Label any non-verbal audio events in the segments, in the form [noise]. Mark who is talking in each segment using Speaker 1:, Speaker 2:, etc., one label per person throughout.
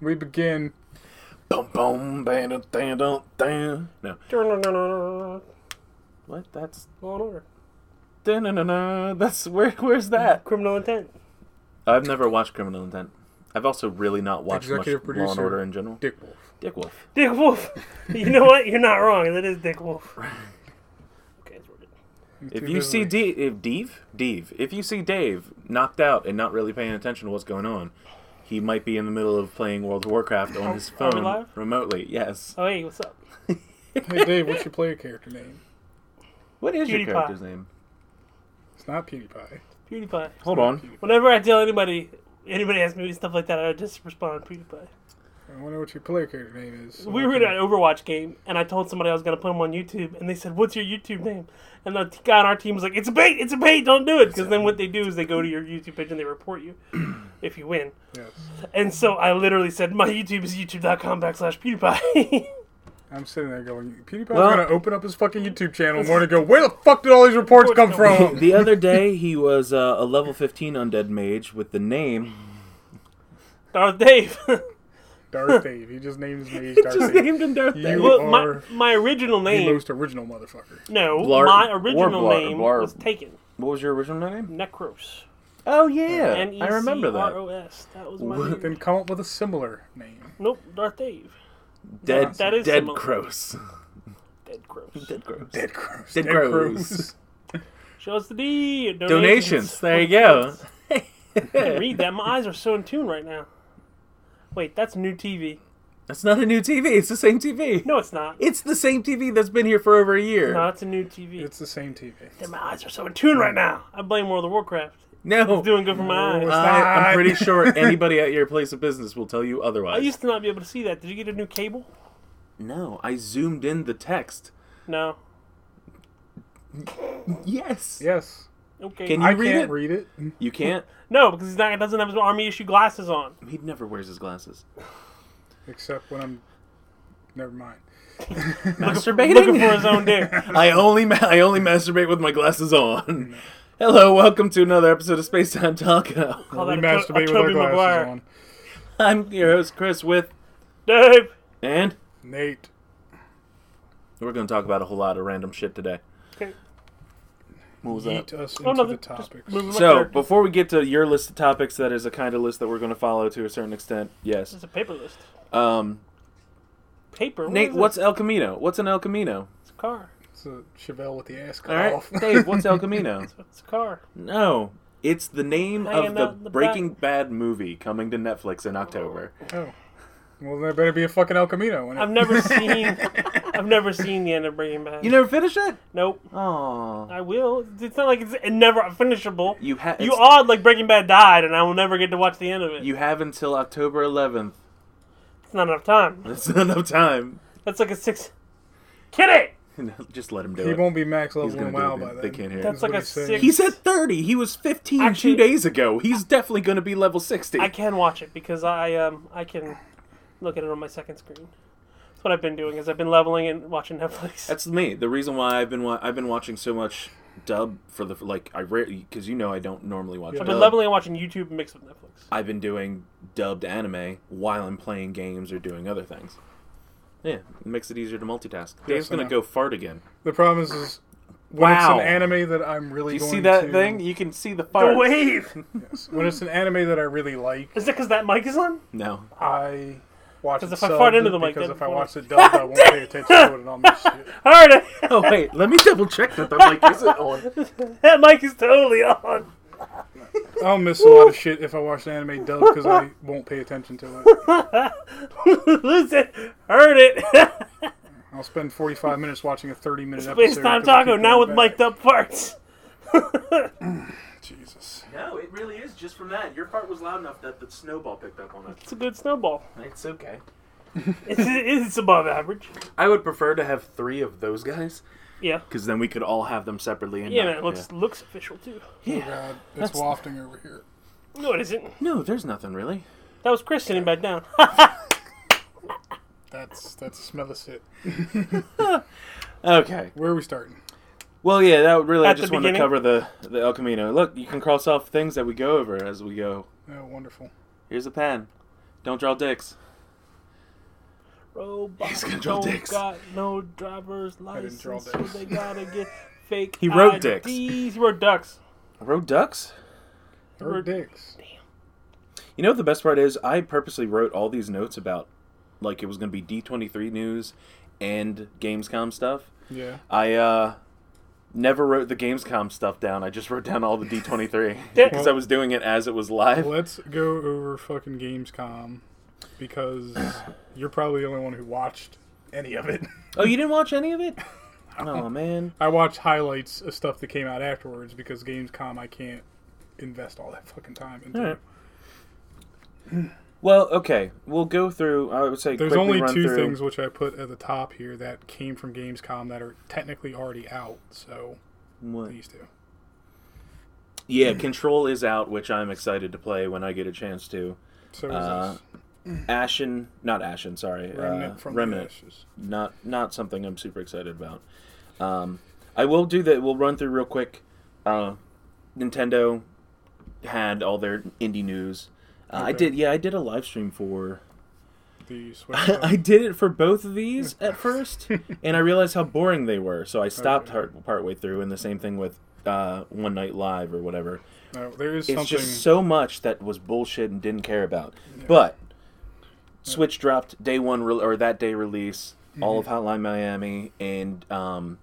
Speaker 1: We begin.
Speaker 2: Boom, boom, bam, dun, dun, dun, dun. No.
Speaker 1: Law
Speaker 2: What? That's.
Speaker 1: and Order.
Speaker 2: Dun, dun, dun, dun. That's. Where, where's that?
Speaker 1: Criminal Intent.
Speaker 2: I've never watched Criminal Intent. I've also really not watched
Speaker 1: Executive
Speaker 2: much Law and
Speaker 1: producer.
Speaker 2: Order in general.
Speaker 1: Dick Wolf.
Speaker 2: Dick Wolf.
Speaker 3: Dick Wolf. [laughs] you know what? You're not wrong. That is Dick Wolf. Okay, that's weird.
Speaker 2: If you see D- if Dave, Dave, if you see Dave knocked out and not really paying attention to what's going on, he might be in the middle of playing World of Warcraft on his
Speaker 3: [laughs] are we
Speaker 2: phone
Speaker 3: live?
Speaker 2: remotely. Yes.
Speaker 3: Oh hey, what's up?
Speaker 1: hey Dave, what's your player character name?
Speaker 2: What is your
Speaker 3: PewDiePie.
Speaker 2: character's name?
Speaker 1: It's not PewDiePie.
Speaker 3: PewDiePie.
Speaker 2: Hold on.
Speaker 3: Whenever I tell anybody, anybody asks me stuff like that, I just respond PewDiePie.
Speaker 1: I wonder what your player character name is. so
Speaker 3: We
Speaker 1: I
Speaker 3: were in
Speaker 1: can-
Speaker 3: an Overwatch game, and I told somebody I was going to put him on YouTube, and they said, "What's your YouTube name?" And the guy on our team was like, "It's a bait! It's a bait! Don't do it!" Because then what they do is they go to your YouTube page and they report you if you win.
Speaker 1: Yes.
Speaker 3: And so I literally said, "My YouTube is youtube.com backslash PewDiePie." [laughs]
Speaker 1: I'm sitting there going, PewDiePie's
Speaker 2: Well-
Speaker 1: gonna open up his fucking YouTube channel and want to go, where the fuck did all these reports come from?
Speaker 2: the other day, he was uh, a level 15 undead mage with the name.
Speaker 3: Darth Dave.
Speaker 2: [laughs]
Speaker 1: Darth Dave. He just named his mage Darth
Speaker 2: Just
Speaker 1: Dave.
Speaker 2: named him Darth
Speaker 1: You-
Speaker 2: Dave.
Speaker 3: well,
Speaker 1: are
Speaker 3: my my original
Speaker 1: the
Speaker 3: name.
Speaker 1: most original motherfucker.
Speaker 3: No,
Speaker 2: Blar-
Speaker 3: my
Speaker 2: or
Speaker 3: original
Speaker 2: Blar-
Speaker 3: name
Speaker 2: Blar-
Speaker 3: was taken.
Speaker 2: What was your original name?
Speaker 3: Necros.
Speaker 2: Oh yeah,
Speaker 3: N E
Speaker 2: I
Speaker 3: C
Speaker 2: remember
Speaker 3: R
Speaker 2: that.
Speaker 3: O S. That was my
Speaker 2: What?
Speaker 3: name.
Speaker 1: Then come up with a similar name.
Speaker 3: Nope, Darth Dave.
Speaker 2: Dead,
Speaker 3: That is
Speaker 2: dead
Speaker 3: similar.
Speaker 2: gross.
Speaker 3: Dead Gross.
Speaker 2: Dead gross.
Speaker 1: Dead Crows.
Speaker 2: Dead Crows.
Speaker 3: Show us the D.
Speaker 2: Donations. There you go.
Speaker 3: Can't read that. My eyes are so in tune right now. Wait, that's new TV.
Speaker 2: That's not a new TV. It's the same TV.
Speaker 3: No, it's not.
Speaker 2: It's the same TV that's been here for over a year.
Speaker 3: No, it's a new
Speaker 1: [laughs]
Speaker 3: TV.
Speaker 1: It's the same TV.
Speaker 3: Damn, my eyes are so in tune right now. I blame World of Warcraft.
Speaker 2: no.
Speaker 3: It's doing good for my
Speaker 1: No.
Speaker 3: eyes.
Speaker 2: I, I'm
Speaker 1: Fine.
Speaker 2: pretty
Speaker 3: [laughs]
Speaker 2: sure anybody at your place of business will tell you otherwise.
Speaker 3: I used to not be able to see that. Did you get a new cable?
Speaker 2: no, I zoomed in the text.
Speaker 3: No.
Speaker 2: Yes.
Speaker 1: Yes.
Speaker 3: Okay.
Speaker 2: Can you-
Speaker 1: I
Speaker 2: read
Speaker 1: can't
Speaker 2: it?
Speaker 1: read it.
Speaker 2: You can't.
Speaker 3: No, because he's not, he doesn't have his army issue glasses on.
Speaker 2: He never wears his glasses.
Speaker 1: Except when I'm. Never mind.
Speaker 2: Masturbating.
Speaker 3: [laughs] Looking for his own dick.
Speaker 2: I only ma- I only masturbate with my glasses on. Hello, welcome to another episode of Space Time Taco.
Speaker 3: Call
Speaker 1: We
Speaker 3: that a, to- a
Speaker 1: masturbate with our
Speaker 3: Toby
Speaker 1: glasses
Speaker 3: Maguire. [laughs]
Speaker 1: on.
Speaker 2: [laughs] I'm your host Chris with
Speaker 3: Dave.
Speaker 2: and
Speaker 1: Nate.
Speaker 2: we're going to talk about a whole lot of random shit today.
Speaker 3: Okay.
Speaker 2: What was
Speaker 1: Eat us into
Speaker 3: Oh, no,
Speaker 1: the
Speaker 3: just
Speaker 1: topics.
Speaker 3: move it like
Speaker 2: So
Speaker 3: that.
Speaker 2: before we get to your list of topics, that is a kind of list that we're going to follow to a certain extent. Yes.
Speaker 3: It's a paper list.
Speaker 2: Um,
Speaker 3: Paper. What
Speaker 2: Nate,
Speaker 3: is
Speaker 2: what's
Speaker 3: it?
Speaker 2: El Camino? What's an El Camino?
Speaker 3: It's a car?
Speaker 1: It's a Chevelle with the ass cut
Speaker 2: All right,
Speaker 1: off.
Speaker 2: Dave, what's El Camino?
Speaker 3: It's a car.
Speaker 2: No, it's the name
Speaker 3: Hanging
Speaker 2: of the
Speaker 3: out in the
Speaker 2: Breaking Bad movie coming to Netflix in October.
Speaker 1: Oh. [laughs] Well, there better be a fucking El Camino. In it.
Speaker 3: I've
Speaker 1: [laughs]
Speaker 2: [laughs]
Speaker 3: never seen. I've never seen the end of Breaking Bad.
Speaker 2: You never finished it?
Speaker 3: nope.
Speaker 2: Oh,
Speaker 3: I will. It's not like it's never finishable.
Speaker 2: you ha-
Speaker 3: You
Speaker 2: it's-
Speaker 3: odd like Breaking Bad died, and I will never get to watch the end of it.
Speaker 2: You have until October 11th.
Speaker 3: it's not enough time.
Speaker 2: [laughs] That's not enough time. [laughs]
Speaker 3: That's like a six. Kitty.
Speaker 2: Just let him do
Speaker 1: He
Speaker 2: it.
Speaker 1: won't be max level
Speaker 2: He's gonna
Speaker 1: in
Speaker 2: do
Speaker 1: WoW
Speaker 2: it.
Speaker 1: by
Speaker 2: They
Speaker 1: then.
Speaker 2: can't hear
Speaker 1: Is
Speaker 2: it.
Speaker 3: That's like
Speaker 1: what
Speaker 3: a
Speaker 1: he's saying.
Speaker 3: six.
Speaker 2: He's at 30. He was 15
Speaker 3: Actually-
Speaker 2: two days ago. He's definitely going to be level 60.
Speaker 3: I can watch it because I um I can look at it on my second screen. That's what I've been doing. Is I've been leveling and watching Netflix.
Speaker 2: That's me. The reason why I've been wa- I've been watching so much dub for the like I rarely because you know I don't normally watch.
Speaker 3: I've
Speaker 2: dub.
Speaker 3: been leveling and watching YouTube mixed with Netflix.
Speaker 2: I've been doing dubbed anime while I'm playing games or doing other things. Yeah, it makes it easier to multitask. Dave's
Speaker 1: I
Speaker 2: gonna
Speaker 1: know.
Speaker 2: go fart again.
Speaker 1: The problem is, is when it's
Speaker 2: Wow.
Speaker 1: an anime that I'm really
Speaker 2: Do
Speaker 1: going
Speaker 2: you see that
Speaker 1: to,
Speaker 2: thing? You can see the fart.
Speaker 3: wave.
Speaker 1: When it's an anime that I really
Speaker 3: [laughs]
Speaker 1: like,
Speaker 3: Is it because that mic is on?
Speaker 2: No, [laughs]
Speaker 1: I watch it
Speaker 3: Because if I
Speaker 1: subbed
Speaker 3: fart into the mic,
Speaker 1: because
Speaker 3: that'd
Speaker 1: if
Speaker 3: be
Speaker 1: I
Speaker 3: funny.
Speaker 1: watch it dubbed, I won't
Speaker 3: [laughs]
Speaker 1: pay attention to it and all this shit.
Speaker 3: All right,
Speaker 2: Oh wait, let me double check that the mic isn't on.
Speaker 3: [laughs] that mic is totally on. [laughs]
Speaker 1: I'll miss a lot of shit if I watch an anime dubbed because
Speaker 3: [laughs]
Speaker 1: I won't pay attention to it.
Speaker 3: Lose it. Heard it. [laughs]
Speaker 1: I'll spend 45 minutes watching a 30 minute episode.
Speaker 3: Space Time
Speaker 1: 'cause I keep
Speaker 3: Taco now
Speaker 1: going
Speaker 3: with
Speaker 1: back.
Speaker 3: mic'd up parts.
Speaker 1: Jesus.
Speaker 2: [laughs] No, it really is just from that. Your fart was loud enough that the snowball picked up on it.
Speaker 3: It's a good snowball.
Speaker 2: It's okay.
Speaker 3: It's, it's above average.
Speaker 2: I would prefer to have three of those guys
Speaker 3: Yeah.
Speaker 2: because then we could all have them separately. And
Speaker 3: Yeah,
Speaker 2: not-
Speaker 3: man, it looks looks official too.
Speaker 1: Oh God, it's wafting over here.
Speaker 3: No, it isn't.
Speaker 2: No, there's nothing really.
Speaker 3: That was Chris sitting back down.
Speaker 1: That's that's the smell of shit.
Speaker 2: Okay.
Speaker 1: Where are we starting?
Speaker 2: Well, yeah, that would really. I
Speaker 3: At the
Speaker 2: just wanted to
Speaker 3: beginning?
Speaker 2: cover the the El Camino. Look, you can cross off things that we go over as we go.
Speaker 1: Oh, wonderful.
Speaker 2: Here's a pen. Don't draw dicks.
Speaker 3: Robots
Speaker 2: He's gonna draw
Speaker 3: don't
Speaker 2: dicks.
Speaker 3: got no driver's
Speaker 1: didn't
Speaker 3: license,
Speaker 1: draw
Speaker 3: so
Speaker 1: dicks.
Speaker 3: they gotta
Speaker 1: [laughs]
Speaker 3: get fake.
Speaker 2: He wrote
Speaker 3: IDs.
Speaker 2: dicks.
Speaker 3: He wrote ducks.
Speaker 2: Road ducks.
Speaker 1: Her dicks.
Speaker 2: You know what the best part is? I purposely wrote all these notes about like it was going to be D23 news and Gamescom stuff.
Speaker 1: Yeah.
Speaker 2: I uh never wrote the Gamescom stuff down. I just wrote down all the D23 [laughs]
Speaker 3: Dick.
Speaker 2: because I was doing it as it was live.
Speaker 1: Let's go over fucking Gamescom
Speaker 2: [sighs]
Speaker 1: because you're probably the only one who watched any of it. [laughs]
Speaker 2: Oh, you didn't watch any of it? Oh man.
Speaker 1: I watched highlights of stuff that came out afterwards because Gamescom I can't invest all that fucking time into.
Speaker 2: Alright. Well, okay. We'll go through. I would say
Speaker 1: There's
Speaker 2: quickly
Speaker 1: only
Speaker 2: run
Speaker 1: two
Speaker 2: through.
Speaker 1: things which I put at the top here that came from Gamescom that are technically already out. So
Speaker 2: What?
Speaker 1: these two.
Speaker 2: Yeah, Control is out, which I'm excited to play when I get a chance to.
Speaker 1: So is
Speaker 2: Uh,
Speaker 1: this
Speaker 2: Ashen, not Ashen, sorry.
Speaker 1: Remnant
Speaker 2: uh,
Speaker 1: from
Speaker 2: Remnant.
Speaker 1: the Ashes.
Speaker 2: not not something I'm super excited about. Um, I will do that. We'll run through real quick. Uh, Nintendo had all their indie news. Uh, I
Speaker 1: Okay.
Speaker 2: did, yeah, I did a live stream for.
Speaker 1: The Switch.
Speaker 2: [laughs] I did it for both of these
Speaker 1: [laughs]
Speaker 2: at first, and I realized how boring they were, so I stopped part partway through. And the same thing with uh, One Night Live or whatever.
Speaker 1: no, there is
Speaker 2: It's
Speaker 1: something.
Speaker 2: just so much that was bullshit and didn't care about. But Switch dropped day one re- or that day release all
Speaker 1: Mm-hmm.
Speaker 2: of Hotline Miami and um,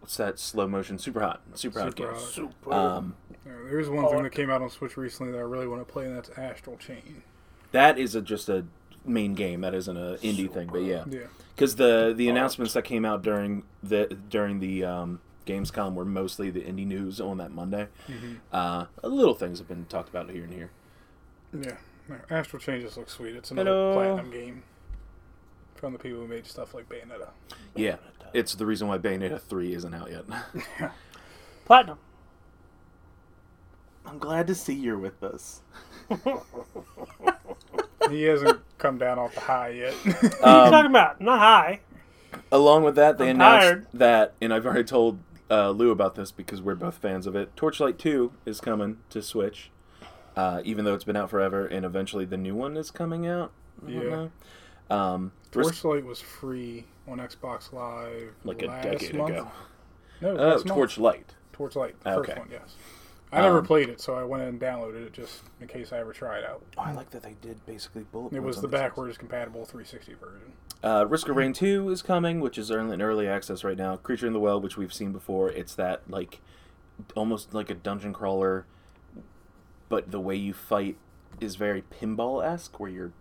Speaker 2: what's that slow motion super hot super, hot
Speaker 1: Super
Speaker 2: game.
Speaker 1: Hot.
Speaker 3: Super.
Speaker 2: Um,
Speaker 1: No, there is
Speaker 3: Oh,
Speaker 1: one thing that came out on Switch recently that I really want to play, and that's Astral Chain.
Speaker 2: that is a, just a main game that isn't an indie thing, but yeah,
Speaker 1: Yeah.
Speaker 2: because the the announcements that came out during the during the um, Gamescom were mostly the indie news on that Monday. Uh, little things have been talked about here and here.
Speaker 1: Yeah, no, Astral Chain just looks sweet. It's another
Speaker 2: Hello.
Speaker 1: platinum game from the people who made stuff like Bayonetta. [laughs]
Speaker 2: Yeah, it's the reason why Bayonetta three isn't out yet. [laughs]
Speaker 3: Platinum.
Speaker 2: I'm glad to see you're with us.
Speaker 1: He hasn't come down off the high
Speaker 3: [laughs]
Speaker 1: yet. [laughs]
Speaker 3: what are
Speaker 2: um,
Speaker 3: you talking about? Not high.
Speaker 2: Along with that, they
Speaker 3: I'm
Speaker 2: announced
Speaker 3: tired.
Speaker 2: that, and I've already told uh, Lou about this because we're both fans of it. Torchlight 2 is coming to Switch, uh, even though it's been out forever, and eventually the new one is coming out. I don't
Speaker 1: Yeah.
Speaker 3: Uh-huh.
Speaker 2: know. Um, we're s-
Speaker 1: Torchlight was free on Xbox Live
Speaker 2: like
Speaker 1: last
Speaker 2: a decade
Speaker 1: month.
Speaker 2: ago.
Speaker 1: No,
Speaker 2: Oh,
Speaker 1: last month.
Speaker 2: Torchlight.
Speaker 1: Torchlight, the first
Speaker 2: Okay.
Speaker 1: one, yes. I never
Speaker 2: Um,
Speaker 1: played it, so I went and downloaded it just in case I ever tried out.
Speaker 2: Oh, I like that they did basically bullet.
Speaker 1: It
Speaker 2: points
Speaker 1: was
Speaker 2: on
Speaker 1: the
Speaker 2: these things.
Speaker 1: backwards compatible 360 version.
Speaker 2: Uh, Risk of Rain 2 is coming, which is early- in early access right now. Creature in the Well, which we've seen before. It's that, like, almost like a dungeon crawler, but the way you fight is very pinball esque, where you're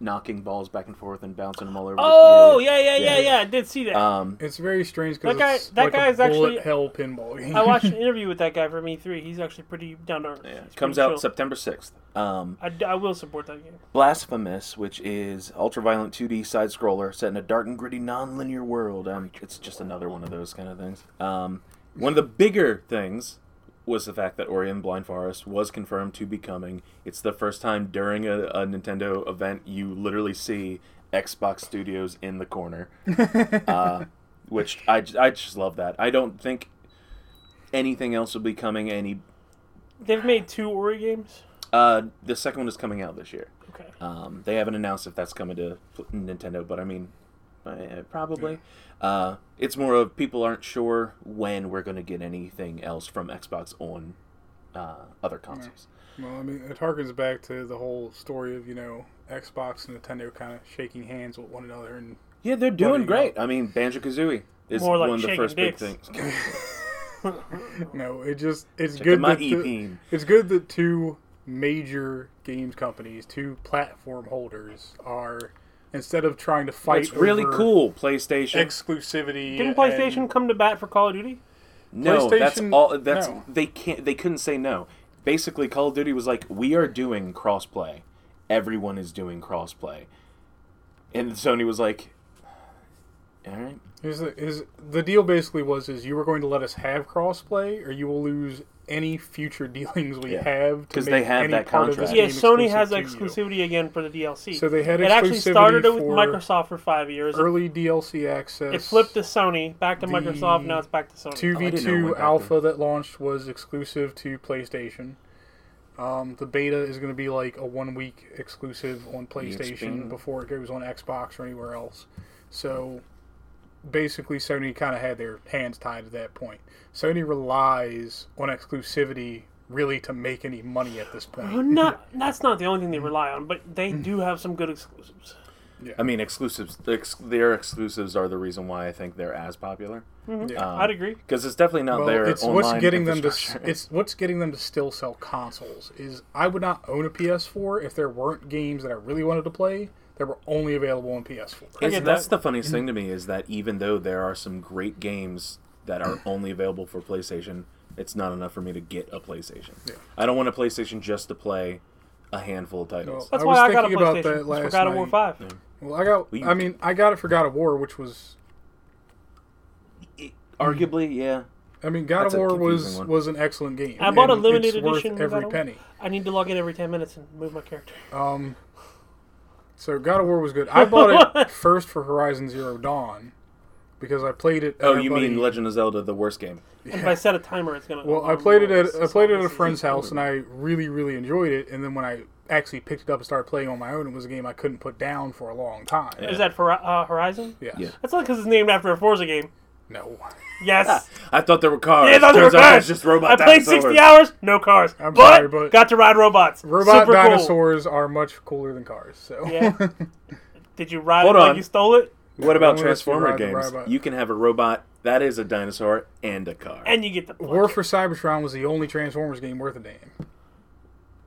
Speaker 2: knocking balls back and forth and bouncing them all over. the-
Speaker 3: Oh yeah, yeah, yeah, yeah. I did see that.
Speaker 2: Um,
Speaker 1: It's very strange
Speaker 3: That
Speaker 1: because
Speaker 3: guy-
Speaker 1: it's
Speaker 3: that
Speaker 1: like
Speaker 3: guy
Speaker 1: a
Speaker 3: is actually-
Speaker 1: bullet hell pinball [laughs] game.
Speaker 3: I watched an interview with that guy from E3. He's actually pretty down to earth.
Speaker 2: yeah,
Speaker 3: He's
Speaker 2: comes
Speaker 3: pretty
Speaker 2: out
Speaker 3: chill.
Speaker 2: September 6th. Um,
Speaker 3: I, d- I will support that game.
Speaker 2: Blasphemous, which is ultraviolent 2D side scroller set in a dark and gritty non-linear world. Um, it's just another one of those kind of things. Um, one of the bigger things was the fact that Ori and the Blind Forest was confirmed to be coming. It's the first time during a, a Nintendo event you literally see Xbox Studios in the corner, uh, which I, j- I just love that. I don't think anything else will be coming. Any
Speaker 3: They've made two Ori games.
Speaker 2: uh, the second one is coming out this year.
Speaker 3: Okay.
Speaker 2: Um, they haven't announced if that's coming to pl- Nintendo, but I mean, eh, probably. Uh, it's more of people aren't sure when we're going to get anything else from Xbox on uh, other consoles.
Speaker 1: Well, I mean, it harkens back to the whole story of you know Xbox and Nintendo kind of shaking hands with one another, and
Speaker 2: Yeah, they're doing
Speaker 1: Bloody hell.
Speaker 2: great. I mean, Banjo Kazooie is
Speaker 3: More like
Speaker 2: one of the
Speaker 3: shaking
Speaker 2: first big
Speaker 3: dicks.
Speaker 2: things.
Speaker 3: Oh.
Speaker 1: no, it just it's
Speaker 2: Check out
Speaker 1: good
Speaker 2: my E
Speaker 1: that the,
Speaker 2: EP.
Speaker 1: it's good that two major games companies, two platform holders, are instead of trying to fight.
Speaker 2: It's really
Speaker 1: over
Speaker 2: cool. PlayStation.
Speaker 1: exclusivity.
Speaker 3: Didn't
Speaker 1: and-
Speaker 3: PlayStation come to bat for Call of Duty?
Speaker 2: no, that's
Speaker 1: PlayStation-
Speaker 2: all. That's
Speaker 1: no.
Speaker 2: they can't. They couldn't say no. Basically, Call of Duty was like, we are doing crossplay. Everyone is doing crossplay, and Sony was like, all right.
Speaker 1: Is the, is the deal basically was is you were going to let us have crossplay, or you will lose any future [laughs] dealings we
Speaker 2: Yeah.
Speaker 1: have
Speaker 2: 'Cause
Speaker 1: to
Speaker 2: they
Speaker 1: make
Speaker 2: have
Speaker 1: any
Speaker 2: that
Speaker 1: part of
Speaker 2: contract.
Speaker 1: this
Speaker 3: Yeah,
Speaker 1: game
Speaker 3: Sony has
Speaker 1: exclusive to you.
Speaker 3: exclusivity again for the DLC.
Speaker 1: So they had
Speaker 3: it actually
Speaker 1: exclusivity
Speaker 3: started with
Speaker 1: for
Speaker 3: Microsoft for five years.
Speaker 1: early DLC access.
Speaker 3: It flipped to Sony, back to Microsoft. Now it's back to Sony.
Speaker 1: Two
Speaker 2: Oh,
Speaker 1: V
Speaker 2: I didn't know it went
Speaker 1: two
Speaker 2: back
Speaker 1: Alpha that launched was exclusive to PlayStation. Um, the beta is going to be like a one week exclusive on PlayStation
Speaker 2: expand.
Speaker 1: before it goes on Xbox or anywhere else. So basically, Sony kind of had their hands tied at that point. Sony relies on exclusivity really to make any money at this
Speaker 3: Well,
Speaker 1: point. [laughs]
Speaker 3: not Oh, that's not the only thing they
Speaker 1: Mm.
Speaker 3: rely on, but they do have some good exclusives.
Speaker 2: I mean, exclusives. Ex- their exclusives are the reason why I think they're as popular.
Speaker 1: Yeah.
Speaker 2: Um,
Speaker 3: I'd agree.
Speaker 2: Because it's definitely not
Speaker 1: Well,
Speaker 2: their
Speaker 1: it's
Speaker 2: online
Speaker 1: what's getting them to s-
Speaker 2: infrastructure.
Speaker 1: it's what's getting them to still sell consoles is I would not own a PS4 if there weren't games that I really wanted to play that were only available on PS4.
Speaker 3: I
Speaker 2: It's-
Speaker 3: get
Speaker 2: that's
Speaker 3: that.
Speaker 2: the funniest thing to me is that even though there are some great games that are only available for PlayStation, it's not enough for me to get a PlayStation. I don't want a PlayStation just to play a handful of titles.
Speaker 1: Well,
Speaker 3: That's
Speaker 1: I
Speaker 3: why
Speaker 1: was
Speaker 3: I got a
Speaker 1: thinking about
Speaker 3: PlayStation
Speaker 1: that
Speaker 3: it's for
Speaker 1: last
Speaker 3: God of War
Speaker 1: night.
Speaker 3: Five.
Speaker 1: Well, I got I mean I got it for God of War, which was
Speaker 3: E,
Speaker 2: Arguably, yeah.
Speaker 1: I mean God
Speaker 2: That's
Speaker 1: of
Speaker 2: a
Speaker 1: War was
Speaker 2: confusing one.
Speaker 1: was an excellent game.
Speaker 3: I bought a
Speaker 1: and
Speaker 3: limited
Speaker 1: it's worth
Speaker 3: edition God
Speaker 1: every
Speaker 3: of War.
Speaker 1: penny.
Speaker 3: I need to log in every ten minutes and move
Speaker 1: [laughs]
Speaker 3: my character.
Speaker 1: Um, so God of War was good. I bought
Speaker 3: [laughs]
Speaker 1: it first for Horizon Zero Dawn because I played it. at
Speaker 2: Oh,
Speaker 1: my
Speaker 2: you
Speaker 1: buddy-
Speaker 2: mean Legend of Zelda, the worst game?
Speaker 3: And if I set a timer, it's gonna.
Speaker 1: Well, I played it at I played it at a friend's house, and I really really enjoyed it. And then when I actually picked it up and started playing on my own, it was a game I couldn't put down for a long time.
Speaker 3: Is that for uh, Horizon?
Speaker 1: Yes.
Speaker 2: Yeah.
Speaker 3: That's only because it's named after a Forza game.
Speaker 1: No.
Speaker 3: Yes.
Speaker 2: I thought there were cars.
Speaker 3: Ah. Yeah, those
Speaker 2: Turns
Speaker 3: were
Speaker 2: out
Speaker 3: cars.
Speaker 2: there's just robot
Speaker 3: I played
Speaker 2: dinosaurs.
Speaker 3: 60 hours, no cars.
Speaker 1: I'm
Speaker 3: but,
Speaker 1: sorry, but-
Speaker 3: got to ride robots.
Speaker 1: Robot
Speaker 3: Super
Speaker 1: dinosaurs are much cooler than cars. So
Speaker 3: Cool. Yeah. Did you ride
Speaker 2: Hold
Speaker 3: it
Speaker 2: on.
Speaker 3: like you stole it?
Speaker 2: What about
Speaker 1: Unless you
Speaker 2: Transformer
Speaker 1: ride the
Speaker 2: games?
Speaker 1: robot.
Speaker 2: You can have a robot that is a dinosaur and a car.
Speaker 3: And you get the.
Speaker 1: [laughs] War for Cybertron was the only Transformers game worth a damn.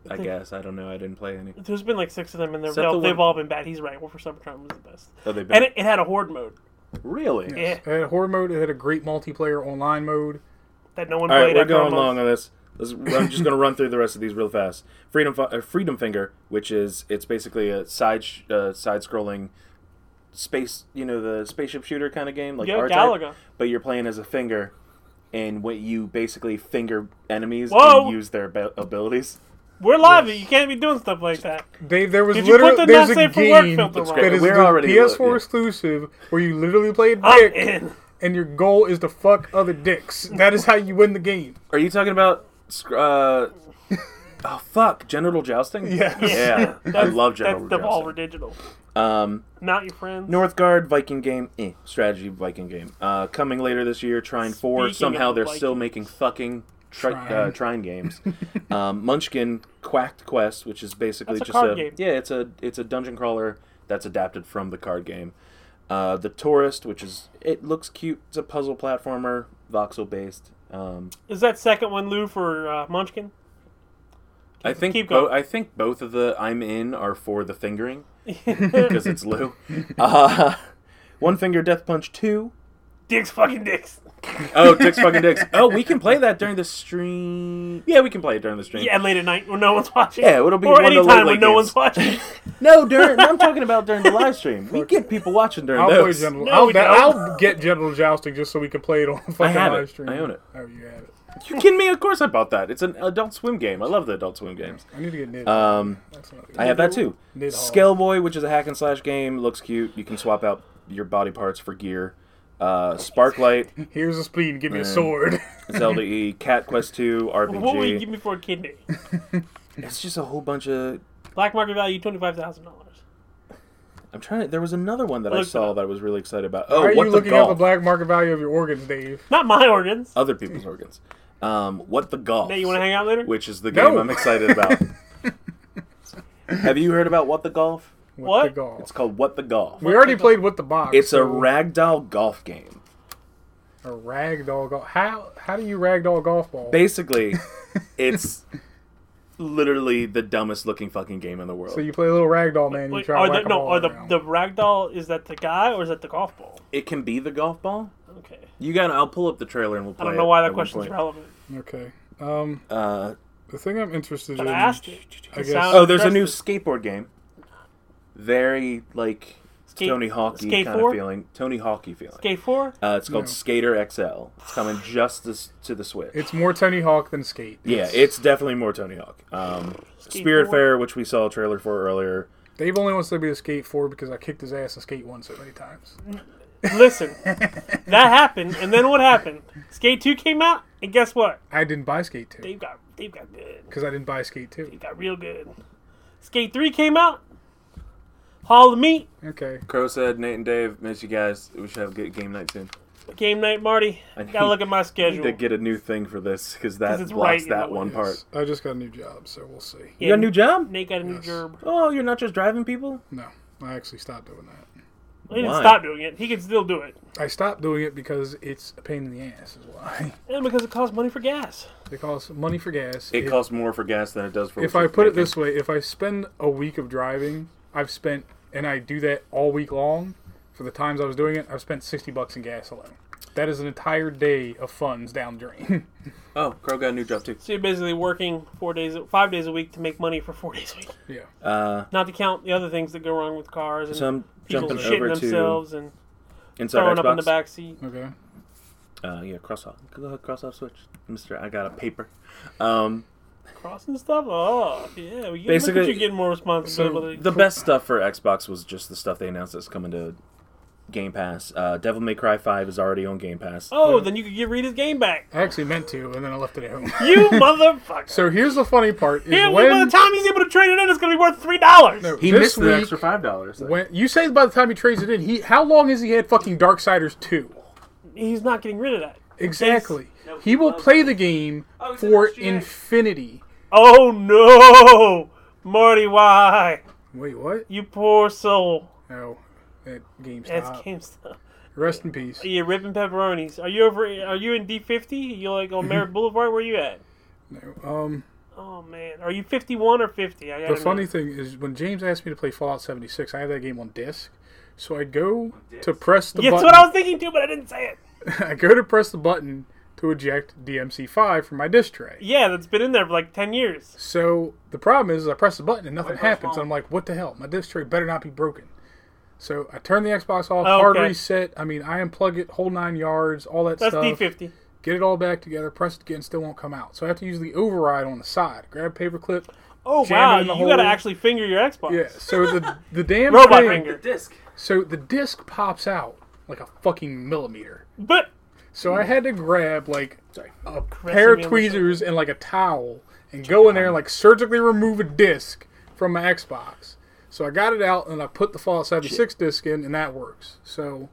Speaker 2: I guess I don't know. I didn't play any.
Speaker 3: There's been like six of them, and they're,
Speaker 2: Except
Speaker 3: they've,
Speaker 2: the
Speaker 3: they've
Speaker 2: one-
Speaker 3: all been bad. He's right. War for Cybertron was the best.
Speaker 2: Oh, they've been-
Speaker 3: And it, it had a horde mode eh,
Speaker 2: Really?
Speaker 3: Yeah.
Speaker 1: It had a horror mode. It had a great multiplayer online mode.
Speaker 3: that no one
Speaker 2: All right,
Speaker 3: played.
Speaker 2: we're
Speaker 3: after
Speaker 2: going
Speaker 3: almost-
Speaker 2: long on this. Let's- I'm just going to run through the rest of these real fast. Freedom, Fi- uh, Freedom Finger, which is it's basically a side sh- uh, side-scrolling space, you know, the spaceship shooter kind of game, like
Speaker 3: Yeah,
Speaker 2: R-Type,
Speaker 3: Galaga.
Speaker 2: But you're playing as a finger, and what you basically finger enemies
Speaker 3: Whoa!
Speaker 2: and use their abil- abilities.
Speaker 3: We're live. You can't be doing stuff like that.
Speaker 1: They, there was
Speaker 3: Did you put
Speaker 1: literally
Speaker 3: the
Speaker 1: there's
Speaker 3: not
Speaker 1: a
Speaker 3: safe for work
Speaker 1: game
Speaker 3: filter
Speaker 1: that
Speaker 3: That's on?
Speaker 2: great.
Speaker 1: is
Speaker 2: We're
Speaker 1: the
Speaker 2: already-
Speaker 1: PS4
Speaker 2: yeah.
Speaker 1: exclusive where you literally played
Speaker 2: [laughs]
Speaker 3: I'm
Speaker 1: dick
Speaker 3: in.
Speaker 1: and your goal is to fuck other dicks. That is how you win the game.
Speaker 2: Are you talking about? sc-
Speaker 3: [laughs]
Speaker 2: Uh, oh fuck, genital jousting.
Speaker 1: Yes.
Speaker 2: yeah, I
Speaker 3: That's-
Speaker 2: love
Speaker 3: That's
Speaker 2: genital
Speaker 3: Devolver
Speaker 2: jousting.
Speaker 3: Digital.
Speaker 2: Um,
Speaker 3: Not your friends.
Speaker 2: Northgard Viking game, eh, strategy Viking game. Uh, coming later this year, Trine 4.
Speaker 3: Speaking
Speaker 2: Somehow
Speaker 3: of
Speaker 2: they're
Speaker 3: Vikings.
Speaker 2: still making fucking tri-
Speaker 1: Trine.
Speaker 2: Uh, Trine
Speaker 3: [laughs]
Speaker 2: games. um, Munchkin Quacked Quest, which is basically
Speaker 3: That's a
Speaker 2: just
Speaker 3: card
Speaker 2: a
Speaker 3: game.
Speaker 2: yeah, it's a it's a dungeon crawler that's adapted from the card game. Uh, the Tourist, which is it looks cute. It's a puzzle platformer, voxel based. Um,
Speaker 3: Is that second one Lou for uh, Munchkin?
Speaker 2: I think
Speaker 3: keep
Speaker 2: bo-
Speaker 3: going.
Speaker 2: I think both of the I'm in are for the
Speaker 3: [laughs]
Speaker 2: fingering because it's Lou. [laughs] Uh, One Finger Death Punch Two.
Speaker 3: Dicks fucking dicks.
Speaker 2: Oh, dicks fucking dicks. Oh, we can play that during the stream. Yeah, we can play it during the stream.
Speaker 3: Yeah, late at night when no one's watching.
Speaker 2: Yeah, it'll be
Speaker 3: or
Speaker 2: one of
Speaker 3: any
Speaker 2: the late,
Speaker 3: time when
Speaker 2: late
Speaker 3: no
Speaker 2: games. [laughs]
Speaker 3: one's watching.
Speaker 2: No, during I'm talking about during the live stream. We get people watching during
Speaker 1: I'll play
Speaker 2: those.
Speaker 1: General.
Speaker 3: No,
Speaker 1: I'll,
Speaker 3: we
Speaker 1: da-
Speaker 3: don't.
Speaker 1: I'll get General Jousting just so we can play it on fucking
Speaker 2: have
Speaker 1: live
Speaker 2: it.
Speaker 1: stream.
Speaker 2: I own it.
Speaker 1: Oh, you have it.
Speaker 2: You kidding me? Of course I bought that. It's an Adult Swim game. I love the Adult Swim games.
Speaker 1: I need to get Nid.
Speaker 2: Um,
Speaker 1: That's not good.
Speaker 2: I have that too.
Speaker 1: Nidhogg.
Speaker 2: Scaleboy, which is a hack and slash game, looks cute. You can swap out your body parts for gear. Uh, Sparklight,
Speaker 1: Here's a spleen. Give me a
Speaker 2: Man. [laughs]
Speaker 1: sword.
Speaker 2: Zelda E, Cat Quest 2, RBG.
Speaker 3: what would you give me for a kidney?
Speaker 2: It's just a whole bunch of.
Speaker 3: Black market value twenty five thousand dollars.
Speaker 2: I'm trying to. There was another one that I
Speaker 3: Looked it
Speaker 2: saw
Speaker 3: up.
Speaker 2: that I was really excited about. Oh,
Speaker 1: Why are
Speaker 2: what
Speaker 1: you
Speaker 2: the
Speaker 1: looking
Speaker 2: golf?
Speaker 1: up the black market value of your organs, Dave?
Speaker 3: Not my organs.
Speaker 2: other people's organs. Um, what the golf?
Speaker 3: Nate, you want to hang out later?
Speaker 2: Which is the
Speaker 1: No.
Speaker 2: game I'm
Speaker 1: [laughs]
Speaker 2: excited about. Have you heard about what the golf?
Speaker 1: With
Speaker 3: What?
Speaker 1: The golf.
Speaker 2: It's called What the Golf.
Speaker 1: we already played with the box.
Speaker 2: It's a
Speaker 1: so-
Speaker 2: ragdoll golf game.
Speaker 1: a ragdoll golf. How how do you ragdoll golf ball? [laughs]
Speaker 2: Basically, it's literally the dumbest looking fucking game in the world.
Speaker 1: so you play a little ragdoll man. You
Speaker 3: Wait,
Speaker 1: try
Speaker 3: are
Speaker 1: to
Speaker 3: the,
Speaker 1: whack a
Speaker 3: no,
Speaker 1: ball
Speaker 3: are the
Speaker 1: around.
Speaker 3: the ragdoll is that the guy or is that the golf ball?
Speaker 2: it can be the golf ball.
Speaker 3: Okay,
Speaker 2: You got. to I'll pull up the trailer and we'll
Speaker 3: I
Speaker 2: play.
Speaker 3: don't know why that
Speaker 2: question.
Speaker 3: question's relevant.
Speaker 1: Okay. Um,
Speaker 2: Uh,
Speaker 1: the thing I'm interested
Speaker 3: But
Speaker 1: in.
Speaker 3: I asked it.
Speaker 1: I
Speaker 3: It
Speaker 1: guess-
Speaker 3: sounds
Speaker 2: oh, there's a new
Speaker 3: aggressive.
Speaker 2: skateboard game. Very like
Speaker 3: Skate-
Speaker 2: Tony Hawky
Speaker 3: Skate
Speaker 2: kind of
Speaker 3: 4?
Speaker 2: feeling. Tony Hawky feeling.
Speaker 3: Skate four.
Speaker 2: Uh, it's called
Speaker 1: No.
Speaker 2: Skater XL. It's coming just this, to the Switch.
Speaker 1: It's more Tony Hawk than skate.
Speaker 2: yeah, it's definitely more Tony Hawk. Um, Spirit Fair, which we saw a trailer for earlier.
Speaker 1: Dave only wants to be a skate four because I kicked his ass in skate one so many times.
Speaker 2: [laughs]
Speaker 3: Listen, that happened, and then what happened? Skate two came out, and guess what?
Speaker 1: I didn't buy skate two.
Speaker 3: Dave got Dave got good.
Speaker 1: because I didn't buy Skate 2.
Speaker 3: It got real good. Skate 3 came out. Hall of Meat.
Speaker 1: Okay.
Speaker 2: Crow said, Nate and Dave, miss you guys. We should have a good game night soon.
Speaker 3: Game night, Marty.
Speaker 2: I
Speaker 3: Gotta look
Speaker 2: [laughs]
Speaker 3: at my
Speaker 2: I need
Speaker 3: schedule.
Speaker 2: to get a new thing for this because that
Speaker 3: 'Cause it's right
Speaker 2: blocks
Speaker 3: in
Speaker 2: that
Speaker 3: the
Speaker 2: one
Speaker 3: way.
Speaker 2: part.
Speaker 1: I just got a new job, so we'll see.
Speaker 2: You got a new job?
Speaker 3: Nate got a new
Speaker 1: Yes.
Speaker 3: job.
Speaker 2: Oh, you're not just driving people?
Speaker 1: No, I actually stopped doing that.
Speaker 3: He didn't
Speaker 2: Why?
Speaker 3: stop doing it. He could still do it.
Speaker 1: I stopped doing it because it's a pain in the ass, is why. [laughs]
Speaker 3: And because it costs money for gas.
Speaker 1: It costs money for gas.
Speaker 2: It
Speaker 1: If-
Speaker 2: costs more for gas than it does for.
Speaker 1: if
Speaker 2: what
Speaker 1: I
Speaker 2: you're
Speaker 1: put it
Speaker 2: making.
Speaker 1: this way, if I spend a week of driving, I've spent, and I do that all week long. For the times I was doing it, I've spent sixty bucks in gas alone. That is an entire day of funds down the drain. [laughs]
Speaker 2: oh, Crow got a new job too.
Speaker 3: So you're basically working four days, five days a week to make money for four [laughs] days a week.
Speaker 1: yeah,
Speaker 2: Uh,
Speaker 3: Not to count the other things that go wrong with cars and
Speaker 2: so I'm
Speaker 3: people
Speaker 2: jumping
Speaker 3: shitting
Speaker 2: over to
Speaker 3: themselves and
Speaker 2: Inside
Speaker 3: throwing
Speaker 2: Xbox.
Speaker 3: up in the back seat.
Speaker 1: okay.
Speaker 2: Uh, yeah, cross off. Go ahead, cross off switch, Mister. I got a paper. Um,
Speaker 3: Crossing stuff? Oh, yeah. We get, Basically,
Speaker 2: Basically-
Speaker 3: look at you getting more responsibility.
Speaker 2: the best stuff for Xbox was just the stuff they announced that's coming to Game Pass. Uh, Devil May Cry Five is already on Game Pass.
Speaker 3: oh, then you could get Rita's game back.
Speaker 1: I actually meant to, and then I left it at home. [laughs]
Speaker 3: You [laughs] motherfucker.
Speaker 1: so here's the funny part: is
Speaker 3: Yeah, by
Speaker 1: when,
Speaker 3: the time he's able to trade it in, it's gonna be worth three dollars.
Speaker 1: no,
Speaker 2: he
Speaker 1: this
Speaker 2: missed the
Speaker 1: week,
Speaker 2: extra five dollars.
Speaker 1: when you say by the time he trades it in, he how long has he had fucking Darksiders two?
Speaker 3: He's not getting rid of that.
Speaker 1: Exactly.
Speaker 3: No,
Speaker 1: he will
Speaker 3: he
Speaker 1: play the game
Speaker 3: Oh, he said
Speaker 1: for
Speaker 3: next year.
Speaker 1: infinity.
Speaker 3: Oh no, Marty, why?
Speaker 1: Wait, what?
Speaker 3: You poor soul.
Speaker 1: No, that game
Speaker 3: That's
Speaker 1: stopped.
Speaker 3: GameStop.
Speaker 1: Rest in peace.
Speaker 3: Yeah, ripping pepperonis. Are you over? Are you in D fifty? You like
Speaker 1: [laughs]
Speaker 3: on Merritt Boulevard? Where you at?
Speaker 1: No, um.
Speaker 3: Oh man, are you fifty one or fifty? I got
Speaker 1: The funny thing is, when James asked me to play Fallout 76, I have that game on disc. So I go to press the
Speaker 3: Yeah, that's
Speaker 1: button.
Speaker 3: what I was thinking too, but I didn't say
Speaker 1: [laughs]
Speaker 3: it.
Speaker 1: I go to press the button to eject DMC5 from my disc tray.
Speaker 3: Yeah, that's been in there for like ten years.
Speaker 1: So the problem is, is I press the button and nothing
Speaker 3: Wait, what's
Speaker 1: happens.
Speaker 3: wrong?
Speaker 1: I'm like, what the hell? My disc tray better not be broken. So I turn the Xbox off,
Speaker 3: Oh,
Speaker 1: hard
Speaker 3: okay.
Speaker 1: reset. I mean, I unplug it, whole nine yards, all that
Speaker 3: That's
Speaker 1: stuff.
Speaker 3: D fifty.
Speaker 1: Get it all back together, press it again, still won't come out. So I have to use the override on the side. Grab a paperclip.
Speaker 3: Oh
Speaker 1: Jam
Speaker 3: wow,
Speaker 1: it in
Speaker 3: you
Speaker 1: the
Speaker 3: gotta
Speaker 1: hole.
Speaker 3: actually finger your Xbox.
Speaker 1: Yeah. So the the damn
Speaker 3: [laughs] Robot
Speaker 1: thing-
Speaker 3: finger.
Speaker 2: disc.
Speaker 1: So the disc pops out like a fucking millimeter.
Speaker 3: But [laughs]
Speaker 1: So I had to grab like
Speaker 2: Sorry.
Speaker 1: a pair
Speaker 3: me on
Speaker 1: of
Speaker 3: the
Speaker 1: tweezers and like a towel and go in there and like surgically remove a disc from my Xbox. So I got it out and I put the Fallout 76 disc in and that works. So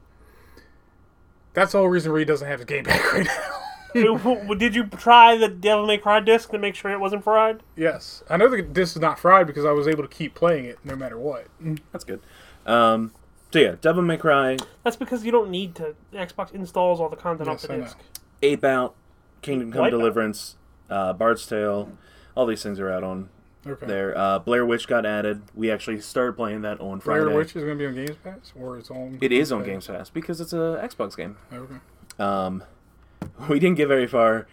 Speaker 1: that's the whole reason Reed doesn't have his game back [laughs] right now.
Speaker 3: did you try the Devil May Cry disc to make sure it wasn't fried?
Speaker 1: yes. I know the disc is not fried because I was able to keep playing it no matter what.
Speaker 2: That's good. Um, so yeah, Devil May Cry,
Speaker 3: That's because you don't need to. Xbox installs all the content off
Speaker 1: Yes,
Speaker 3: the
Speaker 1: I know.
Speaker 3: disc.
Speaker 2: Ape Out, Kingdom Come
Speaker 3: Wipeout.
Speaker 2: Deliverance, uh, Bard's Tale, all these things are out on
Speaker 1: Okay.
Speaker 2: there. Uh, Blair Witch got added. We actually started playing that on Friday.
Speaker 1: Blair Witch is going to be on Games Pass or it's on
Speaker 2: It is on Game Pass because it's a Xbox game.
Speaker 1: Okay.
Speaker 2: Um, [laughs] we didn't get very far.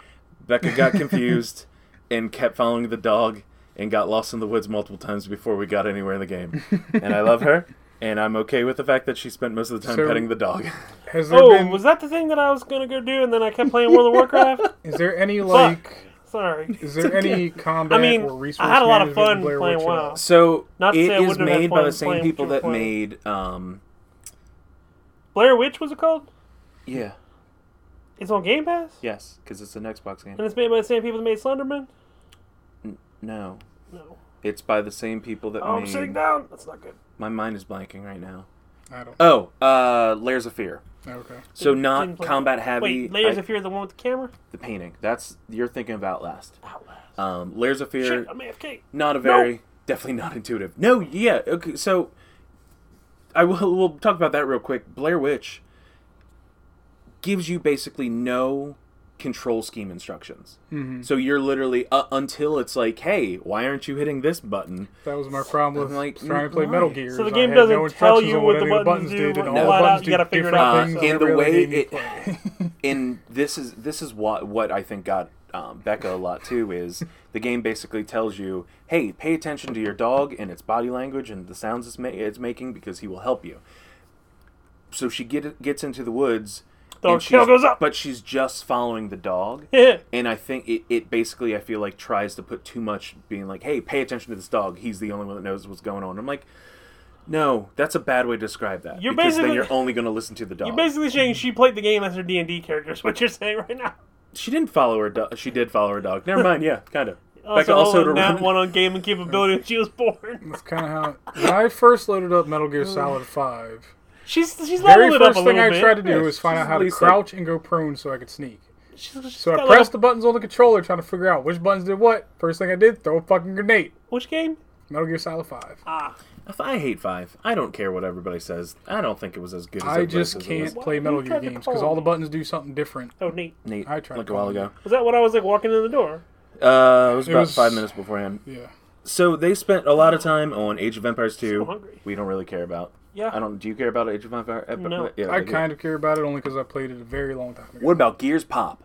Speaker 2: Becca
Speaker 3: [laughs]
Speaker 2: got confused and kept following the dog and got lost in the woods multiple times before we got anywhere in the game. And I love her. And I'm okay with the fact that she spent most of the time
Speaker 1: So-
Speaker 2: petting the dog.
Speaker 1: Has there
Speaker 3: Oh,
Speaker 1: been
Speaker 3: was that the thing that I was gonna go do, and then I kept
Speaker 1: [laughs]
Speaker 3: playing World of Warcraft?
Speaker 1: is there any like
Speaker 3: Sorry.
Speaker 1: Is there any combat
Speaker 3: I mean,
Speaker 1: or resource
Speaker 3: I had a lot of
Speaker 1: management in
Speaker 3: fun
Speaker 1: Blair
Speaker 3: playing
Speaker 1: Witch at all?
Speaker 3: WoW.
Speaker 2: So
Speaker 3: [laughs] Not to
Speaker 2: it
Speaker 3: say I
Speaker 2: is
Speaker 3: wouldn't have had
Speaker 2: made by
Speaker 3: fun
Speaker 2: the same
Speaker 3: playing
Speaker 2: people
Speaker 3: Pure
Speaker 2: that
Speaker 3: Flame.
Speaker 2: made um
Speaker 3: Blair Witch was it called?
Speaker 2: yeah
Speaker 3: It's on Game Pass,
Speaker 2: yes because it's an Xbox game.
Speaker 3: and it's made by the same people that made Slenderman.
Speaker 2: No,
Speaker 3: No.
Speaker 2: it's by the same people that
Speaker 3: Oh, I'm
Speaker 2: made.
Speaker 3: sitting down. That's not good.
Speaker 2: My mind is blanking right now.
Speaker 1: I don't.
Speaker 2: Oh, uh, Layers of Fear.
Speaker 1: Okay.
Speaker 2: So
Speaker 3: Didn't-
Speaker 2: not
Speaker 3: didn't play-
Speaker 2: combat heavy.
Speaker 3: Wait, Layers
Speaker 2: I-
Speaker 3: of Fear, the one with the camera.
Speaker 2: the painting. That's you're thinking of Outlast.
Speaker 3: Outlast.
Speaker 2: Um, Layers of Fear,
Speaker 3: Shit, I'm AFK. [laughs]
Speaker 2: not a very definitely not intuitive. No, yeah, okay. So I will we'll talk about that real quick. Blair Witch gives you basically no control scheme instructions. So you're literally uh, until it's like, hey, why aren't you hitting this button?
Speaker 1: That was my problem with
Speaker 2: I'm like,
Speaker 1: trying to play
Speaker 2: why?
Speaker 1: Metal Gear.
Speaker 3: So the
Speaker 1: is I
Speaker 3: game
Speaker 1: had no
Speaker 3: doesn't tell
Speaker 1: instructions
Speaker 3: you
Speaker 1: on
Speaker 3: what the
Speaker 1: any of
Speaker 3: buttons do,
Speaker 1: did, and all
Speaker 3: flat
Speaker 1: the
Speaker 3: out,
Speaker 1: buttons
Speaker 3: you
Speaker 1: do
Speaker 3: gotta figure it
Speaker 1: different
Speaker 3: out
Speaker 2: Uh,
Speaker 1: things
Speaker 3: yourself.
Speaker 2: in the
Speaker 1: really
Speaker 2: way
Speaker 1: made me
Speaker 2: it,
Speaker 1: play.
Speaker 2: in this is this is what what I think got um, Becca a lot too is [laughs] the game basically tells you, hey, pay attention to your dog and its body language and the sounds it's, ma- it's making because he will help you. So she get, gets into the woods.
Speaker 3: Dog
Speaker 2: she's-
Speaker 3: tail goes up.
Speaker 2: But she's just following the dog.
Speaker 3: Yeah.
Speaker 2: and I think it, it basically, I feel like, tries to put too much being like, hey, pay attention to this dog. He's the only one that knows what's going on. I'm like, no, that's a bad way to describe that.
Speaker 3: You're
Speaker 2: because
Speaker 3: basically-
Speaker 2: then you're only going to listen to the dog.
Speaker 3: You're basically saying she played the game as her D and D character. Is what you're saying right now?
Speaker 2: She didn't follow her. Do- she did follow her dog. Never mind. Yeah, kind
Speaker 3: [laughs]
Speaker 2: of.
Speaker 3: Also,
Speaker 2: Becca also to
Speaker 3: that
Speaker 2: run-
Speaker 3: one on game and capability when she
Speaker 2: [laughs]
Speaker 3: was born.
Speaker 1: That's kind of how when I first loaded up Metal Gear Solid Five.
Speaker 3: She's she's
Speaker 1: Very
Speaker 3: leveled it up a
Speaker 1: first
Speaker 3: little
Speaker 1: thing I
Speaker 3: bit.
Speaker 1: tried to do
Speaker 2: Yeah,
Speaker 1: was find
Speaker 2: she's
Speaker 1: out how
Speaker 2: at
Speaker 1: to
Speaker 2: least, like-
Speaker 1: crouch and go prone so I could sneak.
Speaker 3: She's- she's
Speaker 1: So I
Speaker 3: got
Speaker 1: pressed
Speaker 3: like
Speaker 1: the buttons on the controller trying to figure out which buttons did what. First thing I did, throw a fucking grenade.
Speaker 3: a- which game?
Speaker 1: Metal Gear Solid Five.
Speaker 3: Ah,
Speaker 2: If I hate five, I don't care what everybody says. I don't think it was as good as
Speaker 1: I
Speaker 2: everybody
Speaker 1: just
Speaker 2: says it
Speaker 1: can't
Speaker 2: was.
Speaker 1: play
Speaker 3: Why
Speaker 1: Metal
Speaker 3: you
Speaker 1: Gear
Speaker 3: trying to
Speaker 1: games because
Speaker 3: call
Speaker 1: all the
Speaker 3: me?
Speaker 1: buttons do something different.
Speaker 3: oh neat.
Speaker 2: Nate,
Speaker 1: I tried
Speaker 2: like
Speaker 1: to
Speaker 2: a while
Speaker 1: call
Speaker 2: ago.
Speaker 3: Was that when I was like walking in the door?
Speaker 2: Uh, it was about
Speaker 1: was-
Speaker 2: five minutes beforehand.
Speaker 1: Yeah.
Speaker 2: So they spent a lot of time on Age of Empires
Speaker 3: So
Speaker 2: 2.
Speaker 3: hungry.
Speaker 2: We don't really care about.
Speaker 3: Yeah.
Speaker 2: I don't. Do you care about Age of Empires?
Speaker 3: No.
Speaker 2: Yeah,
Speaker 1: I
Speaker 2: they do.
Speaker 1: kind of care about it only because I played it a very long time ago.
Speaker 2: What about Gears Pop?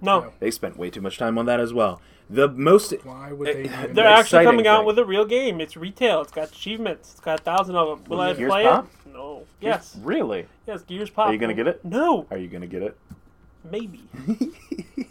Speaker 3: No.
Speaker 1: No.
Speaker 2: They spent way too much time on that as well. The most.
Speaker 1: Why would they?
Speaker 2: Eh,
Speaker 1: Even
Speaker 3: They're
Speaker 2: The
Speaker 3: actually
Speaker 2: exciting
Speaker 3: coming out
Speaker 2: thing.
Speaker 3: with a real game. It's retail. It's got achievements. It's got a thousand of them. Will I
Speaker 2: Gears
Speaker 3: play
Speaker 2: Pop?
Speaker 3: it? No. Yes.
Speaker 2: Really?
Speaker 3: Yes. Gears Pop.
Speaker 2: Are you gonna get it?
Speaker 3: No.
Speaker 2: Are you gonna get it? [laughs]
Speaker 3: Maybe. if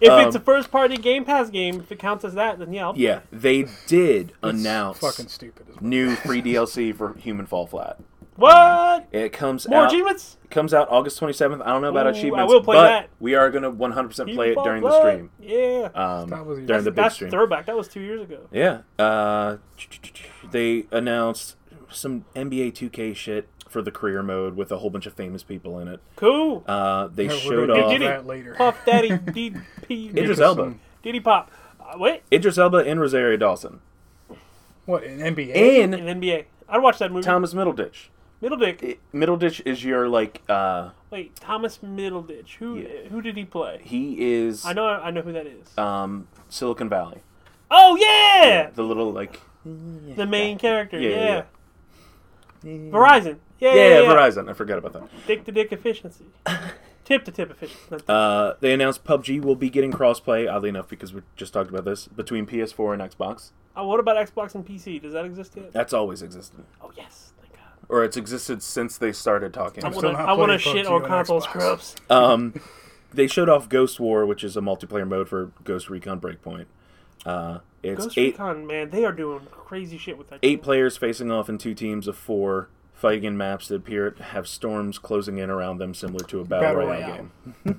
Speaker 3: it's a
Speaker 2: Um,
Speaker 3: first-party Game Pass game, if it counts as that, then yeah. I'll-
Speaker 2: Yeah, they did announce
Speaker 1: fucking stupid. as well.
Speaker 2: new free DLC for Human Fall Flat.
Speaker 3: What?
Speaker 2: It comes
Speaker 3: More
Speaker 2: out.
Speaker 3: achievements?
Speaker 2: It comes out August 27th. I don't know about
Speaker 3: Ooh,
Speaker 2: achievements,
Speaker 3: I will play
Speaker 2: but
Speaker 3: that.
Speaker 2: we are gonna 100% play it
Speaker 3: Fall
Speaker 2: during the
Speaker 3: Flat.
Speaker 2: stream.
Speaker 3: Yeah.
Speaker 2: Um,
Speaker 1: That was-
Speaker 2: during
Speaker 1: That's-
Speaker 2: the big
Speaker 3: That's
Speaker 2: stream.
Speaker 3: throwback. That was two years ago.
Speaker 2: Yeah. Uh, they announced some NBA 2K shit for the career mode with a whole bunch of famous people in it.
Speaker 3: Cool.
Speaker 2: Uh, they
Speaker 1: Yeah, we're
Speaker 2: showed
Speaker 1: gonna
Speaker 2: off
Speaker 1: get
Speaker 3: Diddy,
Speaker 1: that later.
Speaker 3: Puff Daddy,
Speaker 2: [laughs]
Speaker 3: DP,
Speaker 2: Idris
Speaker 1: Nicholson.
Speaker 2: Elba,
Speaker 3: Diddy Pop. Uh, wait,
Speaker 2: Idris Elba, and Rosario Dawson,
Speaker 1: What an NBA.
Speaker 2: and
Speaker 3: in NBA. I'd watch that movie.
Speaker 2: Thomas Middleditch.
Speaker 3: Middle Dick.
Speaker 2: I- Middleditch is your like uh,
Speaker 3: Wait, Thomas Middleditch. Who uh,
Speaker 2: Yeah.
Speaker 3: who did he play?
Speaker 2: he is
Speaker 3: I know I know who that is.
Speaker 2: um Silicon Valley,
Speaker 3: oh yeah,
Speaker 2: the little like
Speaker 3: the main character.
Speaker 2: Yeah,
Speaker 3: Yeah,
Speaker 2: yeah,
Speaker 3: Verizon.
Speaker 2: yeah,
Speaker 3: Yeah, yeah, yeah.
Speaker 2: Verizon. I forgot about that.
Speaker 3: Dick to dick efficiency.
Speaker 2: [laughs]
Speaker 3: tip to tip efficiency. That's-
Speaker 2: Uh, they announced PUBG will be getting crossplay. Oddly enough, because we just talked about this between PS4 and Xbox.
Speaker 3: Uh, what about Xbox and PC? Does that exist yet?
Speaker 2: That's always existed.
Speaker 3: Oh yes, thank God.
Speaker 2: or it's existed since they started talking.
Speaker 3: I
Speaker 2: about
Speaker 1: still
Speaker 3: want to
Speaker 1: not
Speaker 3: I want to
Speaker 1: playing
Speaker 3: shit
Speaker 1: PUBG
Speaker 3: on
Speaker 1: on
Speaker 3: console
Speaker 1: Xbox.
Speaker 3: scrubs.
Speaker 2: it. Um, they showed off Ghost War, which is a multiplayer mode for Ghost Recon Breakpoint. Uh, it's
Speaker 3: Ghost
Speaker 2: eight
Speaker 3: Recon, man, they are doing crazy shit with that. game.
Speaker 2: eight players facing off in two teams of four, fighting in maps that appear to have storms closing in around them, similar to a battle,
Speaker 1: Battle
Speaker 2: royale,
Speaker 1: Royale.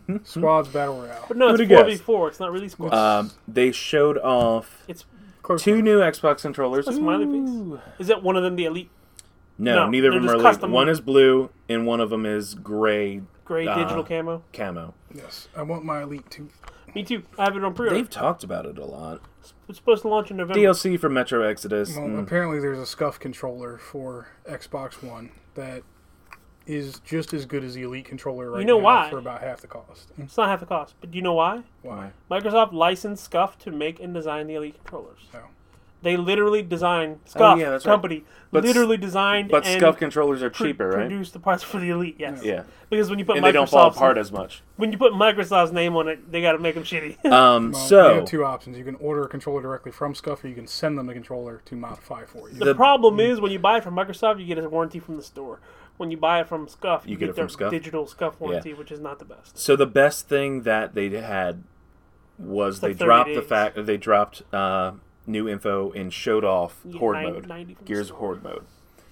Speaker 2: game.
Speaker 1: Squads battle royale.
Speaker 3: But no,
Speaker 2: Who'da
Speaker 3: it's four v
Speaker 2: guessed?
Speaker 3: four. It's not really squad.
Speaker 2: Um, they showed off
Speaker 3: it's
Speaker 1: Close
Speaker 2: two new Xbox controllers.
Speaker 3: a smiley face.
Speaker 2: Ooh.
Speaker 3: is it one of them the elite
Speaker 2: No,
Speaker 3: No,
Speaker 2: neither of
Speaker 3: they're
Speaker 2: them
Speaker 3: just
Speaker 2: are. Elite.
Speaker 3: custom
Speaker 2: One
Speaker 3: ones.
Speaker 2: is blue, and one of them is gray
Speaker 3: gray
Speaker 2: Uh,
Speaker 3: digital camo?
Speaker 2: camo.
Speaker 1: Yes, I want my elite too.
Speaker 3: Me too. I have it on pre-order.
Speaker 2: They've talked about it a lot.
Speaker 3: It's supposed to launch in November.
Speaker 2: DLC for Metro Exodus. Mm.
Speaker 1: Well,
Speaker 2: and-
Speaker 1: apparently there's a scuff controller for Xbox One that is just as good as the elite controller right
Speaker 3: know
Speaker 1: now
Speaker 3: why?
Speaker 1: for about half the cost.
Speaker 3: It's not half the cost. But do you know why?
Speaker 1: Why?
Speaker 3: Microsoft licensed Scuff to make and design the Elite controllers.
Speaker 1: Oh.
Speaker 3: They literally designed Scuff
Speaker 2: Oh, yeah, that's right.
Speaker 3: company.
Speaker 2: But s-
Speaker 3: literally designed
Speaker 2: But
Speaker 3: and
Speaker 2: scuff controllers are
Speaker 3: pr-
Speaker 2: cheaper, right?
Speaker 3: produced the parts for the Elite. Yes.
Speaker 2: Yeah,
Speaker 3: Because when you put
Speaker 2: and
Speaker 3: Microsoft's
Speaker 2: they don't fall apart as much.
Speaker 3: when you put Microsoft's name on it, they got to make them shitty. [laughs]
Speaker 2: Um,
Speaker 1: Well, you
Speaker 2: so
Speaker 1: have two options. You can order a controller directly from Scuff, or you can send them a controller to modify for you.
Speaker 3: [laughs] the, problem is when you buy it from Microsoft, you get a warranty from the store. When you buy it from Scuff, you,
Speaker 2: get it from
Speaker 3: their
Speaker 2: Scuff?
Speaker 3: digital Scuff warranty, which is not the best.
Speaker 2: so the best thing that they had was
Speaker 3: the
Speaker 2: they
Speaker 3: 30
Speaker 2: dropped the
Speaker 3: days.
Speaker 2: fact they dropped uh, new info and showed off
Speaker 3: Yeah,
Speaker 2: horde
Speaker 3: nine-
Speaker 2: mode,
Speaker 3: 90 from the
Speaker 2: Gears
Speaker 3: store.
Speaker 2: horde mode,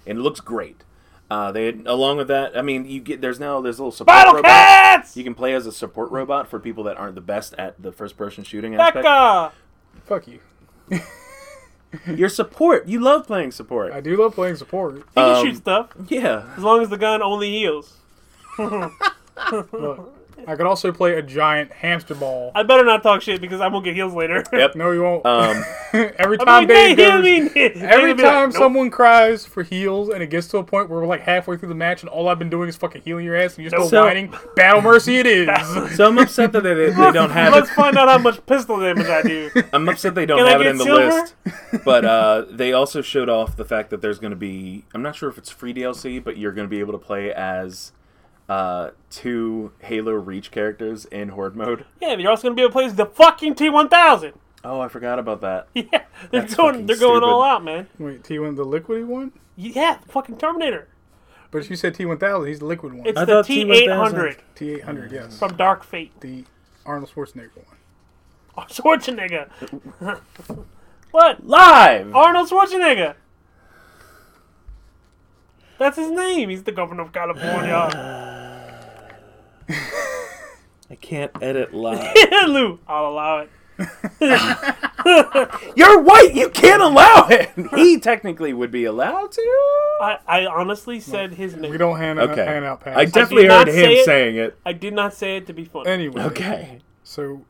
Speaker 2: and it looks great. Uh, they along with that, I mean, you get there's now there's little support
Speaker 3: Battle
Speaker 2: robot.
Speaker 3: Cats!
Speaker 2: You can play as a support robot for people that aren't the best at the first person shooting aspect.
Speaker 3: Becca!
Speaker 1: Fuck you.
Speaker 2: Your support, you love playing support.
Speaker 1: I do love playing support.
Speaker 3: You can
Speaker 2: Um,
Speaker 3: shoot stuff
Speaker 2: yeah,
Speaker 3: [laughs] as long as the gun only heals.
Speaker 1: Look, I could also play a giant hamster ball.
Speaker 3: I better not talk shit because I'm gonna get heals later. [laughs]
Speaker 2: yep.
Speaker 1: No, you won't.
Speaker 2: Um,
Speaker 1: [laughs] every
Speaker 3: I
Speaker 1: time
Speaker 3: mean, they
Speaker 1: Dave
Speaker 3: heal
Speaker 1: goes,
Speaker 3: me. [laughs] They'll
Speaker 1: every
Speaker 3: be like,
Speaker 1: time
Speaker 3: "Nope."
Speaker 1: someone cries for heals, and it gets to a point where we're like halfway through the match, and all I've been doing is fucking healing your ass, and you're still
Speaker 2: So-
Speaker 1: whining. Battle mercy, it is. [laughs]
Speaker 3: [laughs]
Speaker 2: so I'm upset that they, they don't have it.
Speaker 3: Let's find out how much pistol damage I do.
Speaker 2: [laughs] I'm upset they don't
Speaker 3: Can I
Speaker 2: have it
Speaker 3: get
Speaker 2: in the
Speaker 3: silver?
Speaker 2: list. But uh, they also showed off the fact that there's going to be. I'm not sure if it's free DLC, but you're going to be able to play as uh, two Halo Reach characters in Horde mode.
Speaker 3: Yeah, but you're also gonna be able to play as the fucking T1000.
Speaker 2: Oh, I forgot about that.
Speaker 3: [laughs] Yeah, they're
Speaker 2: That's fucking
Speaker 3: going, they're going all
Speaker 2: stupid.
Speaker 3: out, man.
Speaker 1: Wait, T1 the liquidy one?
Speaker 3: Yeah, the fucking Terminator.
Speaker 1: But you said T1000. He's the liquid one.
Speaker 3: It's
Speaker 2: I
Speaker 3: the
Speaker 2: thought
Speaker 3: T800
Speaker 1: T800, yes.
Speaker 3: from Dark Fate.
Speaker 1: The Arnold Schwarzenegger one.
Speaker 3: Schwarzenegger. [laughs] what?
Speaker 2: Live.
Speaker 3: Arnold Schwarzenegger.
Speaker 1: [sighs]
Speaker 3: That's his name. He's the governor of California.
Speaker 2: I can't edit live.
Speaker 3: [laughs] Lou, I'll allow it.
Speaker 2: [laughs] You're white. You can't allow it. [laughs] He technically would be allowed to.
Speaker 3: I, I honestly said his name.
Speaker 1: We don't hand,
Speaker 2: Okay.
Speaker 1: hand out passes.
Speaker 2: I definitely
Speaker 3: not
Speaker 2: heard him
Speaker 3: say it.
Speaker 2: saying it.
Speaker 3: I did not say it to be funny.
Speaker 1: Anyway,
Speaker 2: Okay.
Speaker 1: So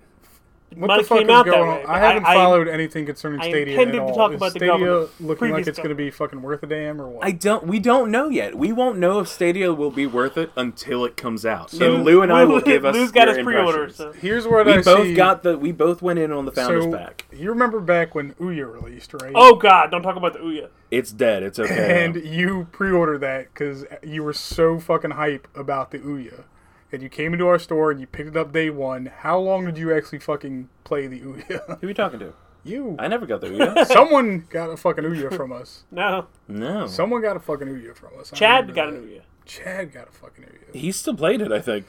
Speaker 3: It
Speaker 1: what
Speaker 3: might
Speaker 1: the
Speaker 3: have
Speaker 1: fuck is
Speaker 3: came out
Speaker 1: going
Speaker 3: that way,
Speaker 1: on?
Speaker 3: but
Speaker 1: I haven't
Speaker 3: I,
Speaker 1: followed anything concerning
Speaker 3: I
Speaker 1: Stadia
Speaker 3: intended
Speaker 1: at
Speaker 3: to
Speaker 1: all.
Speaker 3: talk
Speaker 1: Is
Speaker 3: about the
Speaker 1: Stadia
Speaker 3: government-
Speaker 1: looking
Speaker 3: previous
Speaker 1: like it's going to
Speaker 3: government.
Speaker 1: be fucking worth a damn or what?
Speaker 2: I don't. We don't know yet. We won't know if Stadia will be worth it until it comes out. So
Speaker 1: Lou-
Speaker 2: Lou and I
Speaker 3: Lou-
Speaker 2: will
Speaker 3: [laughs]
Speaker 2: give us.
Speaker 3: Lou's got
Speaker 2: your
Speaker 3: his pre-order.
Speaker 2: impressions.
Speaker 3: So.
Speaker 1: Here's what
Speaker 2: We
Speaker 1: I
Speaker 2: both
Speaker 1: see.
Speaker 2: got the. We both went in on the founders
Speaker 1: so
Speaker 2: pack.
Speaker 1: you remember back when Ouya released, right?
Speaker 3: Oh God, don't talk about the Ouya.
Speaker 2: It's dead. It's okay.
Speaker 1: And you pre-ordered that because you were so fucking hype about the Ouya, and you came into our store and you picked it up day one. How long did you actually fucking play the Ouya? [laughs]
Speaker 2: Who are you talking to?
Speaker 1: you.
Speaker 2: I never got the Ouya.
Speaker 1: Someone got a fucking Ouya from us.
Speaker 3: [laughs] No,
Speaker 2: no.
Speaker 1: Someone got a fucking Ouya from us. I
Speaker 3: Chad
Speaker 1: remember
Speaker 3: got an
Speaker 1: that.
Speaker 3: Ouya.
Speaker 1: Chad got a fucking Ouya.
Speaker 2: He still played it, I think.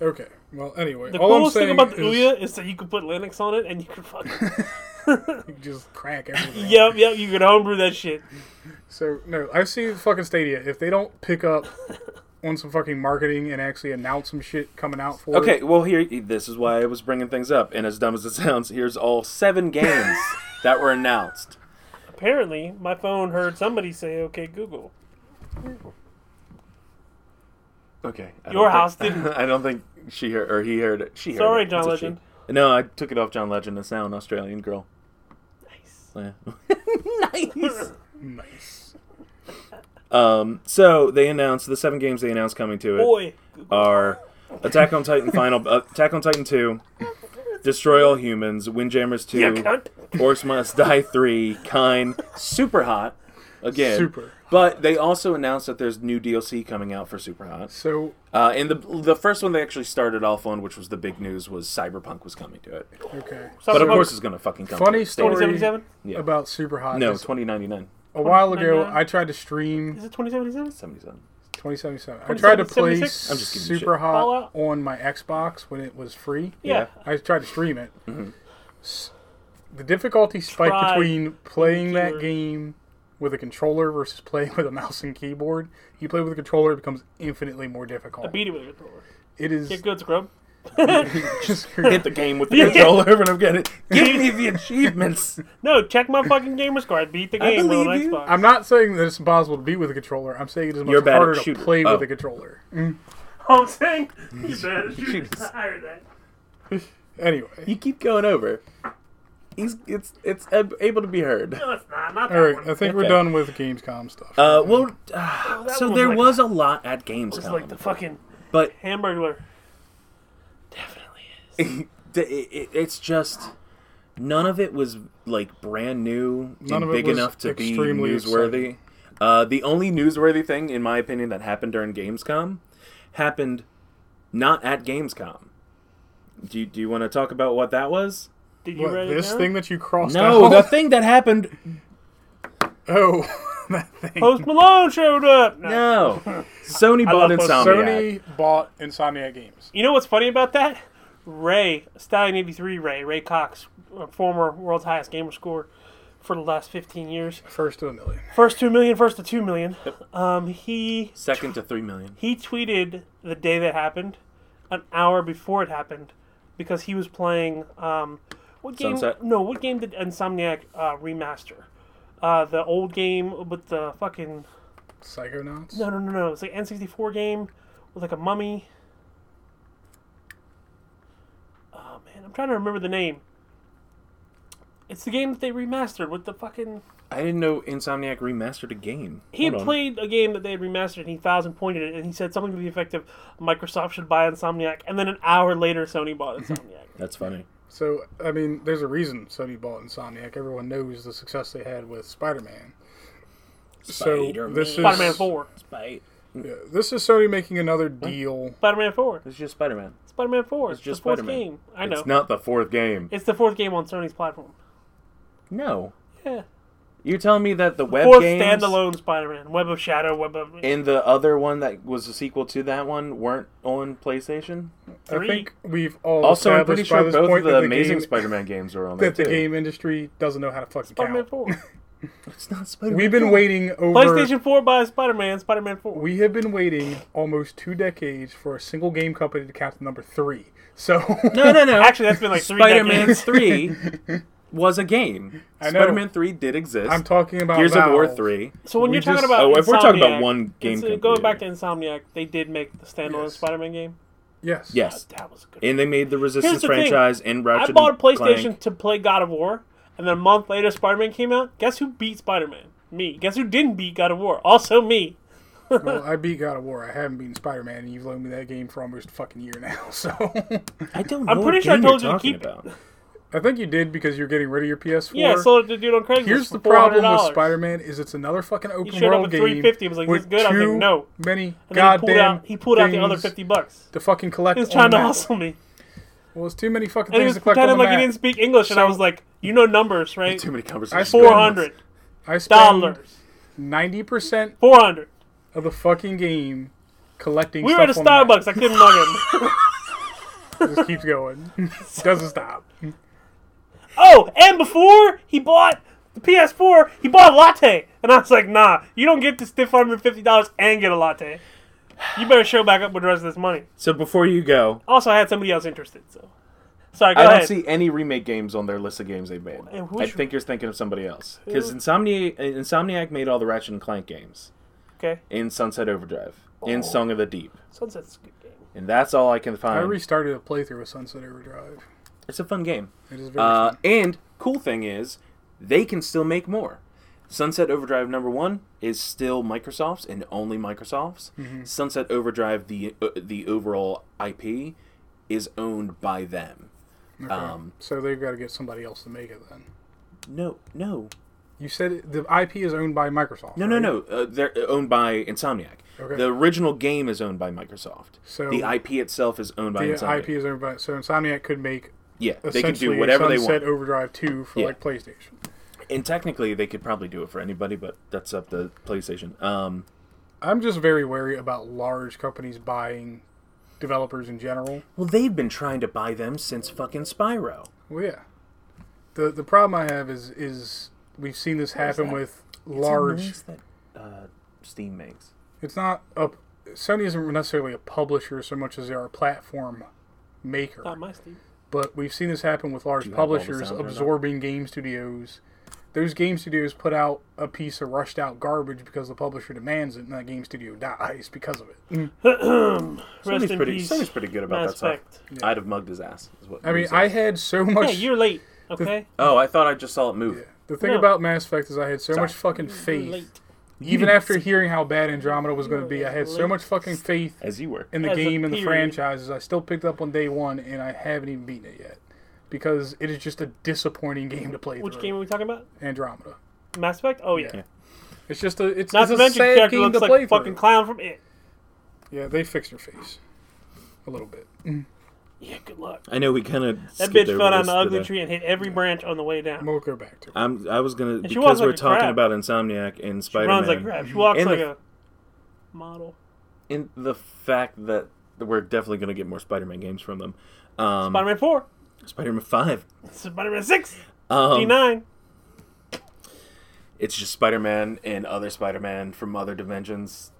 Speaker 1: Okay. Well, anyway,
Speaker 3: The
Speaker 1: all I'm
Speaker 3: coolest
Speaker 1: saying
Speaker 3: thing about the
Speaker 1: is
Speaker 3: Ouya is that you could put Linux on it and you could fucking. [laughs]
Speaker 1: you just crack everything. [laughs]
Speaker 3: yep, yep. You could homebrew that shit.
Speaker 1: So no, I see fucking Stadia. If they don't pick
Speaker 3: [laughs]
Speaker 1: up on some fucking marketing and actually announce some shit coming out for it,
Speaker 2: Okay, well here this is why I was bringing things up. And as dumb as it [laughs] sounds, here's all seven
Speaker 3: [laughs]
Speaker 2: games that were announced.
Speaker 3: Apparently, my phone heard somebody say, "Okay, Google."
Speaker 2: Okay. I
Speaker 3: Your
Speaker 2: don't
Speaker 3: house
Speaker 2: think-
Speaker 3: didn't.
Speaker 2: [laughs] I don't think she heard or he heard it. She heard
Speaker 3: Sorry,
Speaker 2: it.
Speaker 3: John
Speaker 2: It's a she.
Speaker 3: Legend.
Speaker 2: No, I took it off John Legend. It's now an Australian girl.
Speaker 3: Nice.
Speaker 2: Yeah.
Speaker 3: [laughs]
Speaker 2: nice.
Speaker 1: nice.
Speaker 2: Um, [laughs] so they announced the seven games they announced coming to it
Speaker 3: Boy,
Speaker 2: are Attack on Titan Final uh, Attack on Titan 2, Destroy All Humans, Windjammers 2,
Speaker 3: you cunt.
Speaker 2: Orcs Must Die 3, Kine, Super Hot. Again.
Speaker 1: Super.
Speaker 2: But they also announced that there's new DLC coming out for Super Hot.
Speaker 1: So
Speaker 2: Uh, and the the first one they actually started off on, which was the big news, was Cyberpunk was coming to it.
Speaker 1: okay.
Speaker 2: But of
Speaker 3: Cyberpunk
Speaker 2: course, it's gonna fucking come. to
Speaker 1: Funny
Speaker 2: it.
Speaker 1: story
Speaker 3: 2077?
Speaker 2: Yeah.
Speaker 1: about Super Hot.
Speaker 2: No,
Speaker 1: is
Speaker 2: twenty ninety nine.
Speaker 1: a while ago
Speaker 3: 29?
Speaker 1: I tried to stream
Speaker 3: Is it 2077?
Speaker 2: Seventy seven.
Speaker 1: 2077. I tried to play
Speaker 3: 2076?
Speaker 2: I'm just giving you
Speaker 1: Super
Speaker 2: shit.
Speaker 1: Hot
Speaker 3: Fallout?
Speaker 1: on my Xbox when it was free.
Speaker 3: Yeah.
Speaker 1: I tried to stream it.
Speaker 2: Mm-hmm.
Speaker 1: S- The difficulty spike
Speaker 3: Try
Speaker 1: between playing that
Speaker 3: keyboard.
Speaker 1: game with a controller versus playing [laughs] with a mouse and keyboard. You play with a controller, it becomes infinitely more difficult.
Speaker 3: Beat it with a controller.
Speaker 1: It is
Speaker 3: Get good, scrub. [laughs]
Speaker 1: just
Speaker 2: Hit the game [laughs] with the controller, and I'm getting. Give me [laughs] the achievements.
Speaker 3: No, check my fucking gamer score. I beat the game on
Speaker 2: believe you.
Speaker 3: Xbox.
Speaker 1: I'm not saying that it's impossible to beat with a controller. I'm saying it is much
Speaker 2: You're bad at
Speaker 1: harder to
Speaker 2: shooter.
Speaker 1: play
Speaker 2: Oh.
Speaker 1: with a controller.
Speaker 3: I'm [laughs] saying you better shoot.
Speaker 2: Jesus.
Speaker 3: I heard that.
Speaker 1: Anyway,
Speaker 2: You keep going over. He's it's it's ab- able to be heard.
Speaker 3: No, it's not. Not that
Speaker 1: all right.
Speaker 3: one.
Speaker 1: I think we're
Speaker 2: Okay.
Speaker 1: done with Gamescom stuff.
Speaker 2: Uh, well, uh,
Speaker 3: that
Speaker 2: so
Speaker 3: one
Speaker 2: there
Speaker 3: was
Speaker 2: was
Speaker 3: like-
Speaker 2: a lot at
Speaker 3: It's
Speaker 2: Gamescom,
Speaker 3: like the fucking
Speaker 2: but
Speaker 3: hamburger. Definitely is.
Speaker 2: [laughs] the- it, it, it's just none of it was like brand new
Speaker 1: None
Speaker 2: and
Speaker 1: of it
Speaker 2: big
Speaker 1: was
Speaker 2: enough to be
Speaker 1: extremely
Speaker 2: newsworthy. Uh, the only newsworthy thing, in my opinion, that happened during Gamescom happened not at Gamescom. Do you, do you want to talk about what that was?
Speaker 3: Did you
Speaker 1: What,
Speaker 3: write it
Speaker 1: this
Speaker 3: down?
Speaker 1: thing that you crossed
Speaker 2: No,
Speaker 1: out? [laughs]
Speaker 2: the thing that happened
Speaker 1: oh, [laughs] that thing.
Speaker 3: Post Malone showed up. No.
Speaker 2: No. Sony bought
Speaker 3: love
Speaker 2: Insomniac.
Speaker 1: Sony bought Insomniac Games.
Speaker 3: You know what's funny about that? Ray Stallion eighty three. Ray Ray Cox, uh, former world's highest gamer scorer for the last fifteen years.
Speaker 1: First to a million.
Speaker 3: First two million. First to two million. Um, he
Speaker 2: Second to three million.
Speaker 3: he tweeted the day that happened, an hour before it happened, because he was playing. Um, what game?
Speaker 2: Sunset?
Speaker 3: No, what game did Insomniac uh, remaster? Uh, the old game with the fucking
Speaker 1: Psychonauts.
Speaker 3: no no no no. It's like N sixty four game with like a mummy. Oh man, I'm trying to remember the name. It's the game that they remastered with the fucking.
Speaker 2: I didn't know Insomniac remastered a game.
Speaker 3: He
Speaker 2: Hold
Speaker 3: had
Speaker 2: on.
Speaker 3: played a game that they had remastered and he thousand pointed it and he said something to the effect of Microsoft should buy Insomniac and then an hour later Sony
Speaker 2: [laughs]
Speaker 3: bought Insomniac.
Speaker 2: That's funny.
Speaker 1: So I mean, there's a reason Sony bought Insomniac. Everyone knows the success they had with Spider-Man. So
Speaker 2: Spider-Man.
Speaker 1: this is
Speaker 3: Spider Man four.
Speaker 2: Spite.
Speaker 1: yeah, this is Sony making another deal.
Speaker 3: Spider Man four.
Speaker 2: It's just Spider Man.
Speaker 3: Spider Man four. It's,
Speaker 2: just
Speaker 3: the fourth
Speaker 2: Spider-Man.
Speaker 3: game. I know.
Speaker 2: It's not the fourth game.
Speaker 3: It's the fourth game on Sony's platform.
Speaker 2: No.
Speaker 3: Yeah.
Speaker 2: You're telling me that the web
Speaker 3: fourth
Speaker 2: games
Speaker 3: standalone Spider Man. Web of Shadow, Web of
Speaker 2: and the other one that was a sequel to that one weren't on PlayStation?
Speaker 1: I
Speaker 3: three.
Speaker 1: think we've all
Speaker 2: Also, I'm pretty
Speaker 1: established by
Speaker 2: sure
Speaker 1: this
Speaker 2: both
Speaker 1: point
Speaker 2: of the
Speaker 1: that the
Speaker 2: Amazing
Speaker 1: game,
Speaker 2: Spider Man games are on there.
Speaker 1: that the
Speaker 2: too.
Speaker 1: game industry doesn't know how to fucking
Speaker 2: [laughs]
Speaker 3: Spider Man
Speaker 1: count.
Speaker 3: four.
Speaker 2: It's not Spider-Man.
Speaker 1: We've been waiting over.
Speaker 3: PlayStation 4 by Spider Man, Spider Man 4.
Speaker 1: We have been waiting almost two decades for a single game company to count to number three. So
Speaker 2: No, no, no.
Speaker 3: [laughs] [laughs] Actually, that's been like three
Speaker 2: Spider-Man
Speaker 3: decades.
Speaker 2: three
Speaker 1: [laughs]
Speaker 2: was a game.
Speaker 1: I know.
Speaker 2: Spider-Man three did
Speaker 1: [laughs]
Speaker 2: exist.
Speaker 1: I'm talking about
Speaker 2: Gears of War
Speaker 1: Valve.
Speaker 2: three.
Speaker 3: So when
Speaker 1: We
Speaker 3: you're talking
Speaker 1: just-
Speaker 3: about
Speaker 2: Oh, if we're talking about
Speaker 3: Insomniac,
Speaker 2: one game
Speaker 3: it's- uh,
Speaker 2: company,
Speaker 3: going back to
Speaker 2: yeah.
Speaker 3: Insomniac, they did make the standalone
Speaker 1: Yes.
Speaker 3: Spider-Man game.
Speaker 1: Yes.
Speaker 2: Yes,
Speaker 3: That was a good.
Speaker 2: and they made the Resistance
Speaker 3: the thing.
Speaker 2: franchise and Ratchet.
Speaker 3: I bought a
Speaker 2: and
Speaker 3: PlayStation
Speaker 2: Clank.
Speaker 3: to play God of War, and then a month later, Spider-Man came out. Guess who beat Spider-Man? Me. Guess who didn't beat God of War? Also me.
Speaker 1: Well, I beat God of War. I haven't beaten Spider Man, and you've loaned me that game for almost a fucking year now. [laughs] So
Speaker 2: I don't. Know
Speaker 3: I'm pretty
Speaker 2: what
Speaker 3: sure I
Speaker 2: game
Speaker 3: told
Speaker 2: you're talking
Speaker 3: you to keep it.
Speaker 2: about.
Speaker 1: I think you did because you're getting rid of your PS4.
Speaker 3: Yeah, I sold it to the dude on Craigslist.
Speaker 1: Here's the
Speaker 3: for $400.
Speaker 1: problem with Spider Man is it's another fucking open
Speaker 3: showed up
Speaker 1: world
Speaker 3: with
Speaker 1: game.
Speaker 3: 350, he was like, "This
Speaker 1: with
Speaker 3: is good." I was like,
Speaker 1: too
Speaker 3: "No."
Speaker 1: Many
Speaker 3: And then he
Speaker 1: goddamn
Speaker 3: pulled out. He pulled out the other
Speaker 1: things
Speaker 3: fifty bucks.
Speaker 1: to fucking collect.
Speaker 3: He was trying
Speaker 1: on
Speaker 3: to
Speaker 1: that.
Speaker 3: hustle me,
Speaker 1: Well, it's too many fucking
Speaker 3: and he
Speaker 1: things
Speaker 3: was
Speaker 1: to collect on
Speaker 3: pretending
Speaker 1: the
Speaker 3: like he
Speaker 1: map.
Speaker 3: didn't speak English. And I was like, "You know numbers, right?
Speaker 2: Too many conversations.
Speaker 1: spent-
Speaker 2: going
Speaker 3: Four
Speaker 2: on.
Speaker 3: hundred
Speaker 1: I spent
Speaker 3: dollars.
Speaker 1: ninety percent
Speaker 3: Four hundred.
Speaker 1: of the fucking game collecting.
Speaker 3: We were
Speaker 1: stuff
Speaker 3: at a
Speaker 1: on the map.
Speaker 3: Starbucks. I couldn't mug him.
Speaker 1: It just keeps
Speaker 2: [laughs]
Speaker 1: going. [laughs] Doesn't stop.
Speaker 3: Oh, and before he bought the PS4, he bought a latte. And I was like, nah, you don't get to stiff $150 and get a latte. You better show back up with the rest of this money.
Speaker 2: So before you go,
Speaker 3: Also, I had somebody else interested, so. Sorry, go
Speaker 2: I
Speaker 3: ahead.
Speaker 2: don't see any remake games on their list of games they've made.
Speaker 3: And
Speaker 2: I
Speaker 3: who's-
Speaker 2: think you're thinking of somebody else because Insomniac, Insomniac made all the Ratchet and Clank games,
Speaker 3: Okay,
Speaker 2: in Sunset Overdrive, in Song of the Deep,
Speaker 3: Sunset's a good game.
Speaker 2: and that's all Oh. I can find.
Speaker 1: I restarted a playthrough of Sunset Overdrive.
Speaker 2: it's a fun game.
Speaker 1: It is very
Speaker 2: Uh,
Speaker 1: fun.
Speaker 2: and cool thing is, they can still make more. Sunset Overdrive number one is still Microsoft's and only Microsoft's. Sunset Overdrive, the uh, the overall IP, is owned by them. Um,
Speaker 1: So they've got to get somebody else to make it then.
Speaker 2: no, no,
Speaker 1: You said it- the IP is owned by Microsoft.
Speaker 2: no, no, no. Uh, they're owned by Insomniac.
Speaker 1: Okay.
Speaker 2: The original game is owned by Microsoft.
Speaker 1: So-
Speaker 2: the IP itself is owned by
Speaker 1: The
Speaker 2: Insomniac.
Speaker 1: IP is owned by so Insomniac could make
Speaker 2: yeah, they can
Speaker 1: essentially
Speaker 2: do whatever they
Speaker 1: Sunset
Speaker 2: want.
Speaker 1: Overdrive two for
Speaker 2: Yeah.
Speaker 1: like PlayStation.
Speaker 2: and technically, they could probably do it for anybody, but that's up to PlayStation. Um,
Speaker 1: I'm just very wary about large companies buying developers in general.
Speaker 2: Well, they've been trying to buy them since fucking Spyro.
Speaker 1: Well, yeah. The the problem I have is is we've seen this happen
Speaker 2: that?
Speaker 1: with large.
Speaker 2: It's a noise that uh, Steam makes.
Speaker 1: It's not a Sony isn't necessarily a publisher so much as they are a platform maker.
Speaker 3: Not my Steve.
Speaker 1: but we've seen this happen with large
Speaker 2: have all the
Speaker 1: publishers
Speaker 2: sound turned
Speaker 1: absorbing game studios. Those game studios put out a piece of rushed out garbage because the publisher demands it, and that game studio dies because of it.
Speaker 2: Mm,
Speaker 3: Rest in
Speaker 2: pretty,
Speaker 3: peace.
Speaker 2: Sony's pretty good about
Speaker 3: Mass
Speaker 2: that stuff.
Speaker 3: Effect.
Speaker 2: I'd have mugged his ass. Is what
Speaker 1: I mean,
Speaker 2: Bruce
Speaker 1: I
Speaker 2: said.
Speaker 1: had so much.
Speaker 3: Yeah, you're late, okay?
Speaker 2: Oh, I thought I just saw it move.
Speaker 1: the thing
Speaker 3: No.
Speaker 1: about Mass Effect is I had so
Speaker 2: Sorry.
Speaker 1: much fucking faith.
Speaker 3: Late. [laughs]
Speaker 1: Even after hearing how bad Andromeda was going to be, I had so much fucking faith
Speaker 2: As you were.
Speaker 1: in the
Speaker 3: As a
Speaker 1: game and the
Speaker 3: period.
Speaker 1: franchises. I still picked up on day one, and I haven't even beaten it yet because it is just a disappointing [laughs] game to play.
Speaker 3: Which
Speaker 1: through.
Speaker 3: game are we talking about?
Speaker 1: Andromeda.
Speaker 3: Mass Effect? Oh, yeah.
Speaker 1: Yeah. It's just a it's,
Speaker 3: Not
Speaker 1: it's
Speaker 3: to
Speaker 1: a
Speaker 3: mention, the
Speaker 1: sad
Speaker 3: character
Speaker 1: game to
Speaker 3: looks
Speaker 1: play
Speaker 3: like a
Speaker 1: through.
Speaker 3: fucking clown from it.
Speaker 1: Yeah, they fixed her face a little bit.
Speaker 3: Yeah, good luck.
Speaker 2: I know we kind of
Speaker 3: That bitch fell down the ugly tree and hit every branch on the way down.
Speaker 1: We'll go back to it.
Speaker 2: I'm, I was gonna
Speaker 3: she
Speaker 2: because
Speaker 3: walks
Speaker 2: we're
Speaker 3: like a
Speaker 2: talking
Speaker 3: crab.
Speaker 2: about Insomniac and Spider Man.
Speaker 3: runs like crap. She walks
Speaker 2: and
Speaker 3: like
Speaker 2: the,
Speaker 3: a model.
Speaker 2: in the fact that we're definitely gonna get more Spider Man games from them.
Speaker 3: Spider
Speaker 2: Um,
Speaker 3: Man Four,
Speaker 2: Spider Man Five.
Speaker 3: Spider Man Six, D
Speaker 2: Um,
Speaker 3: Nine.
Speaker 2: it's just Spider Man and other Spider Man from other dimensions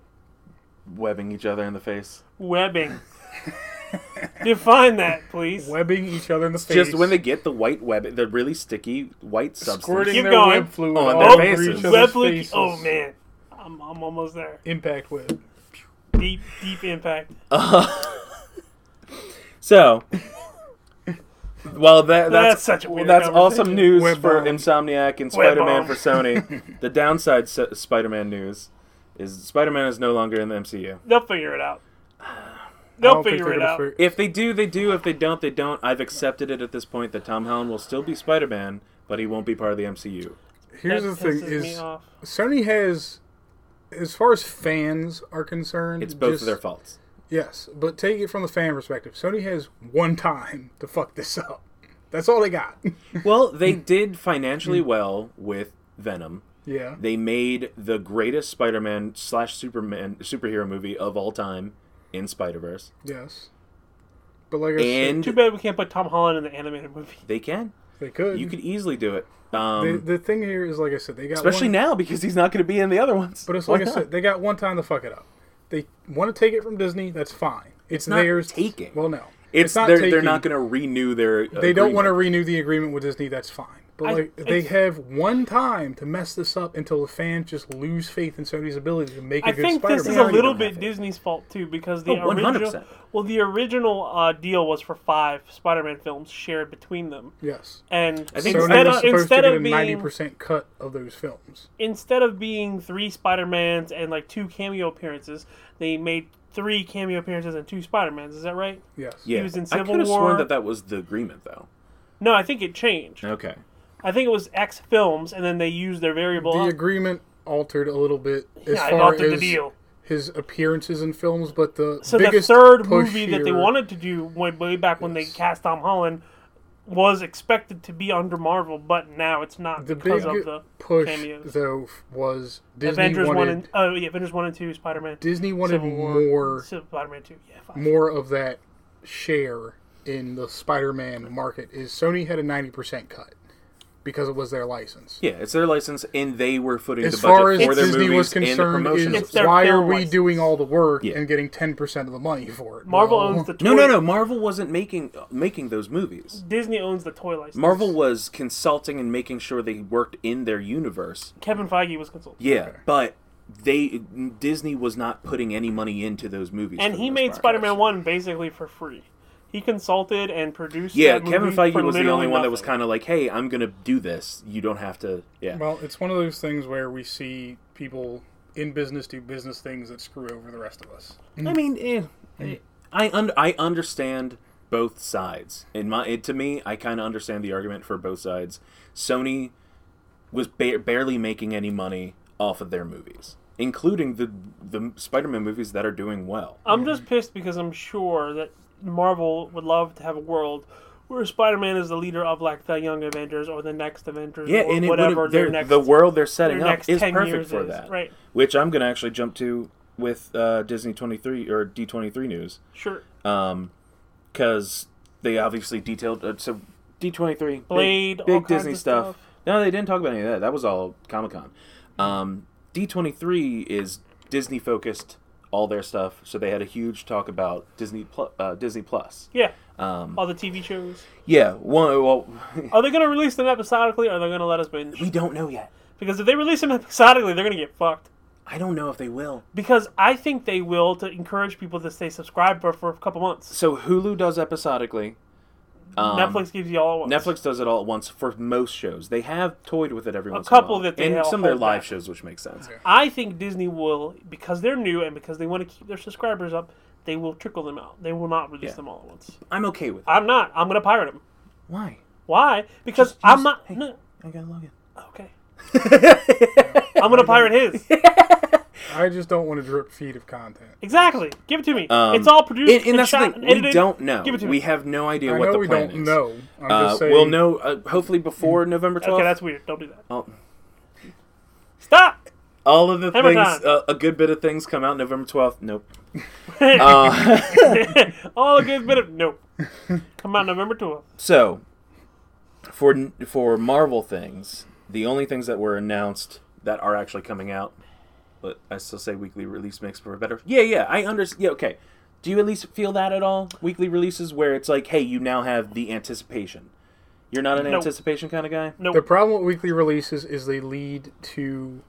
Speaker 2: webbing each other in the face. [laughs]
Speaker 3: Webbing. Define that, please.
Speaker 1: Webbing each other in the face.
Speaker 2: Just when they get the white web, the really sticky white substance. Oh,
Speaker 1: squirting
Speaker 3: Keep
Speaker 1: their
Speaker 3: going.
Speaker 1: web fluid
Speaker 2: On
Speaker 1: all
Speaker 2: their
Speaker 1: over
Speaker 2: faces.
Speaker 1: each
Speaker 2: Those
Speaker 3: Web
Speaker 1: other's
Speaker 3: leak-
Speaker 1: faces.
Speaker 3: Oh man, I'm, I'm almost there.
Speaker 1: Impact web.
Speaker 3: Deep deep impact.
Speaker 2: [laughs] So, [laughs] well, that
Speaker 3: That's
Speaker 2: that's
Speaker 3: such a weird
Speaker 2: that's awesome
Speaker 3: conversation.
Speaker 2: news
Speaker 1: Web
Speaker 2: for
Speaker 1: bomb.
Speaker 2: Insomniac and
Speaker 3: Web
Speaker 2: Spider Man
Speaker 3: bomb.
Speaker 1: [laughs]
Speaker 2: for Sony. the downside s- Spider Man news is Spider Man is no longer in the MCU.
Speaker 3: They'll figure it out.
Speaker 1: I
Speaker 3: They'll
Speaker 1: don't think
Speaker 3: figure
Speaker 1: they're
Speaker 3: it
Speaker 1: gonna
Speaker 3: out.
Speaker 1: fig-
Speaker 2: If they do, they do. If they don't, they don't. I've accepted it at this point that Tom Holland will still be Spider Man, but he won't be part of the MCU.
Speaker 1: Here's
Speaker 3: That
Speaker 1: the thing:
Speaker 3: pisses me
Speaker 1: is
Speaker 3: off.
Speaker 1: Sony has, as far as fans are concerned,
Speaker 2: It's both
Speaker 1: just-
Speaker 2: of
Speaker 1: [laughs]
Speaker 2: their faults.
Speaker 1: Yes, but take it from the fan perspective. Sony has one time to fuck this up. That's all they got. [laughs]
Speaker 2: Well, they did financially well with Venom.
Speaker 1: yeah,
Speaker 2: They made the greatest Spider-Man slash Superman superhero movie of all time in Spider-Verse,
Speaker 1: yes. But like I said,
Speaker 2: and
Speaker 3: Too bad we can't put Tom Holland in the animated movie.
Speaker 2: they can.
Speaker 1: they could.
Speaker 2: You could easily do it. Um,
Speaker 1: the, the thing here is, like I said, they got
Speaker 2: especially
Speaker 1: one,
Speaker 2: now because he's not going to be in the other ones.
Speaker 1: But it's
Speaker 2: Why
Speaker 1: like I
Speaker 2: not?
Speaker 1: said, they got one time to fuck it up. They want to take it from Disney. That's fine. It's,
Speaker 2: not
Speaker 1: theirs.
Speaker 2: taking.
Speaker 1: Well, no,
Speaker 2: it's,
Speaker 1: not
Speaker 2: they're, they're
Speaker 1: taking.
Speaker 2: not going to renew their.
Speaker 1: They don't want to renew the agreement with Disney. That's fine. But
Speaker 3: I-
Speaker 1: like, they have one time to mess this up until the fans just lose faith in Sony's ability to make a
Speaker 3: I
Speaker 1: good
Speaker 3: think
Speaker 1: Spider-Man.
Speaker 3: this is
Speaker 2: They
Speaker 3: a
Speaker 2: already
Speaker 3: little
Speaker 2: don't have
Speaker 3: bit
Speaker 2: it.
Speaker 3: Disney's fault too because the
Speaker 2: Oh, 100%.
Speaker 3: original well the original uh, deal was for five Spider-Man films shared between them,
Speaker 1: yes.
Speaker 3: and
Speaker 2: I think
Speaker 1: Sony
Speaker 3: instead
Speaker 2: Sony's
Speaker 1: was
Speaker 3: of
Speaker 1: supposed to
Speaker 3: instead
Speaker 1: get a
Speaker 3: of
Speaker 1: ninety
Speaker 3: being
Speaker 1: percent cut of those films.
Speaker 3: instead of being three Spider-Mans and like two cameo appearances, they made three cameo appearances and two Spider-Mans. Is that right?
Speaker 1: Yes.
Speaker 2: Yeah.
Speaker 3: was in
Speaker 2: I
Speaker 3: Civil
Speaker 2: could have
Speaker 3: War.
Speaker 2: sworn that that was the agreement, though.
Speaker 3: No, I think it changed.
Speaker 2: Okay.
Speaker 3: I think it was X films, and then they used their variable.
Speaker 1: The agreement altered a little bit as
Speaker 3: yeah, it
Speaker 1: far
Speaker 3: altered
Speaker 1: as
Speaker 3: the deal.
Speaker 1: his appearances in films, but the
Speaker 3: So the
Speaker 1: biggest
Speaker 3: third
Speaker 1: push
Speaker 3: movie that they
Speaker 1: here-
Speaker 3: wanted to do way, way back when they cast Tom Holland was expected to be under Marvel, but now it's not
Speaker 1: the
Speaker 3: because
Speaker 1: big
Speaker 3: of the
Speaker 1: push
Speaker 3: cameos.
Speaker 1: though f- was Disney
Speaker 3: Avengers
Speaker 1: wanted
Speaker 3: one and oh yeah, Avengers one and two, Spider Man,
Speaker 1: Disney wanted
Speaker 3: Civil War,
Speaker 1: more
Speaker 3: Spider Man two, yeah, fine.
Speaker 1: more of that share in the Spider-Man market. Is Sony had a ninety percent cut because it was their license.
Speaker 2: Yeah, it's their license, and they were footing
Speaker 1: As
Speaker 2: the budget
Speaker 1: far as
Speaker 2: for their
Speaker 1: Disney
Speaker 2: movies
Speaker 1: was
Speaker 2: and the
Speaker 1: concerned,
Speaker 2: promotion.
Speaker 1: is
Speaker 3: It's their
Speaker 1: why are
Speaker 3: film
Speaker 1: we
Speaker 3: license.
Speaker 1: doing all the work
Speaker 2: Yeah.
Speaker 1: and getting ten percent of the money for it?
Speaker 3: Marvel
Speaker 1: Well,
Speaker 3: owns the toy.
Speaker 2: no, no, no. Marvel wasn't making making those movies.
Speaker 3: Disney owns the toy license.
Speaker 2: Marvel was consulting and making sure they worked in their universe.
Speaker 3: Kevin Feige was consulted,
Speaker 2: Yeah, but they Disney was not putting any money into those movies.
Speaker 3: and
Speaker 2: for the
Speaker 3: he
Speaker 2: most
Speaker 3: made
Speaker 2: part.
Speaker 3: Spider Man one basically for free. He consulted and produced.
Speaker 2: Yeah,
Speaker 3: that movie
Speaker 2: Kevin Feige
Speaker 3: for
Speaker 2: was the only
Speaker 3: literally
Speaker 2: one that was
Speaker 3: nothing.
Speaker 2: kind of like, "Hey, I'm gonna do this. You don't have to."
Speaker 1: [laughs]
Speaker 2: Yeah,
Speaker 1: Well, it's one of those things where we see people in business do business things that screw over the rest of us.
Speaker 3: Mm.
Speaker 2: I mean, eh, eh, I un- I understand both sides. In my it, to me, I kind of understand the argument for both sides. Sony was ba- barely making any money off of their movies, including the the Spider-Man movies that are doing well.
Speaker 3: I'm just pissed because I'm sure that Marvel would love to have a world where Spider-Man is the leader of like the Young Avengers or the next Avengers
Speaker 2: Yeah,
Speaker 3: or
Speaker 2: and it
Speaker 3: whatever
Speaker 2: whatever
Speaker 3: their next
Speaker 2: the world they're setting
Speaker 3: their
Speaker 2: up
Speaker 3: next
Speaker 2: is
Speaker 3: 10
Speaker 2: perfect
Speaker 3: years
Speaker 2: for
Speaker 3: is,
Speaker 2: that.
Speaker 3: right.
Speaker 2: Which I'm gonna actually jump to with uh, Disney 23 or D23 news.
Speaker 3: sure
Speaker 2: because they obviously detailed uh, so D twenty three
Speaker 3: Blade,
Speaker 2: big,
Speaker 3: all kinds
Speaker 2: Disney
Speaker 3: of
Speaker 2: stuff.
Speaker 3: stuff.
Speaker 2: No, they didn't talk about any of that. That was all Comic Con. Um, D twenty three is Disney focused, all their stuff. So they had a huge talk about Disney Plus. Uh, Disney Plus.
Speaker 3: yeah um, all the TV shows
Speaker 2: Yeah, one. Well, [laughs]
Speaker 3: are they going to release them episodically or are they going to let us binge
Speaker 2: we don't know yet.
Speaker 3: because if they release them episodically they're going to get fucked
Speaker 2: I don't know if they will.
Speaker 3: because I think they will to encourage people to stay subscribed for, for a couple months
Speaker 2: So Hulu does episodically. Um,
Speaker 3: Netflix gives you all at once
Speaker 2: Netflix does it all at once for most shows. They have toyed with it every once
Speaker 3: couple
Speaker 2: in a while.
Speaker 3: that they
Speaker 2: and
Speaker 3: all
Speaker 2: some of their
Speaker 3: hold
Speaker 2: live
Speaker 3: back.
Speaker 2: shows, which makes sense.
Speaker 3: I think Disney will because they're new and because they want to keep their subscribers up they will trickle them out they will not release
Speaker 2: Yeah.
Speaker 3: them all at once
Speaker 2: I'm okay with it.
Speaker 3: I'm not. I'm gonna pirate them.
Speaker 2: Why?
Speaker 3: Why? Because
Speaker 2: Just-
Speaker 3: I'm
Speaker 2: just-
Speaker 3: not.
Speaker 2: hey.
Speaker 3: No,
Speaker 2: I got Logan.
Speaker 3: okay. I'm gonna pirate his.
Speaker 1: I just don't want to drip feed of content.
Speaker 2: [laughs]
Speaker 3: Exactly. Give it to me.
Speaker 2: Um,
Speaker 3: it's all produced.
Speaker 2: and, and that's
Speaker 3: shot
Speaker 2: the thing.
Speaker 3: and
Speaker 2: We
Speaker 3: edited.
Speaker 2: don't know.
Speaker 3: Give it to me.
Speaker 2: We have no idea
Speaker 1: I
Speaker 2: what
Speaker 1: know
Speaker 2: the
Speaker 1: we
Speaker 2: plan
Speaker 1: don't
Speaker 2: is.
Speaker 1: know. I'm
Speaker 2: Uh,
Speaker 1: just saying.
Speaker 2: we'll know uh, hopefully before November 12th.
Speaker 3: okay, that's weird. Don't do that.
Speaker 2: all, [laughs]
Speaker 3: Stop. [laughs]
Speaker 2: all of the
Speaker 3: Hammer
Speaker 2: things,
Speaker 3: time.
Speaker 2: uh, a good bit of things come out November 12th. Nope. uh,
Speaker 3: all a good bit of nope. Come out November 12th.
Speaker 2: so, for for Marvel things, the only things that were announced that are actually coming out, but I still say weekly release makes for better. Yeah, yeah, I understand. Yeah, okay. Do you at least feel that at all? Weekly releases where it's like, hey, you now have the anticipation. You're not an
Speaker 3: Nope.
Speaker 2: anticipation kind of guy.
Speaker 1: The problem with weekly releases is they lead to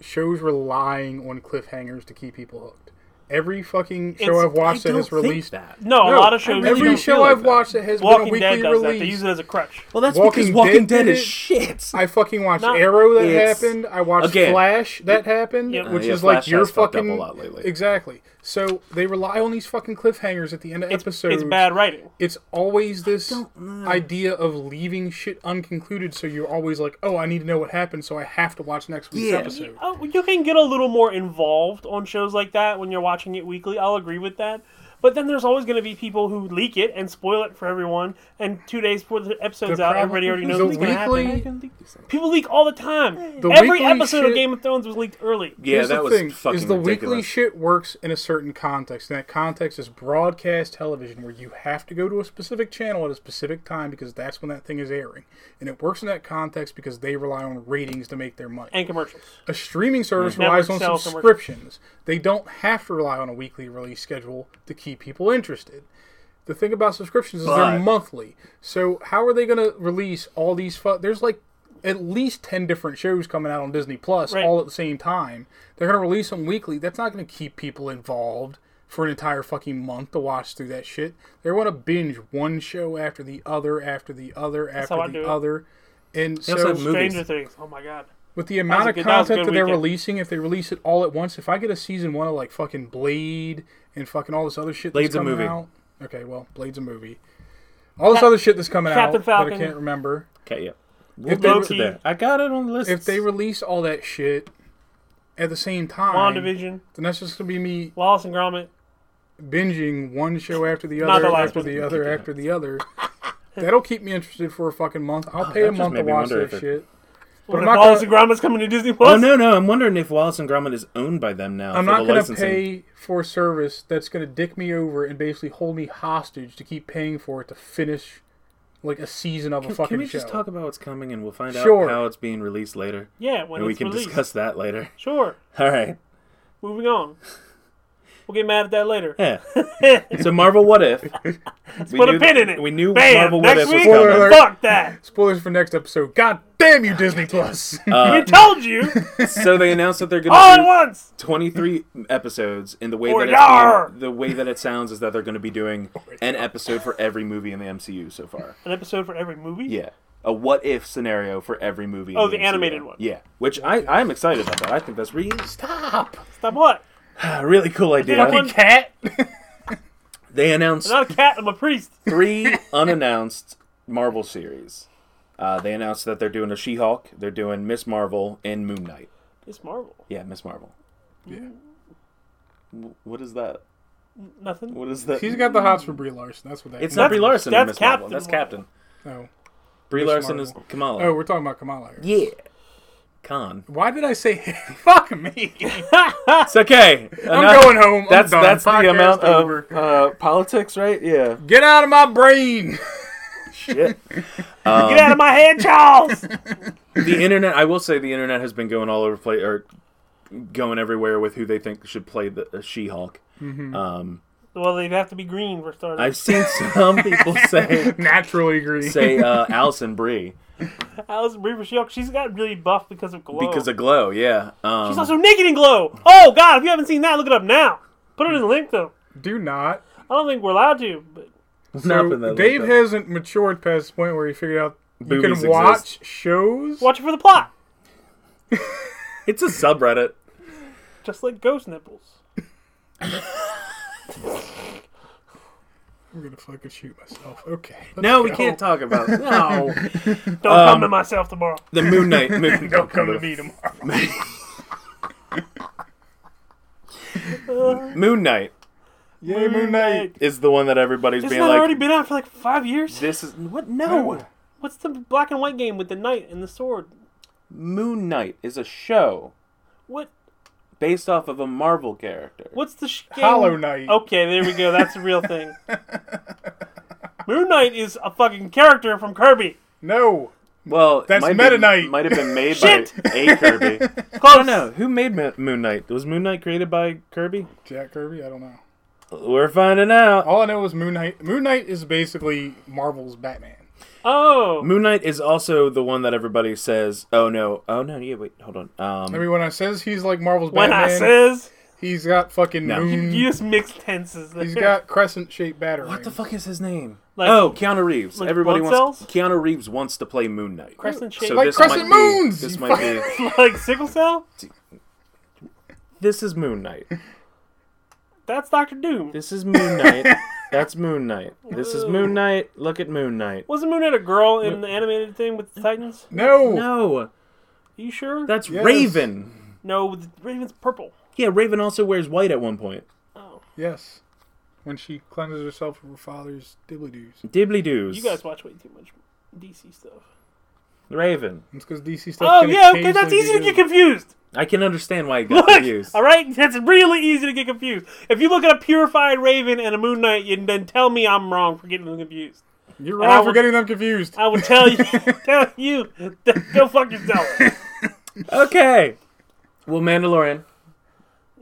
Speaker 1: shows relying on cliffhangers to keep people hooked. Every fucking show
Speaker 3: It's-
Speaker 1: I've watched
Speaker 2: I
Speaker 1: that has
Speaker 2: don't think
Speaker 1: released
Speaker 2: that.
Speaker 3: No, a
Speaker 1: No,
Speaker 3: lot of shows.
Speaker 2: really
Speaker 1: Every
Speaker 2: don't
Speaker 3: do.
Speaker 1: show
Speaker 2: feel like
Speaker 1: I've
Speaker 2: that.
Speaker 1: watched that has
Speaker 3: Walking
Speaker 1: been a
Speaker 3: Dead
Speaker 1: weekly
Speaker 3: does
Speaker 1: release.
Speaker 3: that. They use it as a crutch.
Speaker 2: Well, that's
Speaker 1: Walking
Speaker 2: because Walking
Speaker 1: Dead
Speaker 2: Dead,
Speaker 1: did
Speaker 2: is
Speaker 1: it.
Speaker 2: shit.
Speaker 1: I fucking watched
Speaker 3: No.
Speaker 1: Arrow that
Speaker 2: It's-
Speaker 1: happened. I watched
Speaker 2: Again,
Speaker 1: Flash that happened,
Speaker 3: Yep.
Speaker 1: which
Speaker 2: Uh, yeah,
Speaker 1: is like
Speaker 2: Flash
Speaker 1: your
Speaker 2: has fucked up
Speaker 1: fucking
Speaker 2: a lot lately.
Speaker 1: exactly. So they rely on these fucking cliffhangers at the end of episodes.
Speaker 3: It's bad writing.
Speaker 1: It's always this
Speaker 2: know.
Speaker 1: idea of leaving shit unconcluded, so you're always like, "Oh, I need to know what happened, so I have to watch next week's
Speaker 2: Yeah.
Speaker 1: episode."
Speaker 3: Oh, you can get a little more involved on shows like that when you're watching it weekly. I'll agree with that. But then there's always going to be people who leak it and spoil it for everyone. And two days before the episode's
Speaker 1: The
Speaker 3: out,
Speaker 1: problem-
Speaker 3: everybody already knows
Speaker 1: the
Speaker 3: what's going to
Speaker 1: weekly-
Speaker 3: happen.
Speaker 1: I
Speaker 3: People leak all the time.
Speaker 1: The
Speaker 3: Every
Speaker 1: weekly
Speaker 3: episode of
Speaker 1: shit-
Speaker 3: Game of Thrones was leaked early.
Speaker 2: Yeah,
Speaker 1: Here's
Speaker 2: that
Speaker 1: the
Speaker 2: was
Speaker 1: thing,
Speaker 2: fucking
Speaker 1: is the
Speaker 2: ridiculous.
Speaker 1: weekly shit works in a certain context, and that context is broadcast television, where you have to go to a specific channel at a specific time because that's when that thing is airing, and it works in that context because they rely on ratings to make their money.
Speaker 3: And commercials.
Speaker 1: a streaming service
Speaker 3: Network
Speaker 1: relies on
Speaker 3: sell commercials.
Speaker 1: subscriptions. They don't have to rely on a weekly release schedule to keep people interested. The thing about subscriptions is
Speaker 2: But-
Speaker 1: they're monthly. So how are they going to release all these? Fu- There's like at least ten different shows coming out on Disney Plus
Speaker 3: Right.
Speaker 1: all at the same time. They're going to release them weekly. That's not going to keep people involved for an entire fucking month to watch through that shit. They want to binge one show after the other after the other after
Speaker 3: how I do
Speaker 1: the
Speaker 3: it.
Speaker 1: other. And so
Speaker 2: also have movies.
Speaker 3: Stranger Things. Oh my god.
Speaker 1: with the amount
Speaker 3: a
Speaker 1: of
Speaker 3: good- that was a
Speaker 1: content that,
Speaker 3: good
Speaker 1: they're
Speaker 3: weekend.
Speaker 1: releasing, if they release it all at once, if I get a season one of like fucking Blade and fucking all this other shit
Speaker 2: Blade's a
Speaker 1: that's coming
Speaker 2: movie.
Speaker 1: out. Okay, well, Blade's a movie. All this other shit that's coming
Speaker 3: Captain
Speaker 1: out
Speaker 3: Falcon.
Speaker 1: that I can't remember.
Speaker 2: Okay, yeah. We'll
Speaker 1: If they
Speaker 2: get
Speaker 3: were-
Speaker 2: to that. I got it on the list.
Speaker 1: If they release all that shit at the same time,
Speaker 3: WandaVision,
Speaker 1: then that's just gonna be me
Speaker 3: Lost and Gromit.
Speaker 1: binging one show after the
Speaker 3: Not
Speaker 1: other,
Speaker 3: the last
Speaker 1: after
Speaker 3: one.
Speaker 1: the other, after the other. That'll keep me interested for a fucking month. I'll pay
Speaker 2: Oh, that
Speaker 1: a
Speaker 2: just
Speaker 1: month to
Speaker 2: made me
Speaker 1: watch
Speaker 2: wonder
Speaker 1: that
Speaker 2: if it-
Speaker 1: shit. But
Speaker 3: What
Speaker 1: I'm
Speaker 3: if
Speaker 1: not
Speaker 3: Wallace
Speaker 1: gonna-
Speaker 3: and Gromit's coming to Disney Plus?
Speaker 2: oh no, no! I'm wondering if Wallace and Gromit is owned by them now.
Speaker 1: I'm
Speaker 2: for
Speaker 1: not
Speaker 2: the
Speaker 1: going to
Speaker 2: licensing.
Speaker 1: pay for a service that's going to dick me over and basically hold me hostage to keep paying for it to finish like a season of a
Speaker 2: Can,
Speaker 1: fucking
Speaker 2: can we
Speaker 1: show.
Speaker 2: just talk about what's coming and we'll find
Speaker 1: Sure.
Speaker 2: out how it's being released later?
Speaker 3: Yeah, when
Speaker 2: and we
Speaker 3: it's
Speaker 2: can
Speaker 3: released.
Speaker 2: discuss that later. [laughs]
Speaker 3: Sure.
Speaker 2: All right.
Speaker 3: Moving on. We'll get mad at that later.
Speaker 2: Yeah. so Marvel What
Speaker 3: [laughs]
Speaker 2: If. we
Speaker 3: Put
Speaker 2: knew-
Speaker 3: a pin in it.
Speaker 2: We knew
Speaker 3: Bam.
Speaker 2: Marvel What
Speaker 3: Next
Speaker 2: If was
Speaker 3: week,
Speaker 1: Spoiler
Speaker 2: coming.
Speaker 1: alert.
Speaker 3: fuck that.
Speaker 1: Spoilers for next episode. God damn you, Disney Plus.
Speaker 2: Uh,
Speaker 3: I told you
Speaker 2: [laughs] So they announced that they're
Speaker 3: [laughs]
Speaker 2: going
Speaker 3: all
Speaker 2: to
Speaker 3: at once.
Speaker 2: 23 episodes and the way
Speaker 3: Or
Speaker 2: that it's
Speaker 3: yar!
Speaker 2: being, the way that it sounds is that they're going to be doing an episode for every movie in the MCU so far.
Speaker 3: An episode for every movie.
Speaker 2: Yeah. A what if scenario for every movie.
Speaker 3: Oh,
Speaker 2: in
Speaker 3: the
Speaker 2: MCU.
Speaker 3: animated one.
Speaker 2: Yeah, which I I'm excited about that. I think that's really
Speaker 1: Stop.
Speaker 3: Stop what?
Speaker 2: a really cool
Speaker 3: one-
Speaker 2: idea.
Speaker 1: Cat.
Speaker 2: [laughs] They announced
Speaker 3: I'm not a cat. I'm a priest.
Speaker 2: [laughs] three unannounced Marvel series. Uh, they announced that they're doing a She-Hulk, they're doing Miss Marvel, and Moon Knight.
Speaker 3: It's Marvel.
Speaker 2: Yeah, Miss Marvel.
Speaker 1: Yeah.
Speaker 2: W- What is that?
Speaker 3: Nothing.
Speaker 2: What is that?
Speaker 1: He's got the hots for Brie Larson. That's what that.
Speaker 2: It's
Speaker 1: means.
Speaker 2: not Brie Larson. in
Speaker 3: that's
Speaker 2: Miss Marvel.
Speaker 3: Captain
Speaker 2: That's
Speaker 3: Marvel.
Speaker 2: Captain.
Speaker 1: Oh.
Speaker 2: Brie
Speaker 1: Miss
Speaker 2: Larson
Speaker 1: Marvel.
Speaker 2: is Kamala.
Speaker 1: oh, we're talking about Kamala. Here.
Speaker 2: yeah. Khan.
Speaker 1: Why did I say [laughs] fuck me?
Speaker 2: [laughs] It's okay.
Speaker 1: I'm going home. I'm
Speaker 2: That's
Speaker 1: done.
Speaker 2: that's the
Speaker 1: Podcast
Speaker 2: amount
Speaker 1: over.
Speaker 2: of uh, politics, right? Yeah.
Speaker 1: Get out of my brain. [laughs]
Speaker 2: Shit. Um,
Speaker 3: Get out of my head,
Speaker 2: [laughs]
Speaker 3: Charles.
Speaker 2: the internet. I will say the internet has been going all over play or going everywhere with who they think should play the uh, She-Hulk. Um,
Speaker 3: well, they'd have to be green for starters.
Speaker 2: I've seen some people say
Speaker 1: Naturally agree.
Speaker 2: say uh, Alison Brie
Speaker 3: Alice Brever, she she's got really buff because of glow.
Speaker 2: because of Glow. Yeah. Um,
Speaker 3: she's also naked in glow. Oh God, if you haven't seen that, look it up now. Put it in the link though.
Speaker 1: Do not.
Speaker 3: I don't think we're allowed to, but
Speaker 2: not been
Speaker 1: So
Speaker 2: that
Speaker 1: Dave
Speaker 2: looked up.
Speaker 1: hasn't matured past the point where he figured out you
Speaker 2: Boobies
Speaker 1: can
Speaker 2: exist.
Speaker 1: watch shows.
Speaker 3: watch it for the plot.
Speaker 2: It's a subreddit.
Speaker 3: Just like ghost nipples.
Speaker 1: I'm gonna fucking shoot myself.
Speaker 3: [laughs]
Speaker 1: Okay.
Speaker 2: No, we can't talk about. No.
Speaker 3: Don't
Speaker 2: Um,
Speaker 3: come to myself tomorrow.
Speaker 2: The Moon Knight.
Speaker 1: [laughs]
Speaker 2: Moon,
Speaker 1: Don't come to me tomorrow.
Speaker 2: Moon Knight
Speaker 1: Yay, Moon Knight.
Speaker 2: is the one that everybody's
Speaker 3: Isn't
Speaker 2: being
Speaker 3: that
Speaker 2: like.
Speaker 3: already been out for like five years?
Speaker 2: This is what? No.
Speaker 1: No.
Speaker 3: What's the black and white game with the knight and the sword?
Speaker 2: Moon Knight is a show
Speaker 3: What?
Speaker 2: based off of a Marvel character.
Speaker 3: What's the sh- game?
Speaker 1: Hollow Knight.
Speaker 3: Okay, there we go. That's the
Speaker 1: [laughs]
Speaker 3: real thing. Moon Knight is a fucking character from Kirby.
Speaker 1: No.
Speaker 2: Well, it
Speaker 1: That's
Speaker 2: might
Speaker 1: Meta
Speaker 2: be-
Speaker 1: Knight.
Speaker 2: Might have been made by
Speaker 3: Shit.
Speaker 2: a Kirby. [laughs]
Speaker 3: Close.
Speaker 2: I don't know who made Ma- Moon Knight. Was Moon Knight created by Kirby?
Speaker 1: Jack Kirby. I don't know.
Speaker 2: We're finding out.
Speaker 1: All I know is Moon Knight. Moon Knight is basically Marvel's Batman.
Speaker 3: Oh,
Speaker 2: Moon Knight is also the one that everybody says, "Oh no, oh no, yeah, wait, hold on." Um,
Speaker 1: Everyone I says he's like Marvel's
Speaker 3: when I
Speaker 1: Batman,
Speaker 3: says
Speaker 1: he's got fucking
Speaker 2: No.
Speaker 1: moon.
Speaker 3: you just mix tenses. There.
Speaker 1: He's got crescent shaped battery.
Speaker 2: what the fuck is his name?
Speaker 3: Like-
Speaker 2: oh, Keanu Reeves.
Speaker 3: like
Speaker 2: Everybody
Speaker 3: blood
Speaker 2: wants Keanu Reeves wants to play Moon Knight.
Speaker 3: Crescent shape.
Speaker 2: So
Speaker 1: Like
Speaker 2: this
Speaker 1: Crescent
Speaker 2: might be-
Speaker 1: Moons,
Speaker 2: This
Speaker 1: you
Speaker 2: might be.
Speaker 1: [laughs]
Speaker 3: like sickle cell.
Speaker 2: This is Moon Knight.
Speaker 3: That's Doctor Doom.
Speaker 2: This is Moon Knight. That's Moon Knight. This is Moon Knight. Look at Moon Knight.
Speaker 3: Wasn't Moon Knight a girl in the animated thing with the Titans?
Speaker 1: No.
Speaker 2: No,
Speaker 3: you sure?
Speaker 2: that's
Speaker 1: Yes.
Speaker 2: Raven.
Speaker 3: no, the Raven's purple.
Speaker 2: Yeah, Raven also wears white at one point.
Speaker 3: Oh,
Speaker 1: Yes. when she cleanses herself of her father's dibbly doos.
Speaker 2: Dibbly doos.
Speaker 3: You guys watch way too much DC stuff.
Speaker 2: Raven.
Speaker 1: It's because DC stuff.
Speaker 3: Oh
Speaker 1: can
Speaker 3: yeah, okay, that's
Speaker 1: occasionally
Speaker 3: easy to
Speaker 1: be
Speaker 3: get
Speaker 1: good.
Speaker 3: confused.
Speaker 2: I can understand why it got
Speaker 3: Look,
Speaker 2: confused.
Speaker 3: all right, that's really easy to get confused. If you look at a purified Raven and a Moon Knight, you then tell me I'm wrong for getting them confused.
Speaker 1: You're
Speaker 3: I
Speaker 1: wrong for
Speaker 3: will-
Speaker 1: getting them confused.
Speaker 3: I would
Speaker 2: [laughs]
Speaker 3: tell you, tell you, [laughs] to go fuck yourself,
Speaker 2: Okay. Well, Mandalorian.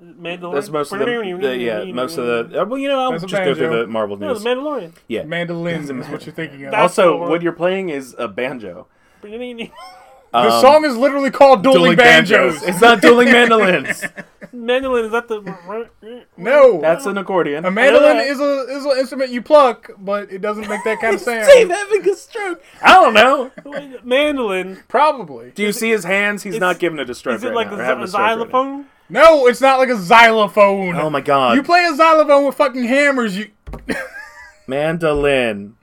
Speaker 3: Mandalorian.
Speaker 2: That's most of the, the yeah, most of the. uh, Well, you know, I'll
Speaker 1: That's a
Speaker 2: just go through
Speaker 1: banjo.
Speaker 2: the Marvel
Speaker 3: No, the
Speaker 2: news.
Speaker 3: Mandalorian.
Speaker 2: Yeah.
Speaker 1: Mandolin is what you're thinking of.
Speaker 3: That's-
Speaker 2: Also,
Speaker 3: the one.
Speaker 2: what you're playing is a banjo.
Speaker 1: the
Speaker 2: Um,
Speaker 1: song is literally called Dueling, Banjos.
Speaker 2: It's not dueling
Speaker 1: [laughs]
Speaker 2: mandolins.
Speaker 3: Mandolin is that the [laughs]
Speaker 1: no,
Speaker 2: That's an accordion. Uh,
Speaker 1: a mandolin
Speaker 3: Yeah.
Speaker 1: is a is an instrument you pluck, but it doesn't make that
Speaker 2: [laughs]
Speaker 1: kind of sound.
Speaker 2: Save having a stroke. I don't know.
Speaker 3: mandolin.
Speaker 1: Probably.
Speaker 2: Do you see his hands? He's
Speaker 3: It's-
Speaker 2: not giving it a stroke
Speaker 3: Is it
Speaker 2: right
Speaker 3: like
Speaker 2: now,
Speaker 3: a,
Speaker 2: or having
Speaker 3: xy- a
Speaker 2: stroke right now.
Speaker 3: xylophone?
Speaker 1: No, it's not like a xylophone.
Speaker 2: Oh my god.
Speaker 1: You play a xylophone with fucking hammers. You.
Speaker 2: mandolin.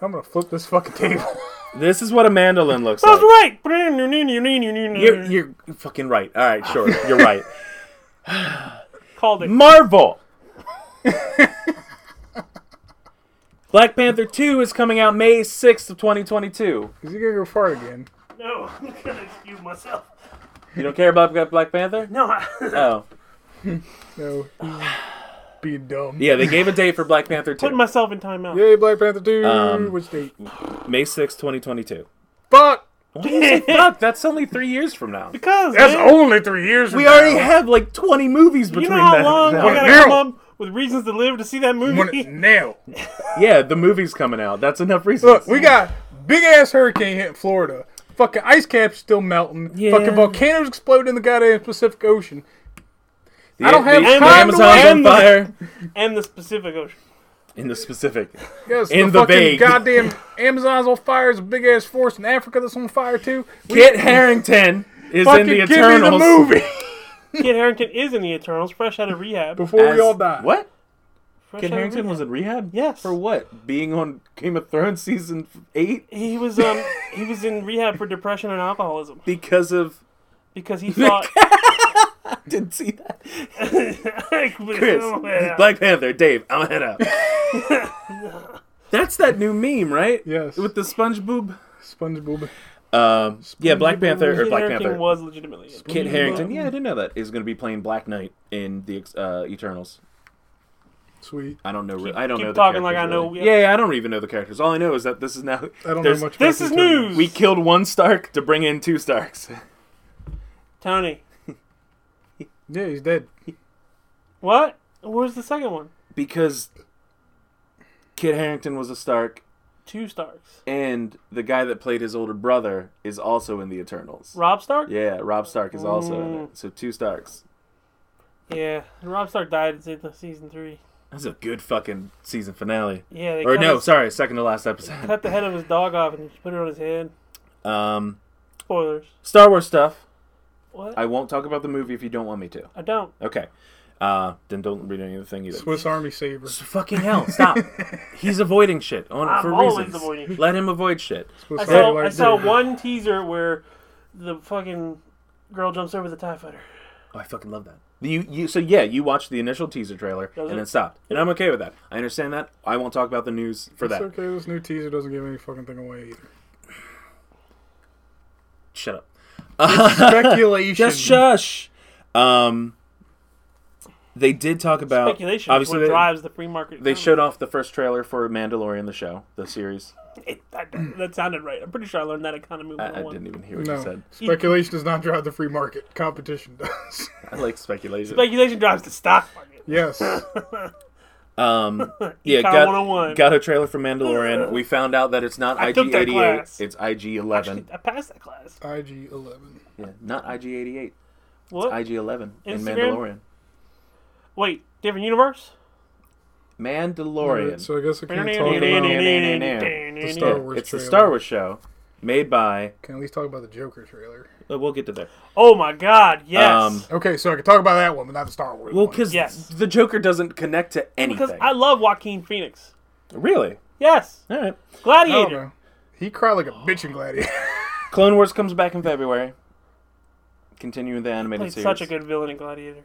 Speaker 1: I'm gonna flip this fucking
Speaker 2: [laughs]
Speaker 1: table. [laughs]
Speaker 2: This is what a mandolin looks
Speaker 3: That's
Speaker 2: like.
Speaker 3: right.
Speaker 2: You're, you're fucking right. All right, sure. You're right.
Speaker 3: Called it.
Speaker 2: Marvel. Black Panther 2 is coming out May 6th of 2022.
Speaker 1: is he gonna go fart again?
Speaker 3: No, [laughs] I'm gonna excuse myself.
Speaker 2: You don't care about Black Panther?
Speaker 3: No, [laughs] I,
Speaker 2: Oh.
Speaker 1: No. he's Being dumb.
Speaker 2: Yeah, they gave a date for Black Panther 2.
Speaker 3: putting myself in timeout.
Speaker 1: Yay, Black Panther 2.
Speaker 2: Um,
Speaker 1: which date?
Speaker 2: May 6th, 2022.
Speaker 1: Fuck!
Speaker 3: [laughs]
Speaker 2: Fuck, that's only three years from now.
Speaker 3: Because
Speaker 1: That's
Speaker 3: man,
Speaker 1: only three years from
Speaker 2: We already
Speaker 1: now.
Speaker 2: have like 20 movies
Speaker 3: you
Speaker 2: between
Speaker 3: know how
Speaker 2: that.
Speaker 3: long
Speaker 1: now.
Speaker 3: I gotta
Speaker 1: Now.
Speaker 3: come up with reasons to live to see that
Speaker 2: [laughs]
Speaker 3: movie.
Speaker 1: When it- Now.
Speaker 2: Yeah, the movie's coming out. That's enough reasons.
Speaker 1: Look, we got big ass hurricane hitting Florida. Fucking ice caps still melting.
Speaker 2: Yeah.
Speaker 1: Fucking volcanoes exploding in the goddamn Pacific Ocean.
Speaker 2: the,
Speaker 1: I don't have
Speaker 2: the,
Speaker 1: time
Speaker 2: the
Speaker 1: to
Speaker 2: Amazon's
Speaker 1: wait.
Speaker 2: on fire.
Speaker 3: [laughs] and the Pacific Ocean.
Speaker 2: In
Speaker 1: [laughs]
Speaker 2: the specific.
Speaker 1: Yes,
Speaker 2: In the
Speaker 1: the, fucking
Speaker 2: vague.
Speaker 1: goddamn Amazon's on fire. There's a big ass forest in Africa that's on fire too. We
Speaker 2: Kit Harrington is
Speaker 1: fucking
Speaker 2: in the
Speaker 1: give me
Speaker 2: Eternals.
Speaker 1: the movie
Speaker 3: Kid Harrington is in the Eternals, fresh out of rehab.
Speaker 1: before
Speaker 2: As-
Speaker 1: we all die.
Speaker 2: What?
Speaker 3: Fresh
Speaker 2: Kit
Speaker 3: out of
Speaker 2: Harrington
Speaker 3: rehab.
Speaker 2: was in rehab?
Speaker 3: Yes.
Speaker 2: For what? Being on Game of Thrones season 8?
Speaker 3: He was um he was in rehab for depression and alcoholism
Speaker 2: Because of. [laughs]
Speaker 3: because he thought
Speaker 2: Didn't see that.
Speaker 3: [laughs]
Speaker 2: Chris,
Speaker 3: Chris,
Speaker 2: Black Panther, Dave, I'm head up.
Speaker 3: [laughs]
Speaker 2: That's that new meme, right?
Speaker 1: Yes.
Speaker 2: With the SpongeBob.
Speaker 1: SpongeBob.
Speaker 2: Um, yeah, Black Panther or Black Panther.
Speaker 3: was legitimately in
Speaker 2: Kit
Speaker 1: SpongeBob.
Speaker 2: Harrington. Yeah, I didn't know that is going to be playing Black Knight in the uh, Eternals.
Speaker 1: Sweet.
Speaker 2: I don't know. re- I don't
Speaker 3: keep
Speaker 2: know. the
Speaker 3: talking like
Speaker 2: characters,
Speaker 3: I know-
Speaker 2: really. Yeah, yeah, I don't even know the characters. All I know is that this is now.
Speaker 1: I don't
Speaker 2: there's-
Speaker 1: know much.
Speaker 3: This
Speaker 1: about
Speaker 3: is
Speaker 1: the Eternals.
Speaker 3: news.
Speaker 2: We killed one Stark to bring in two Starks. [laughs]
Speaker 3: Tony.
Speaker 1: Yeah, he's dead.
Speaker 3: What? Where's the second one?
Speaker 2: because Kit Harrington was a Stark,
Speaker 3: Two Starks.
Speaker 2: and the guy that played his older brother is also in the Eternals.
Speaker 3: Rob Stark?
Speaker 2: Yeah, Rob Stark is also in
Speaker 3: Mm.
Speaker 2: it. So two Starks.
Speaker 3: Yeah, Rob Stark died in se- season three.
Speaker 2: That's a good fucking season finale.
Speaker 3: Yeah, they
Speaker 2: Or
Speaker 3: cut,
Speaker 2: no,
Speaker 3: his-
Speaker 2: sorry, second to last episode. [laughs]
Speaker 3: cut the head of his dog off and just put it on his head.
Speaker 2: Um,
Speaker 3: Spoilers.
Speaker 2: Star Wars stuff.
Speaker 3: What? I,
Speaker 2: I won't talk about the movie if you don't want me to.
Speaker 3: don't.
Speaker 2: Okay. Uh, then don't read any of the thing either.
Speaker 1: Swiss Army Saber.
Speaker 2: S- Fucking hell!
Speaker 3: [laughs]
Speaker 2: Stop. He's avoiding shit on
Speaker 3: I'm
Speaker 2: for
Speaker 3: always
Speaker 2: reasons.
Speaker 3: avoiding-
Speaker 2: Let him avoid shit.
Speaker 1: Swiss
Speaker 3: I
Speaker 1: Army
Speaker 3: saw, I
Speaker 1: Life
Speaker 3: saw
Speaker 1: Saber.
Speaker 3: one teaser where the fucking girl jumps over the TIE fighter.
Speaker 2: Oh, I fucking love that. You, you so yeah, you watched the initial teaser trailer
Speaker 3: Does
Speaker 2: and
Speaker 3: it?
Speaker 2: then stopped, and I'm okay with that. I understand that. I won't talk about the news for
Speaker 1: It's
Speaker 2: that.
Speaker 1: okay. This new teaser doesn't give any fucking thing away
Speaker 2: [laughs]
Speaker 1: either.
Speaker 2: Shut up.
Speaker 1: Speculation.
Speaker 2: Just shush. Um, they did talk about
Speaker 3: Speculation is
Speaker 2: Uh, Obviously,
Speaker 3: what
Speaker 2: they,
Speaker 3: drives the free market.
Speaker 2: they
Speaker 3: economy.
Speaker 2: showed off the first trailer for Mandalorian, the show, the series.
Speaker 3: It- that, that sounded right. I'm pretty sure I learned that economy.
Speaker 2: I, I
Speaker 3: 101.
Speaker 2: didn't even hear what you
Speaker 1: No,
Speaker 2: said.
Speaker 1: speculation does not drive the free market. Competition does. [laughs]
Speaker 2: I like speculation.
Speaker 3: Speculation drives the stock market.
Speaker 1: yes.
Speaker 3: [laughs]
Speaker 2: Um, yeah,
Speaker 3: Econ
Speaker 2: got,
Speaker 3: 101.
Speaker 2: got a trailer for Mandalorian.
Speaker 3: [sighs]
Speaker 2: We found out that it's not
Speaker 3: I took that
Speaker 2: IG88,
Speaker 3: class.
Speaker 2: it's IG11.
Speaker 3: Actually, I passed that class.
Speaker 1: IG eleven.
Speaker 2: Yeah, not IG88,
Speaker 3: What?
Speaker 2: IG11 in
Speaker 3: Instagram?
Speaker 2: Mandalorian.
Speaker 3: Wait, different universe?
Speaker 2: Mandalorian.
Speaker 1: So I guess I
Speaker 3: [laughs]
Speaker 1: can't talk about. Can
Speaker 2: The
Speaker 1: Star
Speaker 2: Yeah,
Speaker 3: Oh,
Speaker 1: Wars
Speaker 2: it's the
Speaker 1: trailer.
Speaker 2: Star Wars show made by.
Speaker 1: at least talk about the Joker trailer.
Speaker 2: uh, we'll get to there.
Speaker 3: Oh my god, yes.
Speaker 2: Um,
Speaker 1: Okay, so I can talk about that one, but not the Star Wars.
Speaker 2: Well,
Speaker 1: one.
Speaker 2: because
Speaker 3: Oh, Yes.
Speaker 2: the Joker doesn't connect to anything.
Speaker 3: because I love Joaquin Phoenix.
Speaker 2: Really?
Speaker 3: Yes.
Speaker 2: All right.
Speaker 1: I
Speaker 2: Oh,
Speaker 1: don't
Speaker 3: Gladiator.
Speaker 1: know. He cried like a bitch in Gladiator. [laughs]
Speaker 2: Clone Wars comes back in February. Continuing the animated
Speaker 3: Played
Speaker 2: series.
Speaker 3: such a good villain in Gladiator.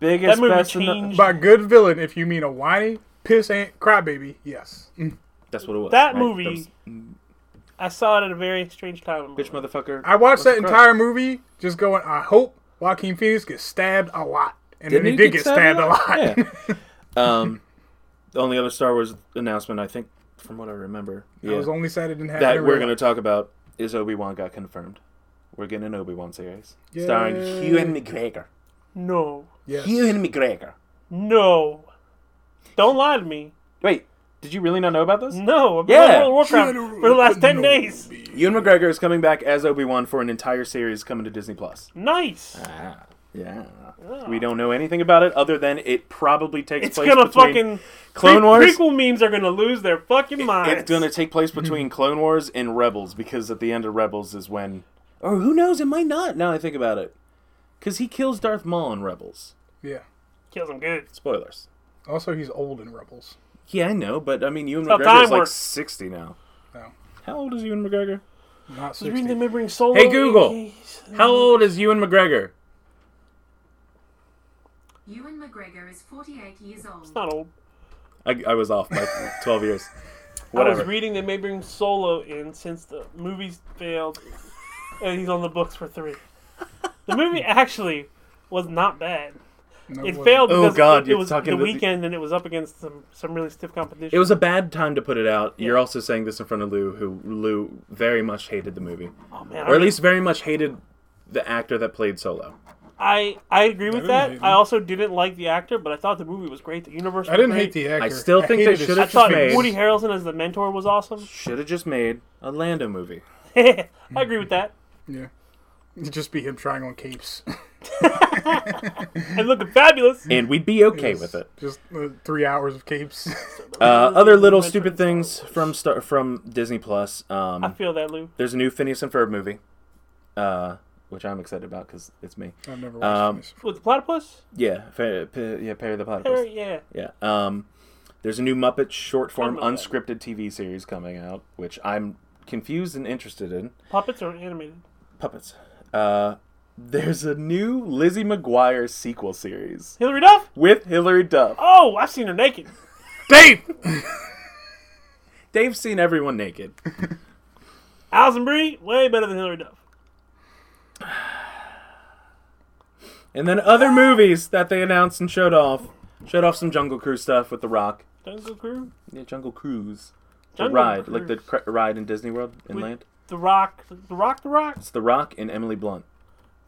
Speaker 2: biggest
Speaker 3: That movie
Speaker 2: best. in the-
Speaker 3: changed-
Speaker 1: By good villain, if you mean a whiny piss ant crybaby, yes.
Speaker 2: Mm. That's what it was.
Speaker 3: That
Speaker 2: right?
Speaker 3: movie-
Speaker 2: was-
Speaker 3: I saw it at a very strange time. in my
Speaker 2: Bitch
Speaker 3: life.
Speaker 2: motherfucker.
Speaker 1: I watched that
Speaker 2: What's the
Speaker 1: entire movie just going. I hope Joaquin Phoenix gets stabbed a lot, and
Speaker 2: Didn't
Speaker 1: then he did get stabbed, a lot.
Speaker 2: Yeah. [laughs] um, the only other Star Wars announcement, I think, from what I remember,
Speaker 1: I was
Speaker 2: yeah,
Speaker 1: only sad [laughs] it didn't happen.
Speaker 2: that
Speaker 1: in
Speaker 2: we're
Speaker 1: real
Speaker 2: going to
Speaker 1: life.
Speaker 2: talk about is Obi Wan got confirmed. We're getting an Obi Wan series starring Ewan McGregor.
Speaker 3: No,
Speaker 1: Yes.
Speaker 2: Ewan McGregor.
Speaker 3: no, don't lie to me.
Speaker 2: Wait, did you really not know about this?
Speaker 3: No, I've
Speaker 2: Yeah.
Speaker 3: been on World of Warcraft for the last ten days.
Speaker 2: Ewan McGregor is coming back as Obi Wan for an entire series coming to Disney Plus.
Speaker 3: Nice.
Speaker 2: Ah, yeah. We don't know anything about it other than it probably takes
Speaker 3: Ah. It's
Speaker 2: place
Speaker 3: gonna
Speaker 2: between
Speaker 3: fucking
Speaker 2: Clone
Speaker 3: pre-
Speaker 2: Wars.
Speaker 3: Prequel memes are gonna lose their fucking minds.
Speaker 2: It's going to take
Speaker 3: [laughs]
Speaker 2: place between Clone Wars and Rebels because at the end of Rebels is when, or who knows, it might not. Now I think about it, because he kills Darth Maul in Rebels.
Speaker 1: Yeah.
Speaker 3: kills them good.
Speaker 2: Spoilers.
Speaker 1: Also, he's old in Rebels.
Speaker 2: Yeah, I know, but I mean, Ewan
Speaker 3: how
Speaker 2: McGregor is
Speaker 3: time
Speaker 2: like
Speaker 3: works.
Speaker 2: sixty now.
Speaker 1: No,
Speaker 2: How old is Ewan McGregor?
Speaker 1: not
Speaker 3: Reading
Speaker 1: 60.
Speaker 3: remembering solo.
Speaker 2: Hey, Google. How old is Ewan McGregor?
Speaker 4: Ewan McGregor is 48 years old.
Speaker 3: Not old.
Speaker 2: I, I was off [laughs] by twelve years.
Speaker 3: I
Speaker 2: Whatever.
Speaker 3: was reading they may bring Solo in since the movies failed, and he's on the books for three.
Speaker 2: [laughs]
Speaker 3: The movie actually was not bad.
Speaker 1: No,
Speaker 3: It
Speaker 1: wasn't.
Speaker 3: failed
Speaker 2: Oh,
Speaker 3: because
Speaker 2: God,
Speaker 3: it,
Speaker 2: you're
Speaker 3: was
Speaker 2: talking
Speaker 3: the
Speaker 2: about the-
Speaker 3: weekend and it was up against some, some really stiff competition.
Speaker 2: it was a bad time to put it out. You're also saying this in front of Lou, who Lou very much hated the movie,
Speaker 3: oh, man, I
Speaker 2: or at
Speaker 3: mean,
Speaker 2: least very much hated the actor that played Solo.
Speaker 3: I I agree with
Speaker 1: didn't hate
Speaker 3: that.
Speaker 1: him.
Speaker 3: I also didn't like the actor, but I thought the movie was great. The universe.
Speaker 1: I didn't
Speaker 3: was
Speaker 1: hate
Speaker 3: great.
Speaker 1: the actor.
Speaker 2: I still think they
Speaker 1: hated his
Speaker 2: should've
Speaker 3: I thought
Speaker 2: Made.
Speaker 3: Woody Harrelson as the mentor was awesome. [laughs]
Speaker 2: Should have just made a Lando movie.
Speaker 3: I agree with that.
Speaker 1: Yeah. It'd just be him trying on capes.
Speaker 3: And looking fabulous.
Speaker 2: and we'd be okay with [laughs] it.
Speaker 1: [laughs] Just uh, three hours of capes. [laughs]
Speaker 2: Uh, other little stupid things from Star- from Disney Plus.
Speaker 3: I
Speaker 2: Um,
Speaker 3: feel that, Lou.
Speaker 2: there's a new Phineas and Ferb movie, uh, which I'm excited about because it's me.
Speaker 1: I've never watched
Speaker 2: Um,
Speaker 1: this.
Speaker 3: With the platypus?
Speaker 2: Yeah, Fer- P- yeah, Perry the
Speaker 3: Or,
Speaker 2: Platypus.
Speaker 3: yeah.
Speaker 2: Yeah. Um, there's a new Muppet short form
Speaker 3: Kinda like that.
Speaker 2: unscripted TV series coming out, which I'm confused and interested in.
Speaker 3: Puppets are animated.
Speaker 2: Puppets. Uh, there's a new Lizzie McGuire sequel series
Speaker 3: Hillary Duff?
Speaker 2: with Hilary Duff.
Speaker 3: Oh, I've seen her naked.
Speaker 1: Dave!
Speaker 2: Dave's seen everyone naked.
Speaker 3: Alison Brie, way better than Hillary Duff.
Speaker 2: And then
Speaker 3: [laughs]
Speaker 2: other movies that they announced and showed off. Showed off some Jungle Cruise stuff with The Rock.
Speaker 3: Jungle Crew?
Speaker 2: Yeah, Jungle Cruise. The
Speaker 3: Jungle
Speaker 2: ride, like the
Speaker 3: Cruise.
Speaker 2: cr- ride in Disney World inland.
Speaker 3: The Rock. The Rock, The Rock?
Speaker 2: It's The Rock and Emily Blunt.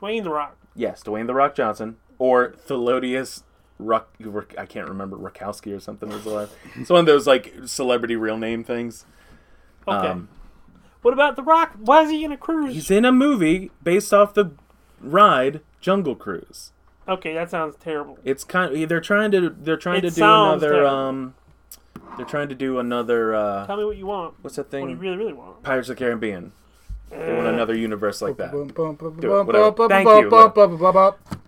Speaker 3: Dwayne The Rock.
Speaker 2: Yes, Dwayne The Rock Johnson or Thelodious Ruck. Ruck- I can't remember Rakowski or something was the last. It's one of those like celebrity real name things.
Speaker 3: Okay.
Speaker 2: Um,
Speaker 3: what about The Rock? Why is he in a cruise?
Speaker 2: He's in a movie based off the ride Jungle Cruise.
Speaker 3: Okay, that sounds terrible.
Speaker 2: It's kind. they're trying to. They're trying
Speaker 3: It
Speaker 2: to do
Speaker 3: sounds
Speaker 2: another.
Speaker 3: terrible.
Speaker 2: Um, they're trying to do another. Uh,
Speaker 3: Tell me what you want.
Speaker 2: what's that
Speaker 3: What do you
Speaker 2: thing?
Speaker 3: really, really want?
Speaker 2: Pirates of the Caribbean. They want another universe like that. it, whatever. Thank you,
Speaker 1: Thank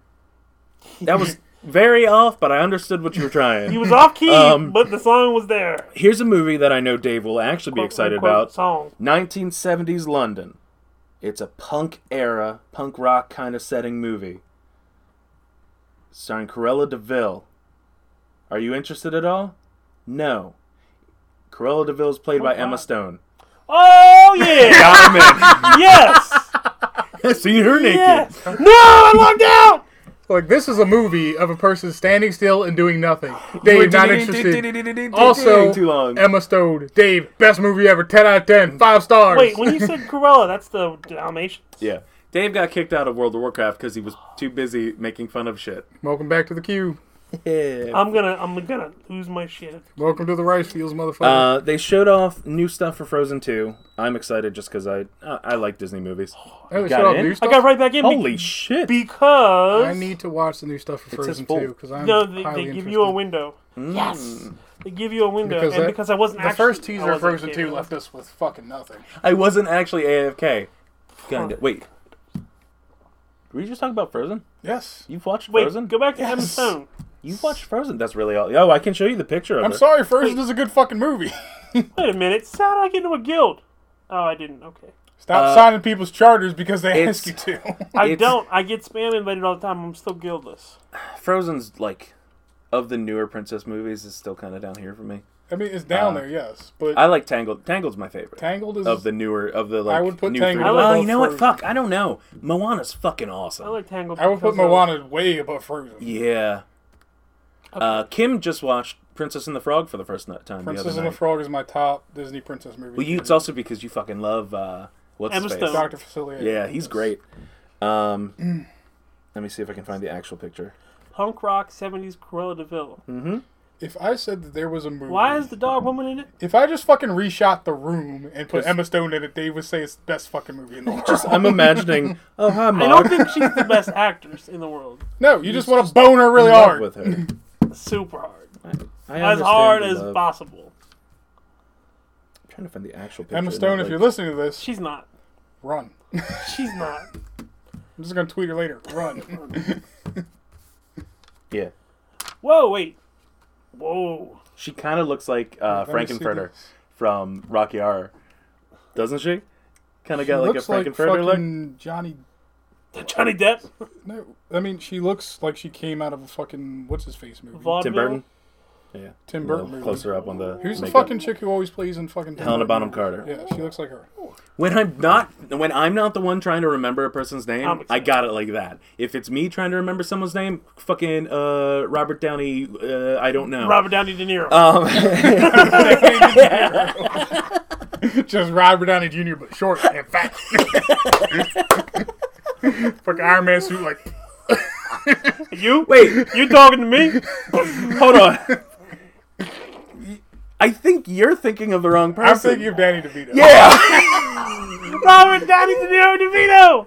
Speaker 2: That was very off, but I understood what you were trying.
Speaker 3: [laughs] He was off key,
Speaker 2: Um,
Speaker 3: but the song was there.
Speaker 2: Here's a movie that I know Dave will actually be
Speaker 3: Quote,
Speaker 2: excited
Speaker 3: unquote,
Speaker 2: about.
Speaker 3: Song.
Speaker 2: 1970s London. It's a punk era, punk rock kind of setting movie. Starring Corella DeVille. Are you interested at all? No. Corella DeVille is played by Emma Stone.
Speaker 3: Oh
Speaker 2: [laughs]
Speaker 3: yeah,
Speaker 2: Got him
Speaker 3: yes,
Speaker 2: in. [laughs] See her naked.
Speaker 3: yes. No, [laughs] I logged out.
Speaker 1: Like this is a movie of a person standing still and doing
Speaker 2: [sighs]
Speaker 1: nothing. Dave, not interested. Also,
Speaker 2: too long.
Speaker 1: Emma Stone. Dave, best movie ever. Ten out of ten. Five stars.
Speaker 3: Wait, when you said Corella, that's the Dalmatians.
Speaker 2: Yeah. Dave got kicked out of World of Warcraft because he was too busy making fun of [laughs] shit.
Speaker 1: [laughs] Welcome back to the queue.
Speaker 3: I'm gonna, I'm gonna lose my shit.
Speaker 1: Welcome to the rice fields, motherfucker.
Speaker 2: Uh, they showed off new stuff for Frozen 2. I'm excited just because I, I I like Disney movies.
Speaker 1: Hey,
Speaker 2: got
Speaker 1: shut up,
Speaker 2: in?
Speaker 1: new
Speaker 3: I
Speaker 1: stuff?
Speaker 3: got right back in. be-
Speaker 2: Holy shit!
Speaker 3: because
Speaker 1: I need to watch the new stuff for
Speaker 2: his
Speaker 1: Frozen
Speaker 2: fault.
Speaker 1: too because I'm
Speaker 3: no, they,
Speaker 1: highly
Speaker 3: they give
Speaker 1: interested.
Speaker 3: you a window. Yes, they give you a window,
Speaker 1: Because
Speaker 3: and
Speaker 1: that-
Speaker 3: because I wasn't
Speaker 1: The
Speaker 3: actually,
Speaker 1: first
Speaker 3: I
Speaker 1: teaser of
Speaker 3: wasn't
Speaker 1: Frozen
Speaker 3: kidding.
Speaker 1: two left us with fucking nothing.
Speaker 2: I wasn't actually AFK. Kinda. Wait. Were you just talking about Frozen?
Speaker 1: Yes.
Speaker 2: You've watched
Speaker 3: Wait,
Speaker 2: Frozen?
Speaker 3: go back to Emma Stone.
Speaker 2: You've watched Frozen. That's really all. Oh, I can show you the picture of
Speaker 1: I'm
Speaker 2: it.
Speaker 1: sorry, Frozen is a good fucking movie.
Speaker 3: Wait a minute, so how did I get into a guild? Oh, I didn't. Okay,
Speaker 1: Stop
Speaker 2: Uh,
Speaker 1: signing people's charters because they ask
Speaker 2: it's-
Speaker 1: you to.
Speaker 3: I
Speaker 2: It's-
Speaker 3: don't. I get spam invited all the time. I'm still guildless.
Speaker 2: Frozen's like of the newer princess movies is still kind of down here for me.
Speaker 1: [laughs] I mean, it's down
Speaker 2: Uh,
Speaker 1: there, yes, but
Speaker 2: I like Tangled. Tangled's my favorite.
Speaker 1: Tangled is
Speaker 2: of the newer of the like
Speaker 1: I would put
Speaker 2: new
Speaker 1: Tangled
Speaker 2: three.
Speaker 3: above
Speaker 2: Oh, you know what?
Speaker 1: Frozen.
Speaker 2: Fuck, I don't know. Moana's fucking awesome.
Speaker 3: I like Tangled.
Speaker 1: I would put
Speaker 3: because of-
Speaker 1: Moana way above Frozen.
Speaker 2: yeah. Uh, Kim just watched Princess and the Frog for the first ni- time the
Speaker 1: Princess
Speaker 2: other
Speaker 1: and
Speaker 2: night.
Speaker 1: the Frog is my top Disney princess movie.
Speaker 2: Well, you, it's also because you fucking love uh, what's
Speaker 3: Emma
Speaker 2: his face?
Speaker 3: Stone.
Speaker 1: Doctor Facilier.
Speaker 2: Yeah, he's great. Um, let me see if I can find the
Speaker 1: [laughs]
Speaker 2: actual picture.
Speaker 3: Punk rock '70s Cruella Deville.
Speaker 2: Mm-hmm.
Speaker 1: If I said that there was a movie,
Speaker 3: Why is the dog woman in it?
Speaker 1: if I just fucking reshot the room and put
Speaker 2: 'Cause-
Speaker 1: Emma Stone in it, they would say it's the best fucking movie
Speaker 2: [laughs]
Speaker 1: in the world.
Speaker 2: I'm imagining. Oh hi, Mark.
Speaker 3: I don't think
Speaker 2: [laughs]
Speaker 3: she's the best actress in the world.
Speaker 1: no, you just want to bone her really hard.
Speaker 2: with her.
Speaker 3: Super hard,
Speaker 2: I
Speaker 3: as
Speaker 2: understand
Speaker 3: hard
Speaker 2: the
Speaker 3: as
Speaker 2: love.
Speaker 3: possible.
Speaker 2: I'm trying to find the actual picture.
Speaker 1: Emma Stone, if
Speaker 2: Like,
Speaker 1: you're listening to this,
Speaker 3: She's not.
Speaker 1: run. I'm
Speaker 3: She's not.
Speaker 1: just gonna tweet her later.
Speaker 2: [laughs]
Speaker 1: Run.
Speaker 2: yeah,
Speaker 3: Whoa, wait. Whoa.
Speaker 2: she kind of looks like uh,
Speaker 1: Let me see
Speaker 2: Frankenfurter
Speaker 1: this.
Speaker 2: from Rocky Horror, doesn't she? Kind of got like a
Speaker 1: looks like
Speaker 2: Frankenfurter look.
Speaker 1: fucking Johnny.
Speaker 3: Johnny Depp.
Speaker 1: No, I mean she looks like she came out of a fucking what's his face movie.
Speaker 3: Vaudeville.
Speaker 2: Tim Burton. Yeah,
Speaker 1: Tim
Speaker 2: A
Speaker 1: Burton
Speaker 2: little
Speaker 1: movie.
Speaker 2: Closer up on the.
Speaker 1: Who's the
Speaker 2: makeup.
Speaker 1: fucking chick who always plays in fucking Tim
Speaker 2: Helena
Speaker 1: Burton
Speaker 2: Bonham
Speaker 1: movies?
Speaker 2: Carter.
Speaker 1: Yeah, she looks like her.
Speaker 2: When I'm not when I'm not the one trying to remember a person's name,
Speaker 3: I'm
Speaker 2: I got it like that. If it's me trying to remember someone's name, fucking uh, Robert Downey, uh, I don't know.
Speaker 3: Robert Downey De Niro.
Speaker 2: Um,
Speaker 1: [laughs]
Speaker 2: [laughs]
Speaker 1: Just Robert Downey Jr. but short and [laughs] fat. Fucking Iron Man suit, like
Speaker 3: you?
Speaker 2: wait,
Speaker 3: You talking
Speaker 2: [laughs]
Speaker 3: to me?
Speaker 2: hold on. I think you're thinking of the wrong
Speaker 1: [laughs]
Speaker 2: person.
Speaker 1: I'm thinking of Danny DeVito.
Speaker 2: yeah.
Speaker 3: Robert Downey De Niro DeVito.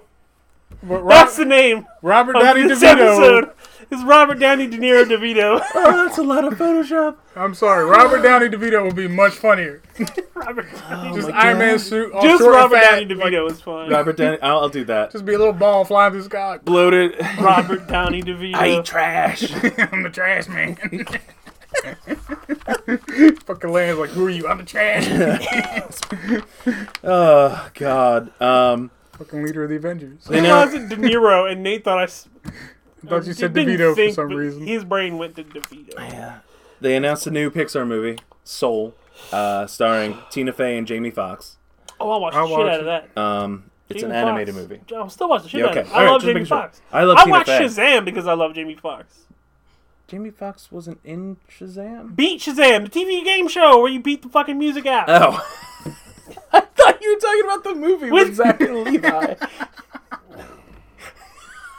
Speaker 1: but Ro-
Speaker 3: That's the name
Speaker 1: Robert
Speaker 3: of
Speaker 1: Downey
Speaker 3: this
Speaker 1: DeVito.
Speaker 3: episode. It's Robert Downey De Niro DeVito. [laughs]
Speaker 2: oh, that's a lot of Photoshop.
Speaker 1: I'm sorry, Robert Downey DeVito would be much funnier.
Speaker 3: Robert Downey.
Speaker 1: Just
Speaker 2: my
Speaker 1: Iron
Speaker 2: God.
Speaker 1: Man suit, all
Speaker 3: Just
Speaker 1: short and
Speaker 3: Robert
Speaker 1: fat,
Speaker 3: Downey
Speaker 1: like,
Speaker 3: DeVito is fine.
Speaker 2: Robert Downey, I'll, I'll do that.
Speaker 1: just be a little ball flying through the sky. [laughs]
Speaker 2: bloated.
Speaker 3: Robert Downey DeVito.
Speaker 2: I eat trash.
Speaker 1: I'm the trash man. [laughs] Fucking Land's like, who are you? I'm the trash. man."
Speaker 2: oh God. Um.
Speaker 1: Fucking leader of the Avengers.
Speaker 2: You
Speaker 3: I
Speaker 2: know,
Speaker 3: realized it De Niro, and Nate thought
Speaker 1: [laughs]
Speaker 3: I. s-
Speaker 1: I thought you said
Speaker 3: didn't
Speaker 1: DeVito
Speaker 3: think,
Speaker 1: for some
Speaker 3: but
Speaker 1: reason.
Speaker 3: His brain went to DeVito.
Speaker 2: Yeah. They announced a new Pixar movie, Soul, uh, starring Tina Fey and Jamie Foxx.
Speaker 3: Oh, I watched
Speaker 1: I
Speaker 3: the shit
Speaker 1: watched
Speaker 3: out of that.
Speaker 2: Um, it's
Speaker 3: Jamie
Speaker 2: an animated
Speaker 3: Foxx.
Speaker 2: movie.
Speaker 3: I'm still watching the shit
Speaker 2: Yeah,
Speaker 3: out
Speaker 2: okay.
Speaker 3: of it.
Speaker 2: All
Speaker 3: I
Speaker 2: right,
Speaker 3: love
Speaker 2: just making
Speaker 3: Jamie
Speaker 2: sure.
Speaker 3: Fox.
Speaker 2: I love
Speaker 3: I
Speaker 2: Tina
Speaker 3: watched
Speaker 2: Fey.
Speaker 3: Shazam because I love Jamie Fox.
Speaker 2: Jamie Foxx wasn't in Shazam.
Speaker 3: Beat Shazam, the TV game show where you beat the fucking music app.
Speaker 2: Oh. [laughs] I thought you were talking about the movie with,
Speaker 3: With-
Speaker 2: Zachary
Speaker 3: [laughs]
Speaker 2: Levi.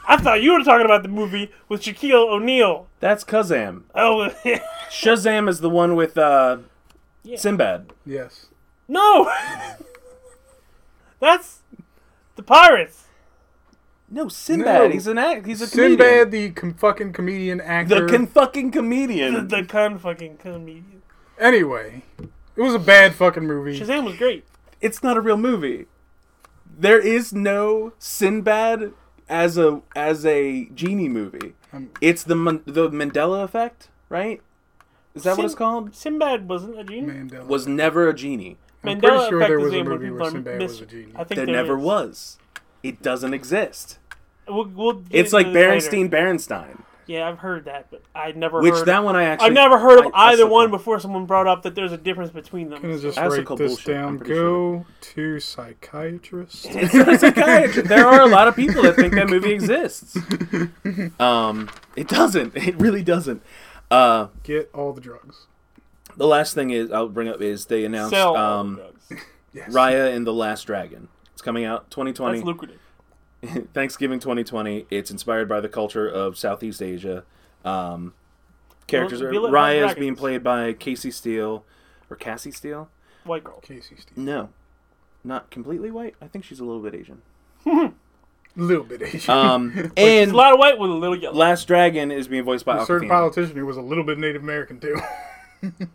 Speaker 3: I thought you were talking about the movie with Shaquille O'Neal.
Speaker 2: That's Kazam.
Speaker 3: Oh, [laughs]
Speaker 2: Shazam is the one with uh,
Speaker 3: Yeah.
Speaker 2: Sinbad.
Speaker 1: Yes.
Speaker 3: no! [laughs] That's the pirates. [laughs]
Speaker 2: No, Sinbad.
Speaker 1: No.
Speaker 2: He's an act. He's a
Speaker 1: Sinbad, the com- fucking comedian
Speaker 2: comedian.
Speaker 1: actor.
Speaker 2: The con fucking comedian.
Speaker 3: The con fucking comedian.
Speaker 1: anyway, it was a bad fucking movie.
Speaker 3: Shazam was great.
Speaker 2: it's not a real movie. There is no Sinbad as a as a genie movie.
Speaker 3: Um,
Speaker 2: It's the Man- the Mandela effect, right? Is that what it's
Speaker 3: Sin-
Speaker 2: called?
Speaker 3: Sinbad wasn't a genie.
Speaker 1: Mandela.
Speaker 2: Was never a genie.
Speaker 1: I'm
Speaker 3: Mandela
Speaker 1: pretty sure
Speaker 3: effect
Speaker 1: there
Speaker 3: is
Speaker 1: was
Speaker 3: the
Speaker 1: a
Speaker 3: name
Speaker 1: movie
Speaker 3: people
Speaker 1: where
Speaker 3: are
Speaker 1: Sinbad
Speaker 3: mis-
Speaker 1: was a genie.
Speaker 3: I think
Speaker 2: There never
Speaker 3: is.
Speaker 2: was. It doesn't exist.
Speaker 3: We'll, we'll get
Speaker 2: It's like
Speaker 3: into this
Speaker 2: Berenstein
Speaker 3: later.
Speaker 2: Berenstein,
Speaker 3: Yeah, I've heard that, but I never
Speaker 2: which
Speaker 3: heard
Speaker 2: that one I actually
Speaker 3: I've never heard of
Speaker 2: I- I
Speaker 3: either
Speaker 2: suck
Speaker 3: one
Speaker 2: on.
Speaker 3: before someone brought up that there's a difference between them.
Speaker 1: I'm gonna just
Speaker 2: That's a
Speaker 1: write
Speaker 2: couple
Speaker 1: this
Speaker 2: bullshit, I'm
Speaker 1: down.
Speaker 2: pretty
Speaker 1: Go
Speaker 2: sure.
Speaker 1: to psychiatrist.
Speaker 2: [laughs] It's a
Speaker 3: [laughs]
Speaker 2: psychiatrist. There are a lot of people that think that movie exists. Um, it doesn't. It really doesn't. Uh,
Speaker 1: Get all the drugs.
Speaker 2: the last thing is I'll bring up is they announced
Speaker 3: Sell all
Speaker 2: um,
Speaker 3: the
Speaker 2: [laughs]
Speaker 3: drugs.
Speaker 1: Yes.
Speaker 2: Raya and the Last Dragon. It's coming out
Speaker 3: That's
Speaker 2: 2020,
Speaker 3: lucrative.
Speaker 2: Thanksgiving 2020. It's inspired by the culture of Southeast Asia. Um, characters
Speaker 3: Well,
Speaker 2: are
Speaker 3: be like
Speaker 2: Raya is
Speaker 3: dragons.
Speaker 2: being played by Casey Steele or Cassie Steele.
Speaker 3: White girl.
Speaker 1: Casey Steve.
Speaker 2: No, not completely white. I think she's a little bit Asian.
Speaker 1: Little bit Asian.
Speaker 2: Um,
Speaker 3: It's
Speaker 2: and
Speaker 3: a lot of white with a little yellow.
Speaker 2: Last Dragon is being voiced by
Speaker 1: a certain
Speaker 2: Aquafina.
Speaker 1: politician who was a little bit Native American too. [laughs]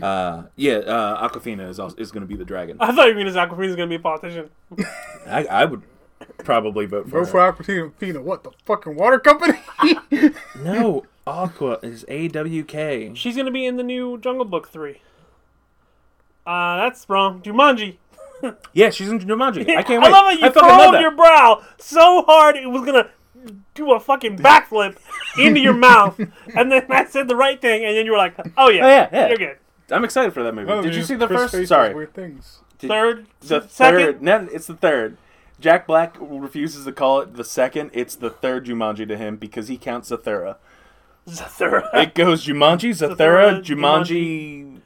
Speaker 2: Uh, yeah, uh, Aquafina is also, is going to be the
Speaker 3: [laughs]
Speaker 2: dragon.
Speaker 3: I thought you were going to say Aquafina's going to be a politician.
Speaker 2: I, I would probably vote for
Speaker 1: Go
Speaker 2: her.
Speaker 1: for Aquafina. What the fucking water
Speaker 2: [laughs]
Speaker 1: company?
Speaker 2: No, Aqua is A W K.
Speaker 3: She's going to be in the new Jungle Book 3. Uh, that's wrong. Jumanji.
Speaker 2: Yeah, she's in Jumanji. I can't wait.
Speaker 3: [laughs] I love it. You
Speaker 2: fucking love
Speaker 3: furrowed
Speaker 2: that.
Speaker 3: your brow so hard it was going to do a fucking backflip into
Speaker 2: [laughs]
Speaker 3: your mouth, and then I said the right thing, and then you were like, "Oh yeah,
Speaker 2: Oh, yeah, yeah.
Speaker 3: you're good."
Speaker 2: I'm excited for that movie.
Speaker 1: Oh,
Speaker 2: Did you
Speaker 1: dude,
Speaker 2: see the
Speaker 1: Chris Face
Speaker 2: first?
Speaker 1: does
Speaker 2: Sorry,
Speaker 1: Weird things.
Speaker 2: Did-
Speaker 3: Third,
Speaker 2: The
Speaker 3: second, [laughs]
Speaker 2: third. No, it's the third. Jack Black refuses to call it the second. It's the third Jumanji to him because he counts Zathura.
Speaker 3: third.
Speaker 2: It goes Jumanji, Zathura,
Speaker 3: Zathura,
Speaker 2: Jumanji,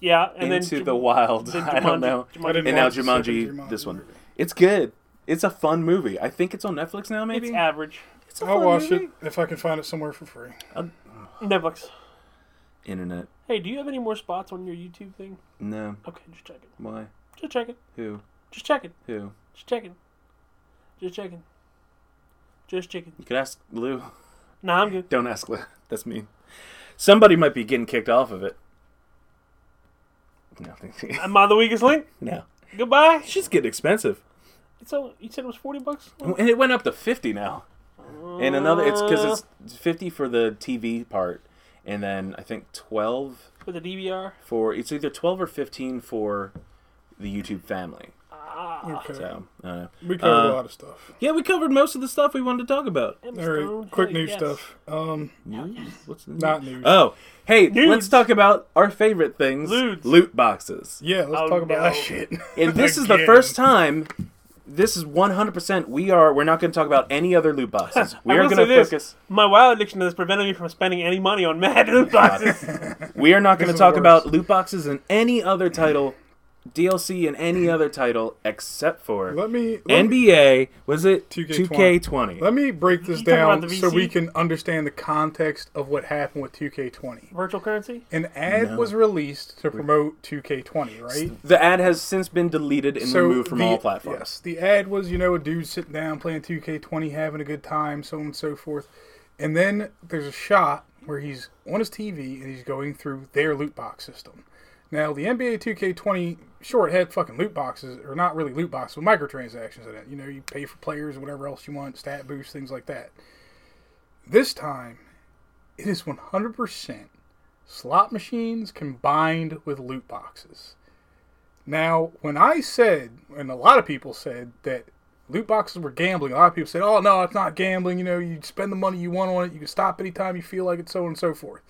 Speaker 3: yeah, and then
Speaker 2: into
Speaker 3: Ju-
Speaker 2: the wild. [laughs]
Speaker 3: then
Speaker 2: I don't
Speaker 3: Jumanji-
Speaker 2: know.
Speaker 1: I
Speaker 3: Jumanji
Speaker 1: didn't
Speaker 2: And now
Speaker 1: watch the second
Speaker 2: Jumanji,
Speaker 1: Jumanji
Speaker 2: this one.
Speaker 1: movie.
Speaker 2: It's good. It's a fun movie. I think it's on Netflix now. Maybe
Speaker 3: It's average.
Speaker 2: It's a
Speaker 1: I'll
Speaker 2: fun
Speaker 1: watch
Speaker 2: movie.
Speaker 1: it if I can find it somewhere for free.
Speaker 3: Netflix.
Speaker 2: Internet.
Speaker 3: Hey, do you have any more spots on your YouTube thing?
Speaker 2: No.
Speaker 3: Okay, just checking.
Speaker 2: Why?
Speaker 3: Just checking.
Speaker 2: Who?
Speaker 3: Just checking.
Speaker 2: Who?
Speaker 3: Just checking. Just checking. Just checking.
Speaker 2: You could ask Lou.
Speaker 3: Nah, I'm good.
Speaker 2: Don't ask Lou. [laughs] That's mean. Somebody might be getting kicked off of it. No. [laughs]
Speaker 3: Am I the weakest link?
Speaker 2: no.
Speaker 3: Goodbye.
Speaker 2: She's getting expensive.
Speaker 3: So you said it was forty bucks.
Speaker 2: And it went up to 50 now. And another, it's because it's 50 for the TV part, and then I think 12
Speaker 3: for the DVR.
Speaker 2: for it's either 12 or 15 for the YouTube family.
Speaker 3: Ah.
Speaker 1: Okay.
Speaker 2: So I don't know.
Speaker 1: We covered
Speaker 2: Uh,
Speaker 1: a lot of stuff.
Speaker 2: Yeah, we covered most of the stuff we wanted to talk about.
Speaker 3: Emma
Speaker 1: All right,
Speaker 3: Stone,
Speaker 1: quick
Speaker 3: hell
Speaker 1: news
Speaker 3: yes.
Speaker 1: stuff. Um,
Speaker 2: News? What's the news?
Speaker 1: Not news.
Speaker 2: Oh, hey, let's
Speaker 3: Nudes.
Speaker 2: talk about our favorite things:
Speaker 3: Lewds.
Speaker 2: loot boxes.
Speaker 1: yeah, let's
Speaker 3: Oh,
Speaker 1: talk about that
Speaker 3: no.
Speaker 1: shit. [laughs]
Speaker 2: And this is the
Speaker 1: Again.
Speaker 2: first time. This is 100%. We are. We're not going to talk about any other
Speaker 1: [laughs]
Speaker 2: loot boxes. We
Speaker 3: I
Speaker 2: are
Speaker 3: will
Speaker 2: going
Speaker 3: say
Speaker 2: to
Speaker 3: this,
Speaker 2: focus.
Speaker 3: My WoW addiction has prevented me from spending any money on [laughs] Mad Loot boxes.
Speaker 2: We are not going to
Speaker 1: is
Speaker 2: talk
Speaker 1: worse.
Speaker 2: about loot boxes in any other title, DLC in any other title except for
Speaker 1: Let me let me-
Speaker 2: NBA. Was it
Speaker 1: 2K20?
Speaker 2: 2K20?
Speaker 1: Let me break this
Speaker 3: You talking about
Speaker 1: down
Speaker 3: the
Speaker 1: so we
Speaker 3: VC?
Speaker 1: can understand the context of what happened with 2K20.
Speaker 3: Virtual currency.
Speaker 1: An ad was released to promote 2K20, right?
Speaker 2: The ad has since been deleted and removed from
Speaker 1: the-
Speaker 2: all platforms.
Speaker 1: Yes, the ad was you know a dude sitting down playing 2K20, having a good time, so on and so forth. And then there's a shot where he's on his TV and he's going through their loot box system. Now the NBA 2K20 sure it had fucking loot boxes, or not really loot boxes, but microtransactions in it. You know, you pay for players, whatever else you want, stat boosts, things like that. This time, it is 100% slot machines combined with loot boxes. Now, when I said, and a lot of people said that loot boxes were gambling, a lot of people said, "Oh no, it's not gambling. You know, you spend the money you want on it. You can stop anytime you feel like it, so on and so forth."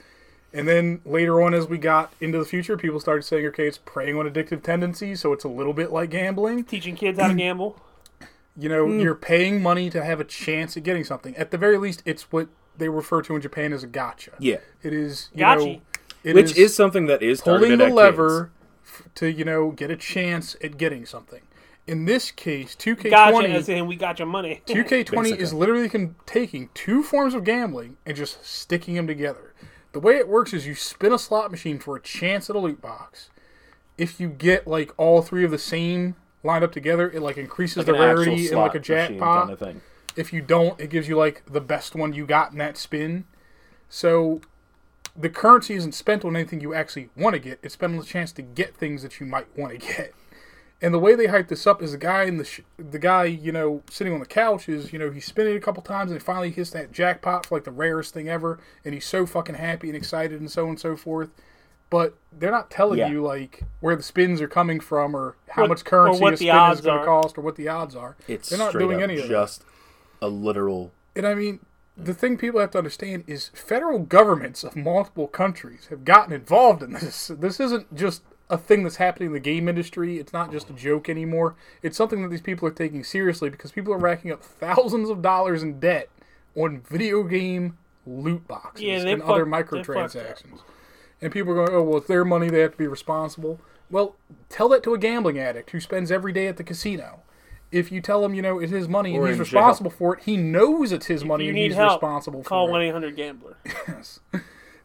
Speaker 1: And then later on, as we got into the future, people started saying, "Okay, it's preying on addictive tendencies, so it's a little bit like gambling.
Speaker 3: Teaching kids
Speaker 1: [clears throat]
Speaker 3: how to gamble.
Speaker 1: You know,
Speaker 2: Mm.
Speaker 1: you're paying money to have a chance at getting something. At the very least, it's what they refer to in Japan as a gotcha.
Speaker 2: Yeah.
Speaker 1: it is. You
Speaker 3: Gotchi.
Speaker 1: know, it
Speaker 2: Which is something that is
Speaker 1: pulling
Speaker 2: targeted
Speaker 1: the
Speaker 2: at
Speaker 1: lever f- to you know get a chance at getting something. In this case, two K
Speaker 3: Gotcha, as
Speaker 1: twenty,
Speaker 3: in we got your money.
Speaker 1: two K twenty is
Speaker 2: Basically.
Speaker 1: literally con- taking two forms of gambling and just sticking them together. The way it works is you spin a slot machine for a chance at a loot box. If you get like all three of the same lined up together, it like increases
Speaker 2: kids.
Speaker 1: the
Speaker 2: Like an actual
Speaker 1: rarity and like a
Speaker 2: slot machine
Speaker 1: jackpot
Speaker 2: kind of thing.
Speaker 1: if you don't, it gives you like the best one you got in that spin. So the currency isn't spent on anything you actually want to get. It's spent on the chance to get things that you might want to get. And the way they hype this up is the guy in the sh- the guy you know sitting on the couch is you know he's spinning a couple times and finally hits that jackpot for like the rarest thing ever, and he's so fucking happy and excited and so on and so forth. But they're not telling
Speaker 2: Yeah.
Speaker 1: you like where the spins are coming from or how
Speaker 3: What-
Speaker 1: much
Speaker 3: or
Speaker 1: currency
Speaker 3: what
Speaker 1: a
Speaker 3: the
Speaker 1: spin is
Speaker 3: odds
Speaker 1: going to
Speaker 3: are.
Speaker 1: cost or what the odds are.
Speaker 2: It's
Speaker 1: they're not
Speaker 2: straight
Speaker 1: doing
Speaker 2: up
Speaker 1: any of that.
Speaker 2: just a literal.
Speaker 1: And I mean, the thing people have to understand is federal governments of multiple countries have gotten involved in this. [laughs] This isn't just a thing that's happening in the game industry. It's not just a joke anymore. It's something that these people are taking seriously because people are racking up thousands of dollars in debt on video game loot boxes
Speaker 3: Yeah, they
Speaker 1: and other
Speaker 3: fucked- they fucked up.
Speaker 1: microtransactions. And people are going, oh, well, it's their money. They have to be responsible. Well, tell that to a gambling addict who spends every day at the casino. If you tell him, you know, it's his money
Speaker 2: Or
Speaker 1: and he's
Speaker 2: in jail.
Speaker 1: responsible for it, he knows it's his money
Speaker 3: If you
Speaker 1: and
Speaker 3: need
Speaker 1: he's
Speaker 3: help,
Speaker 1: responsible
Speaker 3: call
Speaker 1: for
Speaker 3: one
Speaker 1: it.
Speaker 3: eight hundred gambler.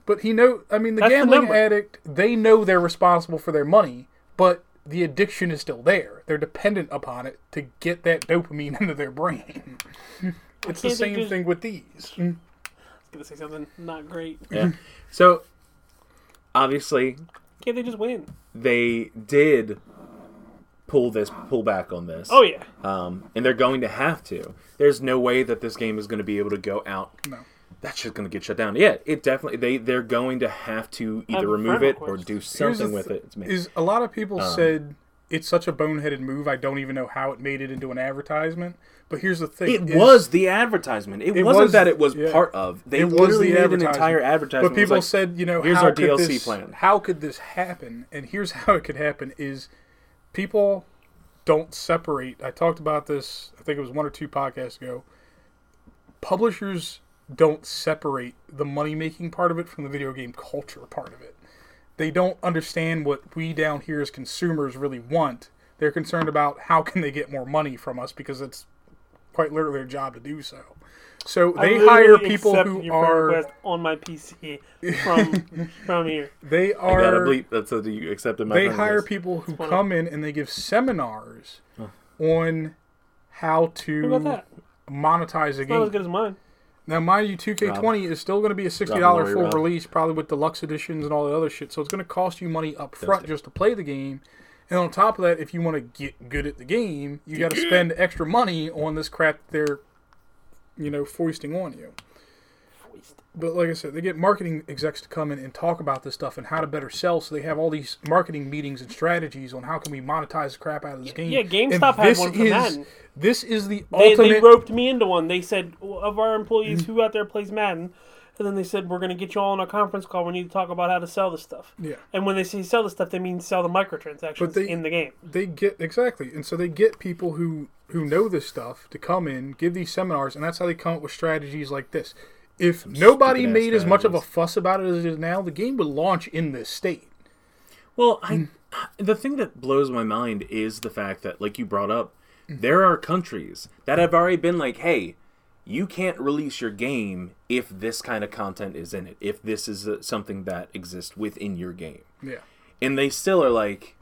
Speaker 1: But he know, I mean, the
Speaker 3: That's the
Speaker 1: gambling
Speaker 3: number.
Speaker 1: addict, they know they're responsible for their money, but the addiction is still there. They're dependent upon it to get that dopamine [laughs] into their brain. it's the
Speaker 3: can't they
Speaker 1: same
Speaker 3: just-
Speaker 1: thing with these.
Speaker 3: gonna say something not great.
Speaker 2: Yeah. so obviously
Speaker 3: Can't they just win?
Speaker 2: they did pull this pull back on this.
Speaker 3: Oh yeah.
Speaker 2: Um, and they're going to have to. There's no way that this game is going to be able to go out.
Speaker 1: No.
Speaker 2: That's just going to get shut down. Yeah, it definitely. They they're going to have to either
Speaker 3: Have a
Speaker 2: remove
Speaker 3: friend
Speaker 2: it or
Speaker 3: request.
Speaker 2: do
Speaker 1: Here's the
Speaker 2: something with
Speaker 1: th-
Speaker 2: it. It's me. Um,
Speaker 1: Is a lot of people said it's such a boneheaded move. I don't even know how it made it into an advertisement. But here's the thing:
Speaker 2: It
Speaker 1: is-
Speaker 2: was the advertisement. It,
Speaker 1: It
Speaker 2: wasn't
Speaker 1: was-
Speaker 2: that it was
Speaker 1: yeah.
Speaker 2: part of. They
Speaker 1: It was
Speaker 2: literally
Speaker 1: the
Speaker 2: made an
Speaker 1: advertisement.
Speaker 2: entire advertisement.
Speaker 1: But
Speaker 2: It was
Speaker 1: people
Speaker 2: like,
Speaker 1: said, you know,
Speaker 2: here's
Speaker 1: how
Speaker 2: our
Speaker 1: could
Speaker 2: DLC
Speaker 1: this,
Speaker 2: plan.
Speaker 1: How could this happen? And here's [laughs] how it could happen: is people don't separate. I talked about this. I think it was one or two podcasts ago. Publishers don't separate the money making part of it from the video game culture part of it. They don't understand what we down here as consumers really want. They're concerned about how can they get more money from us because it's quite literally their job to do so. So
Speaker 3: I
Speaker 1: they hire
Speaker 3: literally
Speaker 1: people
Speaker 3: accept
Speaker 1: who
Speaker 3: your friend
Speaker 1: are
Speaker 3: request on my PC
Speaker 1: [laughs]
Speaker 3: from from here.
Speaker 1: they
Speaker 2: I gotta
Speaker 1: are
Speaker 2: bleep. That's what you accepted my.
Speaker 1: they
Speaker 2: friend
Speaker 1: hire
Speaker 2: list.
Speaker 1: people who come in and they give seminars on how
Speaker 3: What
Speaker 1: to
Speaker 3: about that?
Speaker 1: monetize a
Speaker 3: Not
Speaker 1: game.
Speaker 3: as good as mine.
Speaker 1: Now, mind you, 2K20 is still going to be a sixty dollar
Speaker 2: Rob.
Speaker 1: full release, probably with deluxe editions and all the other shit. So it's going to cost you money up front just to play the game. And on top of that, if you want to get good at the game, you got to spend extra money on this crap they're, you know, foisting on you. But like I said, they get marketing execs to come in and talk about this stuff and how to better sell. So they have all these marketing meetings and strategies on how can we monetize the crap out of this game.
Speaker 3: yeah,
Speaker 1: And
Speaker 3: GameStop had
Speaker 1: this
Speaker 3: one for
Speaker 1: is-
Speaker 3: Madden.
Speaker 1: This is the
Speaker 3: They,
Speaker 1: ultimate. Mm-hmm.
Speaker 3: they roped me into one. They said of our employees who out there plays Madden, and then they said we're going to get you all on a conference call. We need to talk about how to sell this stuff.
Speaker 1: Yeah.
Speaker 3: And when they say sell the stuff, they mean sell the microtransactions
Speaker 1: But they-
Speaker 3: in the game.
Speaker 1: they get exactly and so they get people who who know this stuff to come in give these seminars and that's how they come up with strategies like this if nobody
Speaker 2: stupid-ass
Speaker 1: made as much of a
Speaker 2: strategies.
Speaker 1: fuss about it as it is now the game would launch in this state
Speaker 2: Well,
Speaker 3: Mm.
Speaker 2: I the thing that blows my mind is the fact that, like you brought up,
Speaker 3: Mm-hmm.
Speaker 2: there are countries that have already been like, "Hey, you can't release your game if this kind of content is in it. If this is uh, something that exists within your game,"
Speaker 1: yeah
Speaker 2: and they still are like,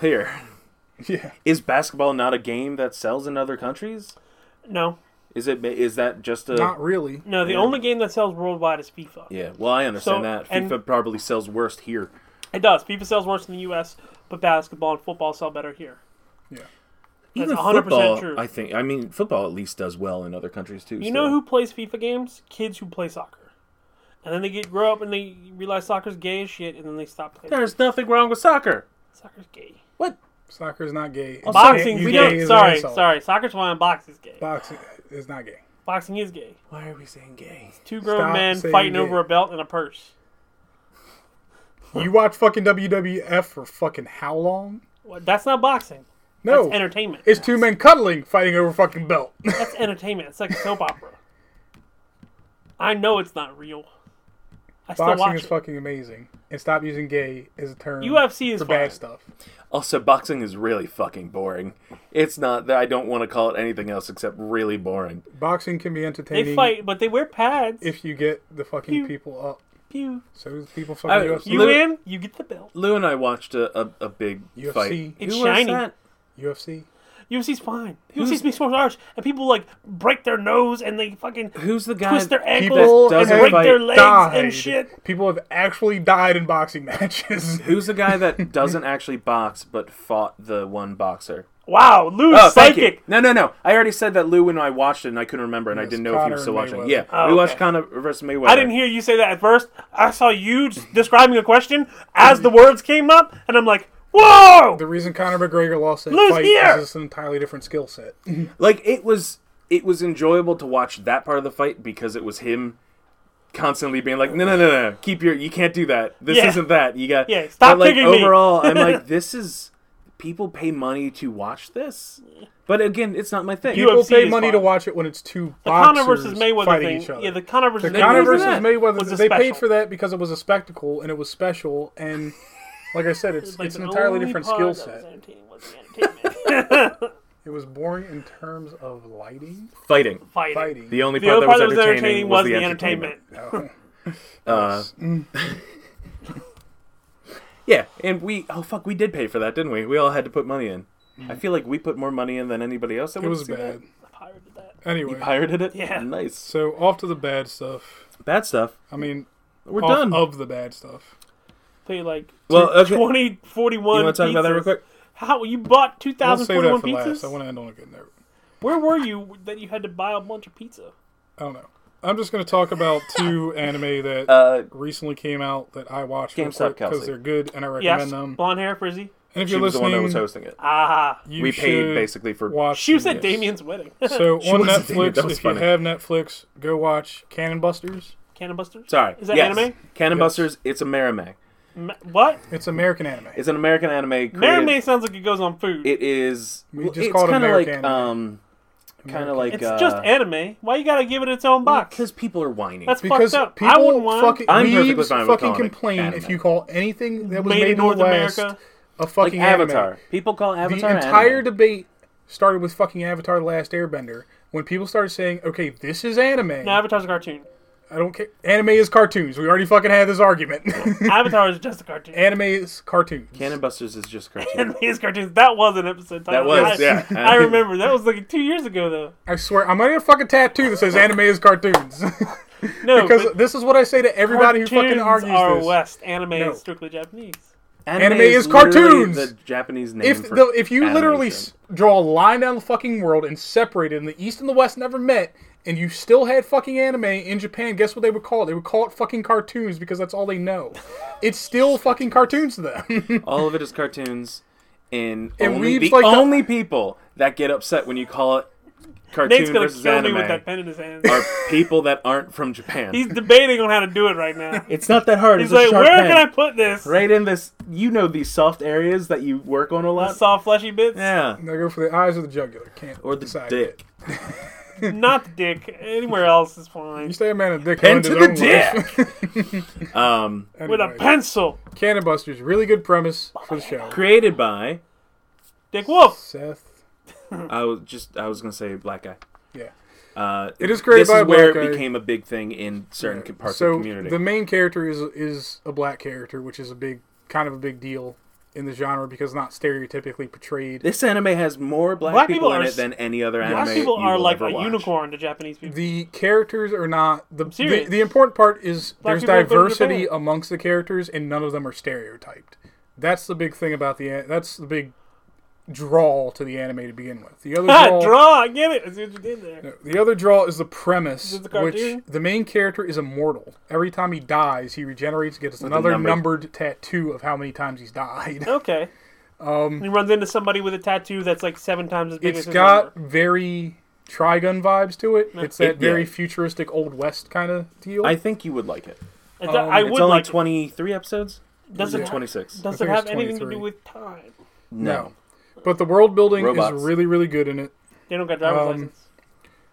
Speaker 2: "Here,
Speaker 1: [laughs]
Speaker 2: [laughs]
Speaker 1: yeah
Speaker 2: is basketball not a game that sells in other countries?
Speaker 3: No,
Speaker 2: Is it? Is that just a?"
Speaker 1: not really
Speaker 3: no. The only game that sells worldwide is FIFA.
Speaker 2: yeah, well, I understand
Speaker 3: So,
Speaker 2: that.
Speaker 3: and-
Speaker 2: FIFA probably sells worst here.
Speaker 3: It does. FIFA sells worse in the U.S., but basketball and football sell better here.
Speaker 1: yeah
Speaker 3: That's
Speaker 2: Even
Speaker 3: 100%
Speaker 2: football,
Speaker 3: true.
Speaker 2: I think. I mean, football at least does well in other countries too.
Speaker 3: You know who plays FIFA games? Kids who play soccer. And then they get grow up and they realize soccer's gay as shit, and then they stop playing.
Speaker 2: There's nothing wrong with soccer.
Speaker 3: Soccer's gay.
Speaker 2: What?
Speaker 1: soccer's not gay And
Speaker 3: Boxing's
Speaker 1: you
Speaker 3: gay.
Speaker 1: can't use
Speaker 3: Sorry,
Speaker 1: insult.
Speaker 3: sorry. Soccer's fine. Boxing's gay.
Speaker 1: boxing is not gay
Speaker 3: Boxing is gay.
Speaker 2: Why are we saying gay?
Speaker 3: Two grown
Speaker 1: Stop
Speaker 3: men
Speaker 1: saying
Speaker 3: fighting
Speaker 1: gay.
Speaker 3: over a belt and a purse.
Speaker 1: you watch fucking wwf for fucking how long
Speaker 3: What? That's not boxing.
Speaker 1: no
Speaker 3: It's entertainment.
Speaker 1: it's two men cuddling fighting over fucking
Speaker 3: [laughs]
Speaker 1: belt
Speaker 3: That's entertainment. It's like a soap opera. I know it's not real. I still
Speaker 1: boxing
Speaker 3: watch
Speaker 1: is
Speaker 3: it.
Speaker 1: fucking amazing and stop using gay as a term
Speaker 3: UFC is
Speaker 1: for
Speaker 3: fine.
Speaker 1: bad stuff
Speaker 2: Also, boxing is really fucking boring. It's not that I don't want to call it anything else except really boring.
Speaker 1: boxing can be entertaining
Speaker 3: They fight, but they wear pads.
Speaker 1: if you get the fucking
Speaker 3: You-
Speaker 1: people up.
Speaker 3: you
Speaker 1: So the people
Speaker 2: I-
Speaker 1: fucking UFC,
Speaker 3: you
Speaker 2: Lit-
Speaker 3: in, you get the belt.
Speaker 2: Lou and I watched a, a, a big
Speaker 1: UFC.
Speaker 2: fight.
Speaker 3: It's
Speaker 2: Who was
Speaker 3: shiny.
Speaker 2: that?
Speaker 1: UFC.
Speaker 3: UFC's fine. UFC's mixed martial arts, and people like break their nose and they fucking
Speaker 2: Who's the guy?
Speaker 3: twist their
Speaker 1: People
Speaker 3: ankles and
Speaker 2: doesn't
Speaker 3: break
Speaker 2: fight
Speaker 3: their legs
Speaker 1: Died.
Speaker 3: and shit.
Speaker 1: People have actually died in boxing [laughs] matches.
Speaker 2: Who's the guy that doesn't actually box but fought the one boxer?
Speaker 3: Wow, Lou's
Speaker 2: Oh, thank you.
Speaker 3: psychic.
Speaker 2: No, no, no. I already said that Lou and I watched it and I couldn't remember and I
Speaker 1: Yes,
Speaker 2: didn't know if he
Speaker 1: Conor
Speaker 2: was still
Speaker 1: and
Speaker 2: watching.
Speaker 1: Mayweather.
Speaker 2: Yeah,
Speaker 3: Oh,
Speaker 2: we
Speaker 3: okay.
Speaker 2: watched Conor versus Mayweather.
Speaker 3: I didn't hear you say that at first. I saw
Speaker 1: [laughs]
Speaker 3: you s- describing a question as the words came up, and I'm like, whoa!
Speaker 1: The reason Conor McGregor lost that
Speaker 3: Lose
Speaker 1: fight
Speaker 3: here!
Speaker 1: is it's an entirely different skill
Speaker 3: [laughs]
Speaker 1: set.
Speaker 2: like it was it was enjoyable to watch that part of the fight because it was him constantly being like no no no no keep your you can't do that this
Speaker 3: Yeah.
Speaker 2: isn't that you got
Speaker 3: Yeah, stop
Speaker 2: but like
Speaker 3: kicking me.
Speaker 2: overall i'm
Speaker 3: [laughs]
Speaker 2: like this is people pay money to watch this but again it's not my thing
Speaker 3: You-
Speaker 1: People
Speaker 3: UFC
Speaker 1: pay
Speaker 3: is
Speaker 1: money
Speaker 3: fine.
Speaker 1: to watch it when it's two
Speaker 3: The Conor
Speaker 1: boxers
Speaker 3: versus Mayweather
Speaker 1: fighting
Speaker 3: thing.
Speaker 1: each other.
Speaker 3: Yeah, the Conor versus
Speaker 1: The Conor
Speaker 3: Mayweather
Speaker 1: versus
Speaker 2: that
Speaker 1: Mayweather.
Speaker 3: was a
Speaker 1: They paid
Speaker 3: special.
Speaker 1: for that because it was a spectacle and it was special. And like I
Speaker 3: [laughs]
Speaker 1: said, it's
Speaker 3: Like,
Speaker 1: it's
Speaker 3: the
Speaker 1: an entirely
Speaker 3: only
Speaker 1: different
Speaker 3: part
Speaker 1: skill
Speaker 3: that was
Speaker 1: set.
Speaker 3: entertaining was the
Speaker 1: [laughs]
Speaker 3: entertainment.
Speaker 1: It was boring in terms of lighting,
Speaker 2: fighting
Speaker 3: Fighting.
Speaker 1: fighting.
Speaker 2: the only
Speaker 3: The
Speaker 2: part,
Speaker 3: only part that was
Speaker 2: entertaining,
Speaker 3: entertaining was the Mm. entertainment.
Speaker 1: No.
Speaker 2: [laughs] Uh, yeah and we oh fuck we did pay for that didn't we we all had to put money in
Speaker 3: Mm.
Speaker 2: i feel like we put more money in than anybody else that
Speaker 1: it
Speaker 2: went to
Speaker 1: was
Speaker 2: see that.
Speaker 1: bad.
Speaker 3: I pirated that.
Speaker 1: Anyway,
Speaker 2: pirated it
Speaker 3: Yeah.
Speaker 2: nice
Speaker 1: so off to the bad stuff.
Speaker 2: bad stuff
Speaker 1: I mean,
Speaker 2: we're
Speaker 1: off
Speaker 2: done
Speaker 1: of the bad stuff.
Speaker 3: Pay like
Speaker 2: Well, okay.
Speaker 3: 20, 41
Speaker 2: You want to talk about that real
Speaker 3: pizzas.
Speaker 2: quick?
Speaker 3: How you bought two
Speaker 1: I'll save that
Speaker 3: thousand
Speaker 1: for
Speaker 3: forty-one
Speaker 1: last. I
Speaker 3: pizzas?
Speaker 1: want to end on a good note.
Speaker 3: Where were you that you had to buy a bunch of pizza?
Speaker 1: I don't know. I'm just going to talk
Speaker 2: [laughs]
Speaker 1: about two anime that
Speaker 2: Uh,
Speaker 1: recently came out that I watched
Speaker 2: GameStop
Speaker 1: because
Speaker 2: Kelsey.
Speaker 1: they're good and I recommend
Speaker 3: Yes,
Speaker 1: them.
Speaker 3: blonde hair, frizzy.
Speaker 1: And if
Speaker 2: She
Speaker 1: you're
Speaker 2: was the one
Speaker 1: listening,
Speaker 2: that was hosting it.
Speaker 3: Ah,
Speaker 1: you
Speaker 2: we
Speaker 1: should
Speaker 2: paid basically for.
Speaker 1: watch
Speaker 3: she was
Speaker 1: the-
Speaker 3: at Damien's wedding. [laughs]
Speaker 1: So
Speaker 2: [laughs] She
Speaker 1: on
Speaker 2: was at the-
Speaker 1: Netflix,
Speaker 2: that was
Speaker 1: if
Speaker 2: funny.
Speaker 1: you have Netflix, go watch Cannon Busters.
Speaker 3: Cannon Busters.
Speaker 2: Sorry,
Speaker 3: Is that
Speaker 2: yes.
Speaker 3: anime?
Speaker 2: Cannon
Speaker 1: Yes.
Speaker 2: Busters. It's a merrimack.
Speaker 3: Ma- what?
Speaker 1: It's American anime.
Speaker 2: It's an American anime. Created,
Speaker 3: Mermaid sounds like it goes on food.
Speaker 2: It is.
Speaker 1: We just
Speaker 2: it's
Speaker 1: call it
Speaker 2: kinda
Speaker 1: American
Speaker 2: like
Speaker 1: anime.
Speaker 2: um, kind of
Speaker 1: American.
Speaker 2: like
Speaker 3: it's
Speaker 2: uh,
Speaker 3: just anime. Why you gotta give it its own box?
Speaker 2: because people are whining.
Speaker 3: That's
Speaker 1: because
Speaker 3: fucked up.
Speaker 1: people
Speaker 3: I wouldn't want
Speaker 1: fucking
Speaker 2: I'm perfectly
Speaker 1: weebs
Speaker 2: fine with
Speaker 1: fucking
Speaker 2: calling it
Speaker 1: complain if
Speaker 2: anime.
Speaker 1: you call anything that was
Speaker 3: Made
Speaker 1: made,
Speaker 3: in
Speaker 1: in
Speaker 3: North
Speaker 1: the West
Speaker 3: America.
Speaker 1: a
Speaker 2: like
Speaker 1: fucking
Speaker 2: Avatar.
Speaker 1: Anime.
Speaker 2: People call
Speaker 1: The
Speaker 2: Avatar
Speaker 1: entire
Speaker 2: anime.
Speaker 1: debate started with fucking Avatar: The Last Airbender. When people started saying, "Okay, this is anime,"
Speaker 3: No, Avatar's a cartoon.
Speaker 1: I don't care. Anime is cartoons. We already fucking had this
Speaker 3: [laughs]
Speaker 1: argument. [laughs]
Speaker 3: Avatar is just a cartoon.
Speaker 1: anime is cartoons.
Speaker 2: Cannon Busters is just a cartoon.
Speaker 3: [laughs] Anime is cartoons. That was an episode.
Speaker 2: That
Speaker 3: title.
Speaker 2: was,
Speaker 3: I,
Speaker 2: yeah.
Speaker 3: [laughs] I remember. That was like two years ago though.
Speaker 1: I swear, I'm gonna get a fucking tattoo that says "Anime is cartoons" [laughs]
Speaker 3: No,
Speaker 1: because
Speaker 3: but
Speaker 1: this is what I say to everybody who fucking
Speaker 3: cartoons
Speaker 1: argues
Speaker 3: are
Speaker 1: this.
Speaker 3: West. Anime
Speaker 1: No.
Speaker 3: is strictly Japanese.
Speaker 1: Anime is
Speaker 2: literally
Speaker 1: cartoons!
Speaker 2: The Japanese name.
Speaker 1: if
Speaker 2: for
Speaker 1: the, if you literally
Speaker 2: animation.
Speaker 1: s- draw a line down the fucking world and separate it, and the East and the West never met, and you still had fucking anime in Japan, guess what they would call it? They would call it fucking cartoons because that's all they know. It's
Speaker 2: [laughs]
Speaker 1: still fucking cartoons to them. [laughs]
Speaker 2: all of it is cartoons, and,
Speaker 1: And
Speaker 2: only,
Speaker 1: weebs
Speaker 2: the
Speaker 1: like the-
Speaker 2: only people that get upset when you call it
Speaker 3: Nate's
Speaker 2: cartoon
Speaker 3: gonna
Speaker 2: versus
Speaker 3: kill me with that
Speaker 2: anime
Speaker 3: pen in his hand.
Speaker 2: are people that aren't from Japan.
Speaker 3: He's debating on how to do it right now.
Speaker 2: it's not that hard. it's
Speaker 3: He's
Speaker 2: a
Speaker 3: like,
Speaker 2: sharp
Speaker 3: where
Speaker 2: pen.
Speaker 3: can I put this?
Speaker 2: Right in this, you know these soft areas that you work on a
Speaker 3: The
Speaker 2: lot.
Speaker 3: soft fleshy bits.
Speaker 2: Yeah,
Speaker 1: they go for the eyes or the jugular. Can't
Speaker 2: or the
Speaker 1: decide.
Speaker 2: dick.
Speaker 3: Not the dick. Anywhere else is
Speaker 1: You
Speaker 3: fine.
Speaker 1: stay a man of dick.
Speaker 2: Pen
Speaker 1: runs
Speaker 2: to
Speaker 1: his
Speaker 2: the
Speaker 1: own life.
Speaker 2: [laughs] Um,
Speaker 1: [laughs]
Speaker 3: With a
Speaker 1: Anyway,
Speaker 3: pencil.
Speaker 1: Cannon Busters, really good premise for the show.
Speaker 2: created by
Speaker 3: Dick Wolf.
Speaker 1: Seth,
Speaker 2: I was just I was gonna say black guy.
Speaker 1: yeah.
Speaker 2: Uh,
Speaker 1: It is created
Speaker 2: this
Speaker 1: by
Speaker 2: is
Speaker 1: a
Speaker 2: where
Speaker 1: black
Speaker 2: it
Speaker 1: guy.
Speaker 2: became a big thing in certain co- parts
Speaker 1: so
Speaker 2: of the community.
Speaker 1: the main character is is a black character, which is a big kind of a big deal in the genre because not stereotypically portrayed.
Speaker 2: this anime has more black,
Speaker 3: Black
Speaker 2: people,
Speaker 3: people
Speaker 2: in
Speaker 3: are
Speaker 2: it
Speaker 3: s-
Speaker 2: than any other anime.
Speaker 3: Black people
Speaker 2: you
Speaker 3: are
Speaker 2: will
Speaker 3: like
Speaker 2: ever
Speaker 3: a
Speaker 2: watch.
Speaker 3: unicorn to
Speaker 1: [laughs]
Speaker 3: Japanese people.
Speaker 1: the characters are not the the,
Speaker 3: serious.
Speaker 1: the important part is
Speaker 3: Black
Speaker 1: there's
Speaker 3: people don't go to
Speaker 1: diversity
Speaker 3: Japan.
Speaker 1: amongst the characters and none of them are stereotyped. That's the big thing about the an- that's the big draw to the anime to begin with. The
Speaker 3: [laughs]
Speaker 1: other
Speaker 3: Ah,
Speaker 1: draw,
Speaker 3: draw. I get it. I see what you did there.
Speaker 1: the other draw is the premise,
Speaker 3: Is it the
Speaker 1: which
Speaker 3: cartoon?
Speaker 1: the main character is immortal. Every time he dies, he regenerates, gets
Speaker 2: a
Speaker 1: another
Speaker 2: numbered-
Speaker 1: numbered tattoo of how many times he's
Speaker 3: [laughs]
Speaker 1: died.
Speaker 3: Okay. Um, he runs into somebody with a tattoo that's like seven times as big as
Speaker 1: it's
Speaker 3: his
Speaker 1: got
Speaker 3: number.
Speaker 1: very Trigun vibes to it. It's that
Speaker 2: It- yeah.
Speaker 1: very futuristic Old West kind of deal.
Speaker 2: I think you would like it.
Speaker 3: It's- I
Speaker 2: It's
Speaker 3: would
Speaker 2: only
Speaker 3: like.
Speaker 2: 23 episodes.
Speaker 3: does it,
Speaker 2: Twenty six.
Speaker 3: does
Speaker 1: I
Speaker 3: it
Speaker 1: think it's
Speaker 3: have anything to
Speaker 1: 23.
Speaker 3: do with time?
Speaker 1: no. But the world building
Speaker 2: Robots.
Speaker 1: is really, really good in it.
Speaker 3: They don't got driver's
Speaker 1: Um,
Speaker 3: license.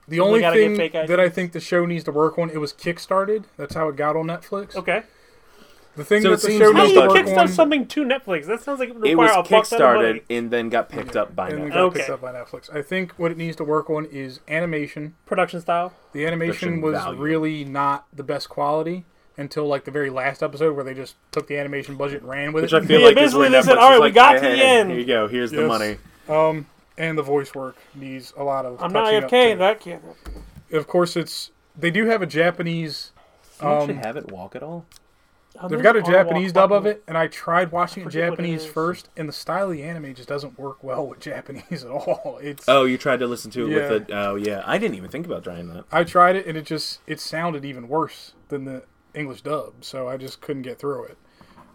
Speaker 1: The only
Speaker 3: gotta get
Speaker 1: thing
Speaker 3: fake IDs.
Speaker 1: that I think the show needs to work on, it was kickstarted. That's how it got on Netflix.
Speaker 3: Okay.
Speaker 1: The thing
Speaker 2: So it
Speaker 1: that the
Speaker 2: seems
Speaker 1: show
Speaker 2: no
Speaker 3: How
Speaker 1: needs
Speaker 3: do
Speaker 1: to
Speaker 3: you
Speaker 2: budget.
Speaker 1: work
Speaker 3: kickstart
Speaker 1: on,
Speaker 3: something to Netflix? That sounds like it would
Speaker 2: It
Speaker 3: require
Speaker 2: was
Speaker 3: a fuck ton of money.
Speaker 2: kickstarted and then got picked up by
Speaker 1: and it
Speaker 2: Netflix.
Speaker 1: got
Speaker 3: Okay.
Speaker 1: picked up by Netflix. I think what it needs to work on is animation.
Speaker 3: Production style.
Speaker 1: The animation
Speaker 2: Production
Speaker 1: was
Speaker 2: value.
Speaker 1: really not the best quality until like the very last episode where they just took the animation budget and ran with
Speaker 2: Which
Speaker 1: it.
Speaker 2: I feel
Speaker 3: Yeah,
Speaker 2: like is where
Speaker 3: basically they said,
Speaker 2: Netflix
Speaker 3: "All right,
Speaker 2: was
Speaker 3: we
Speaker 2: like,
Speaker 3: got
Speaker 2: hey,
Speaker 3: to the
Speaker 2: hey,
Speaker 3: end."
Speaker 2: Here you go. Here's the
Speaker 1: Yes.
Speaker 2: money.
Speaker 1: Um, [laughs] and the voice work needs a lot of.
Speaker 3: I'm not
Speaker 1: touching up
Speaker 3: AFK.
Speaker 1: to.
Speaker 3: That can't.
Speaker 1: Of course, it's they do have a Japanese.
Speaker 2: Do
Speaker 1: Um,
Speaker 2: you actually have it walk at all?
Speaker 1: They've got a Japanese dub of it, and I tried watching it
Speaker 3: forget what it
Speaker 1: Japanese
Speaker 3: is.
Speaker 1: first, and the style of the anime just doesn't work well with [laughs] Japanese at all. It's
Speaker 2: Oh, you tried to listen to it
Speaker 1: Yeah.
Speaker 2: with the. Oh, yeah. I didn't even think about trying that.
Speaker 1: I tried it, and it just it sounded even worse than the English dub, so I just couldn't get through it.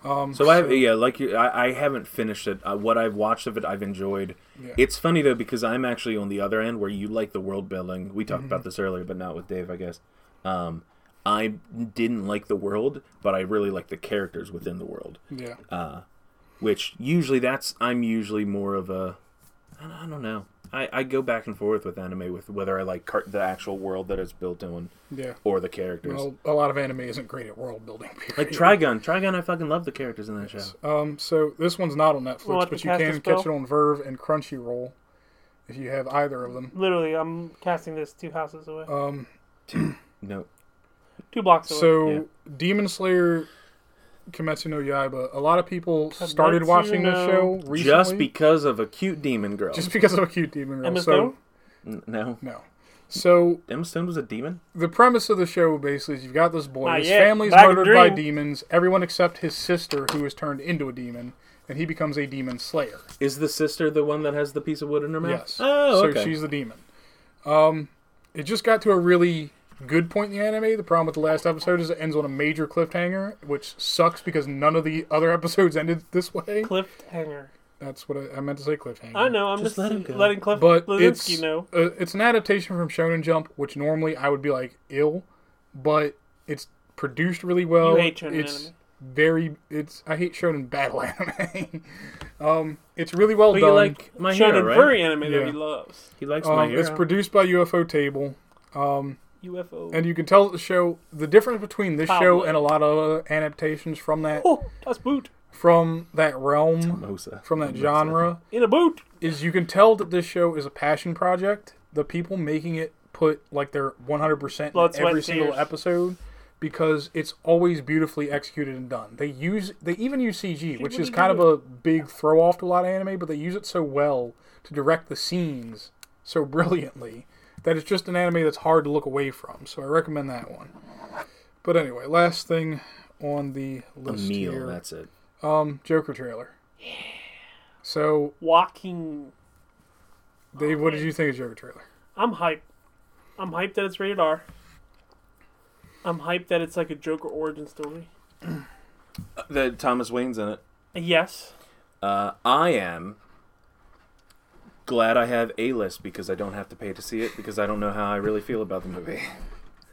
Speaker 2: So I yeah, like you, I, I haven't finished it. Uh, what I've watched of it, I've enjoyed. It's funny though because I'm actually on the other end where you like the world building. We talked about this earlier, but not with Dave, I guess. Um, I didn't like the world, but I really like the characters within the world.
Speaker 1: Yeah,
Speaker 2: Uh. Which usually that's I'm usually more of a I don't, I don't know. I, I go back and forth with anime with whether I like car- the actual world that it's built on
Speaker 1: yeah.
Speaker 2: or the characters.
Speaker 1: Well, a lot of anime isn't great at world building. [laughs] Period.
Speaker 2: like Trigun, Trigun, I fucking love the characters in that show.
Speaker 1: Um, so this one's not on Netflix,
Speaker 3: Well, I
Speaker 1: but
Speaker 3: can
Speaker 1: you
Speaker 3: cast a
Speaker 1: can
Speaker 3: spell.
Speaker 1: catch it on Verve and Crunchyroll if you have either of them.
Speaker 3: Literally, I'm casting this two houses away,
Speaker 1: Um,
Speaker 2: No,
Speaker 3: two blocks away.
Speaker 1: so
Speaker 2: Yeah.
Speaker 1: Demon Slayer, Kimetsu no Yaiba. A lot of people started
Speaker 3: Kimetsu
Speaker 1: watching this
Speaker 3: no-
Speaker 1: show recently
Speaker 2: just because of a cute demon girl.
Speaker 1: just because of a cute demon girl.
Speaker 3: Emma
Speaker 1: so
Speaker 3: Stone?
Speaker 2: N- no,
Speaker 1: no. So
Speaker 2: Emma Stone was a demon.
Speaker 1: the premise of the show basically is you've got this boy,
Speaker 3: Not
Speaker 1: his
Speaker 3: yet.
Speaker 1: family's
Speaker 3: Black
Speaker 1: murdered by
Speaker 3: Dream.
Speaker 1: demons, everyone except his sister who is turned into a demon, and he becomes a demon slayer.
Speaker 2: Is the sister the one that has the piece of wood in her mouth?
Speaker 1: Yes.
Speaker 2: Oh,
Speaker 1: so
Speaker 2: okay.
Speaker 1: she's the demon. Um, it just got to a really good point in the anime. The problem with the last episode is it ends on a [laughs] major cliffhanger, which sucks because none of the other episodes ended this way.
Speaker 3: Cliffhanger.
Speaker 1: That's what I, I meant to say. Cliffhanger.
Speaker 3: I know. I'm just,
Speaker 2: Just let him go.
Speaker 3: letting Cliff
Speaker 1: But
Speaker 3: Blazinski
Speaker 1: it's
Speaker 3: know.
Speaker 1: uh, it's an adaptation from Shonen Jump, which normally I would be like ill, but it's produced really well.
Speaker 3: You hate shonen
Speaker 1: it's
Speaker 3: anime.
Speaker 1: very it's I hate Shonen battle [laughs] anime. um, it's really well
Speaker 2: But
Speaker 1: done.
Speaker 2: you like my hero,
Speaker 3: Shonen
Speaker 2: right?
Speaker 3: Furry anime that
Speaker 1: Yeah.
Speaker 3: he loves.
Speaker 2: He likes my
Speaker 1: um,
Speaker 2: hero.
Speaker 1: it's produced by UFO Table. Um,
Speaker 3: UFO.
Speaker 1: and you can tell that the show the difference between this show
Speaker 3: Probably.
Speaker 1: and a lot of other adaptations from that
Speaker 3: oh, that's boot.
Speaker 1: from that realm
Speaker 2: Mimosa.
Speaker 1: from that
Speaker 2: Mimosa.
Speaker 1: genre
Speaker 3: In a boot.
Speaker 1: is you can tell that this show is a passion project. The people making it put like their 100%
Speaker 3: Blood,
Speaker 1: in
Speaker 3: sweat,
Speaker 1: every single
Speaker 3: tears.
Speaker 1: episode because it's always beautifully executed and done. They use they even use CG, which
Speaker 3: what
Speaker 1: is
Speaker 3: do
Speaker 1: kind
Speaker 3: you
Speaker 1: of a big throw off to a lot of anime, but they use it so well to direct the scenes so [laughs] brilliantly that it's just an anime that's hard to look away from. So I recommend that one. But anyway, last thing on the
Speaker 2: A
Speaker 1: list
Speaker 2: meal.
Speaker 1: here,
Speaker 2: That's it.
Speaker 1: um, Joker trailer. So
Speaker 3: Walking.
Speaker 1: Dave, what did you think of Joker trailer?
Speaker 3: I'm hyped. I'm hyped that it's rated R. I'm hyped that it's like a Joker origin story.
Speaker 2: That Thomas Wayne's in it.
Speaker 3: Yes.
Speaker 2: Uh, I am glad I have a list because I don't have to pay to see it because I don't know how I really feel about
Speaker 1: [laughs]
Speaker 2: the movie.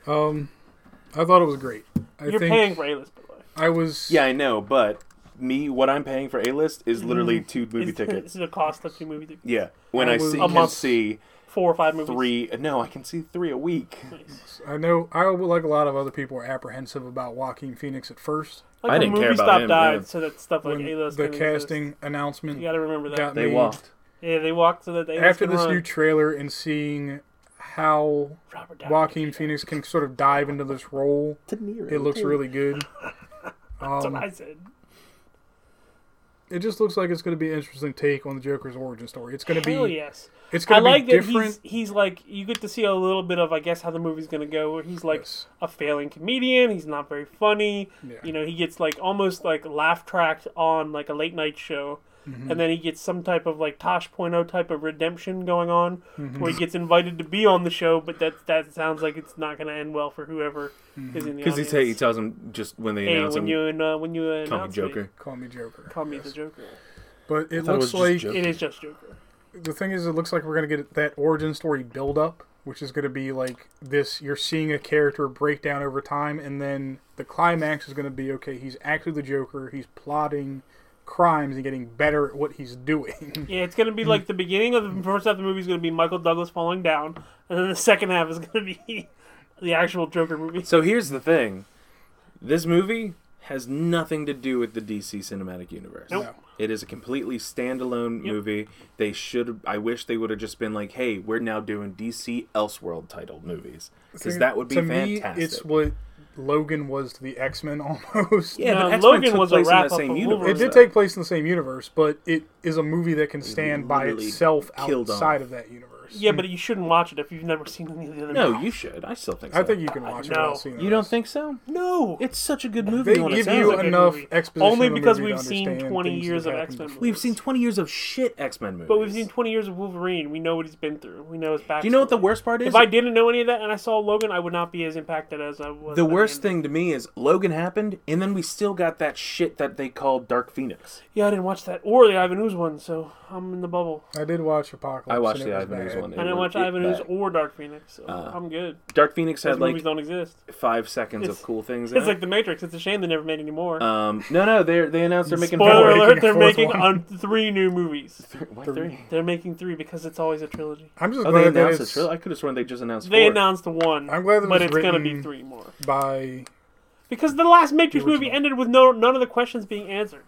Speaker 1: Um, I thought it was great. I
Speaker 3: You're
Speaker 1: think
Speaker 3: paying for A-list, by the way.
Speaker 1: I was.
Speaker 2: Yeah, I know, but me, what I'm paying for a list is literally two movie
Speaker 3: It's- This
Speaker 2: tickets.
Speaker 3: is the cost of two movie tickets.
Speaker 2: Yeah, when
Speaker 1: I
Speaker 2: I
Speaker 1: was-
Speaker 2: see
Speaker 1: A
Speaker 2: can
Speaker 3: month.
Speaker 2: see
Speaker 3: Four or five movies.
Speaker 2: three. No, I can see three a week.
Speaker 3: Nice.
Speaker 1: I know. I like a lot of other people are apprehensive about Joaquin Phoenix at first
Speaker 3: Like
Speaker 2: I
Speaker 3: when
Speaker 2: didn't care
Speaker 3: Movie
Speaker 2: about
Speaker 3: Stop
Speaker 2: him,
Speaker 3: died,
Speaker 2: yeah.
Speaker 3: so that stuff like
Speaker 1: when
Speaker 3: A-list.
Speaker 1: the
Speaker 3: didn't exist.
Speaker 1: casting announcement.
Speaker 3: You gotta remember that.
Speaker 1: got
Speaker 2: They
Speaker 1: made.
Speaker 2: walked.
Speaker 3: Yeah, they walked to the A-list
Speaker 1: After
Speaker 3: can
Speaker 1: this
Speaker 3: run.
Speaker 1: new trailer and seeing how
Speaker 3: Robert Downey
Speaker 1: Joaquin
Speaker 3: Jr.
Speaker 1: Phoenix can sort of dive into this role, it looks really good.
Speaker 3: [laughs] That's
Speaker 1: Um,
Speaker 3: what I said.
Speaker 1: it just looks like it's going to be an interesting take on the Joker's origin story. It's going to
Speaker 3: Hell
Speaker 1: be.
Speaker 3: yes.
Speaker 1: It's
Speaker 3: I
Speaker 1: going to be
Speaker 3: like that
Speaker 1: different.
Speaker 3: he's he's like you get to see a little bit of I guess how the movie's gonna go. Where he's like
Speaker 1: Yes.
Speaker 3: a failing comedian. He's not very funny.
Speaker 1: Yeah.
Speaker 3: You know, he gets like almost like laugh tracked on like a late night show,
Speaker 1: Mm. Mm-hmm.
Speaker 3: and then he gets some type of like Tosh.0 type of redemption going on,
Speaker 1: Mm-hmm.
Speaker 3: where he gets invited to be on the show, but that that sounds like it's not gonna end well for whoever is in the
Speaker 2: Because
Speaker 3: audience.
Speaker 2: he, ta- he tells him just when they
Speaker 3: hey,
Speaker 2: announce
Speaker 3: when
Speaker 2: him,
Speaker 3: you and uh, when you announce
Speaker 2: call me
Speaker 3: me,
Speaker 2: Joker.
Speaker 1: Call me Joker.
Speaker 3: call me
Speaker 1: Yes.
Speaker 3: the Joker.
Speaker 1: But it
Speaker 2: thought it
Speaker 1: looks
Speaker 2: was just
Speaker 1: like
Speaker 2: Joker.
Speaker 3: It is just Joker.
Speaker 1: the thing is, it looks like we're gonna get that origin story build up, which is gonna be like this: you're seeing a character break down over time, and then the climax is gonna be okay. He's actually the Joker. He's plotting crimes and getting better at what he's
Speaker 2: [laughs]
Speaker 1: doing.
Speaker 3: Yeah, it's gonna be like the beginning of the first half of the movie is gonna be Michael Douglas falling down, and then the second half is gonna be [laughs] the actual Joker movie.
Speaker 2: So here's the thing: this movie has nothing to do with the DC cinematic universe.
Speaker 3: Nope.
Speaker 1: No.
Speaker 2: It is a completely standalone
Speaker 3: Yep.
Speaker 2: movie. They should. I wish they would have just been like, "Hey, we're now doing DC Elseworld titled movies," because that would be
Speaker 1: to
Speaker 2: fantastic.
Speaker 1: me, it's what Logan was to the X Men [laughs] almost.
Speaker 2: yeah, uh,
Speaker 3: No,
Speaker 2: but X-Men
Speaker 3: Logan
Speaker 2: took
Speaker 3: was a
Speaker 2: place in
Speaker 3: wrap-up
Speaker 2: that same
Speaker 3: of
Speaker 2: universe.
Speaker 1: It
Speaker 3: Wolverine.
Speaker 1: did take place in the same universe, but it is a movie that can stand by
Speaker 2: literally
Speaker 1: itself
Speaker 2: killed off.
Speaker 1: outside of that universe.
Speaker 3: Yeah, but you shouldn't watch it if you've never seen any of the other.
Speaker 2: No,
Speaker 3: movies.
Speaker 2: you should. I still think. So.
Speaker 1: I think you can watch it
Speaker 3: No.
Speaker 1: without seeing
Speaker 2: You
Speaker 1: the
Speaker 2: don't
Speaker 1: rest.
Speaker 2: think so?
Speaker 3: no.
Speaker 2: It's such a good movie.
Speaker 1: They
Speaker 2: on its
Speaker 1: give
Speaker 2: own.
Speaker 1: you
Speaker 3: a good
Speaker 1: enough
Speaker 3: movie.
Speaker 1: exposition
Speaker 3: Only
Speaker 1: in the
Speaker 3: because
Speaker 1: movie to
Speaker 3: we've seen
Speaker 1: understand
Speaker 3: 20
Speaker 1: things that
Speaker 3: years of
Speaker 1: happened
Speaker 3: X-Men
Speaker 1: before.
Speaker 2: We've seen 20 years of shit X-Men movies.
Speaker 3: but we've seen 20 years of Wolverine. We know what he's been through. We know his backstory.
Speaker 2: Do you know what the worst part is?
Speaker 3: If I didn't know any of that and I saw Logan, I would not be as impacted as I was.
Speaker 2: The
Speaker 3: at
Speaker 2: worst
Speaker 3: end.
Speaker 2: thing to me is Logan happened, and then we still got that shit that they called Dark Phoenix.
Speaker 3: Yeah, I didn't watch that or the Ivan Ooze one, so I'm in the bubble.
Speaker 1: I did watch Apocalypse.
Speaker 2: I watched
Speaker 1: and it
Speaker 2: the
Speaker 1: was
Speaker 2: Ivan Ooze
Speaker 1: bad.
Speaker 2: one. It
Speaker 3: I didn't
Speaker 2: was-
Speaker 3: watch
Speaker 2: it
Speaker 3: Ivan Ooze
Speaker 2: bad.
Speaker 3: or Dark Phoenix, so I'm good.
Speaker 2: Dark Phoenix
Speaker 3: Those
Speaker 2: had Uh, like
Speaker 3: movies don't exist.
Speaker 2: five seconds of
Speaker 3: It's-
Speaker 2: cool things. In
Speaker 3: It's
Speaker 2: it.
Speaker 3: like The Matrix. It's a shame they never made any more.
Speaker 2: um, no, no, they they announced they're making
Speaker 1: They're
Speaker 2: four.
Speaker 3: Spoiler
Speaker 1: making
Speaker 3: alert,
Speaker 1: a
Speaker 3: they're
Speaker 1: fourth
Speaker 3: making
Speaker 1: one.
Speaker 3: on three new movies.
Speaker 2: What, [laughs] three?
Speaker 3: They're making three because it's always a trilogy.
Speaker 1: I'm just
Speaker 2: Oh, they
Speaker 1: glad that
Speaker 2: announced a
Speaker 1: it's
Speaker 2: trailer. I could have sworn they just announced
Speaker 3: They
Speaker 2: four.
Speaker 3: announced one,
Speaker 1: I'm glad it was
Speaker 3: but it's going to be
Speaker 1: written-
Speaker 3: three more.
Speaker 1: by.
Speaker 3: Because the last Matrix
Speaker 1: The
Speaker 3: movie ended with no none of the questions being answered.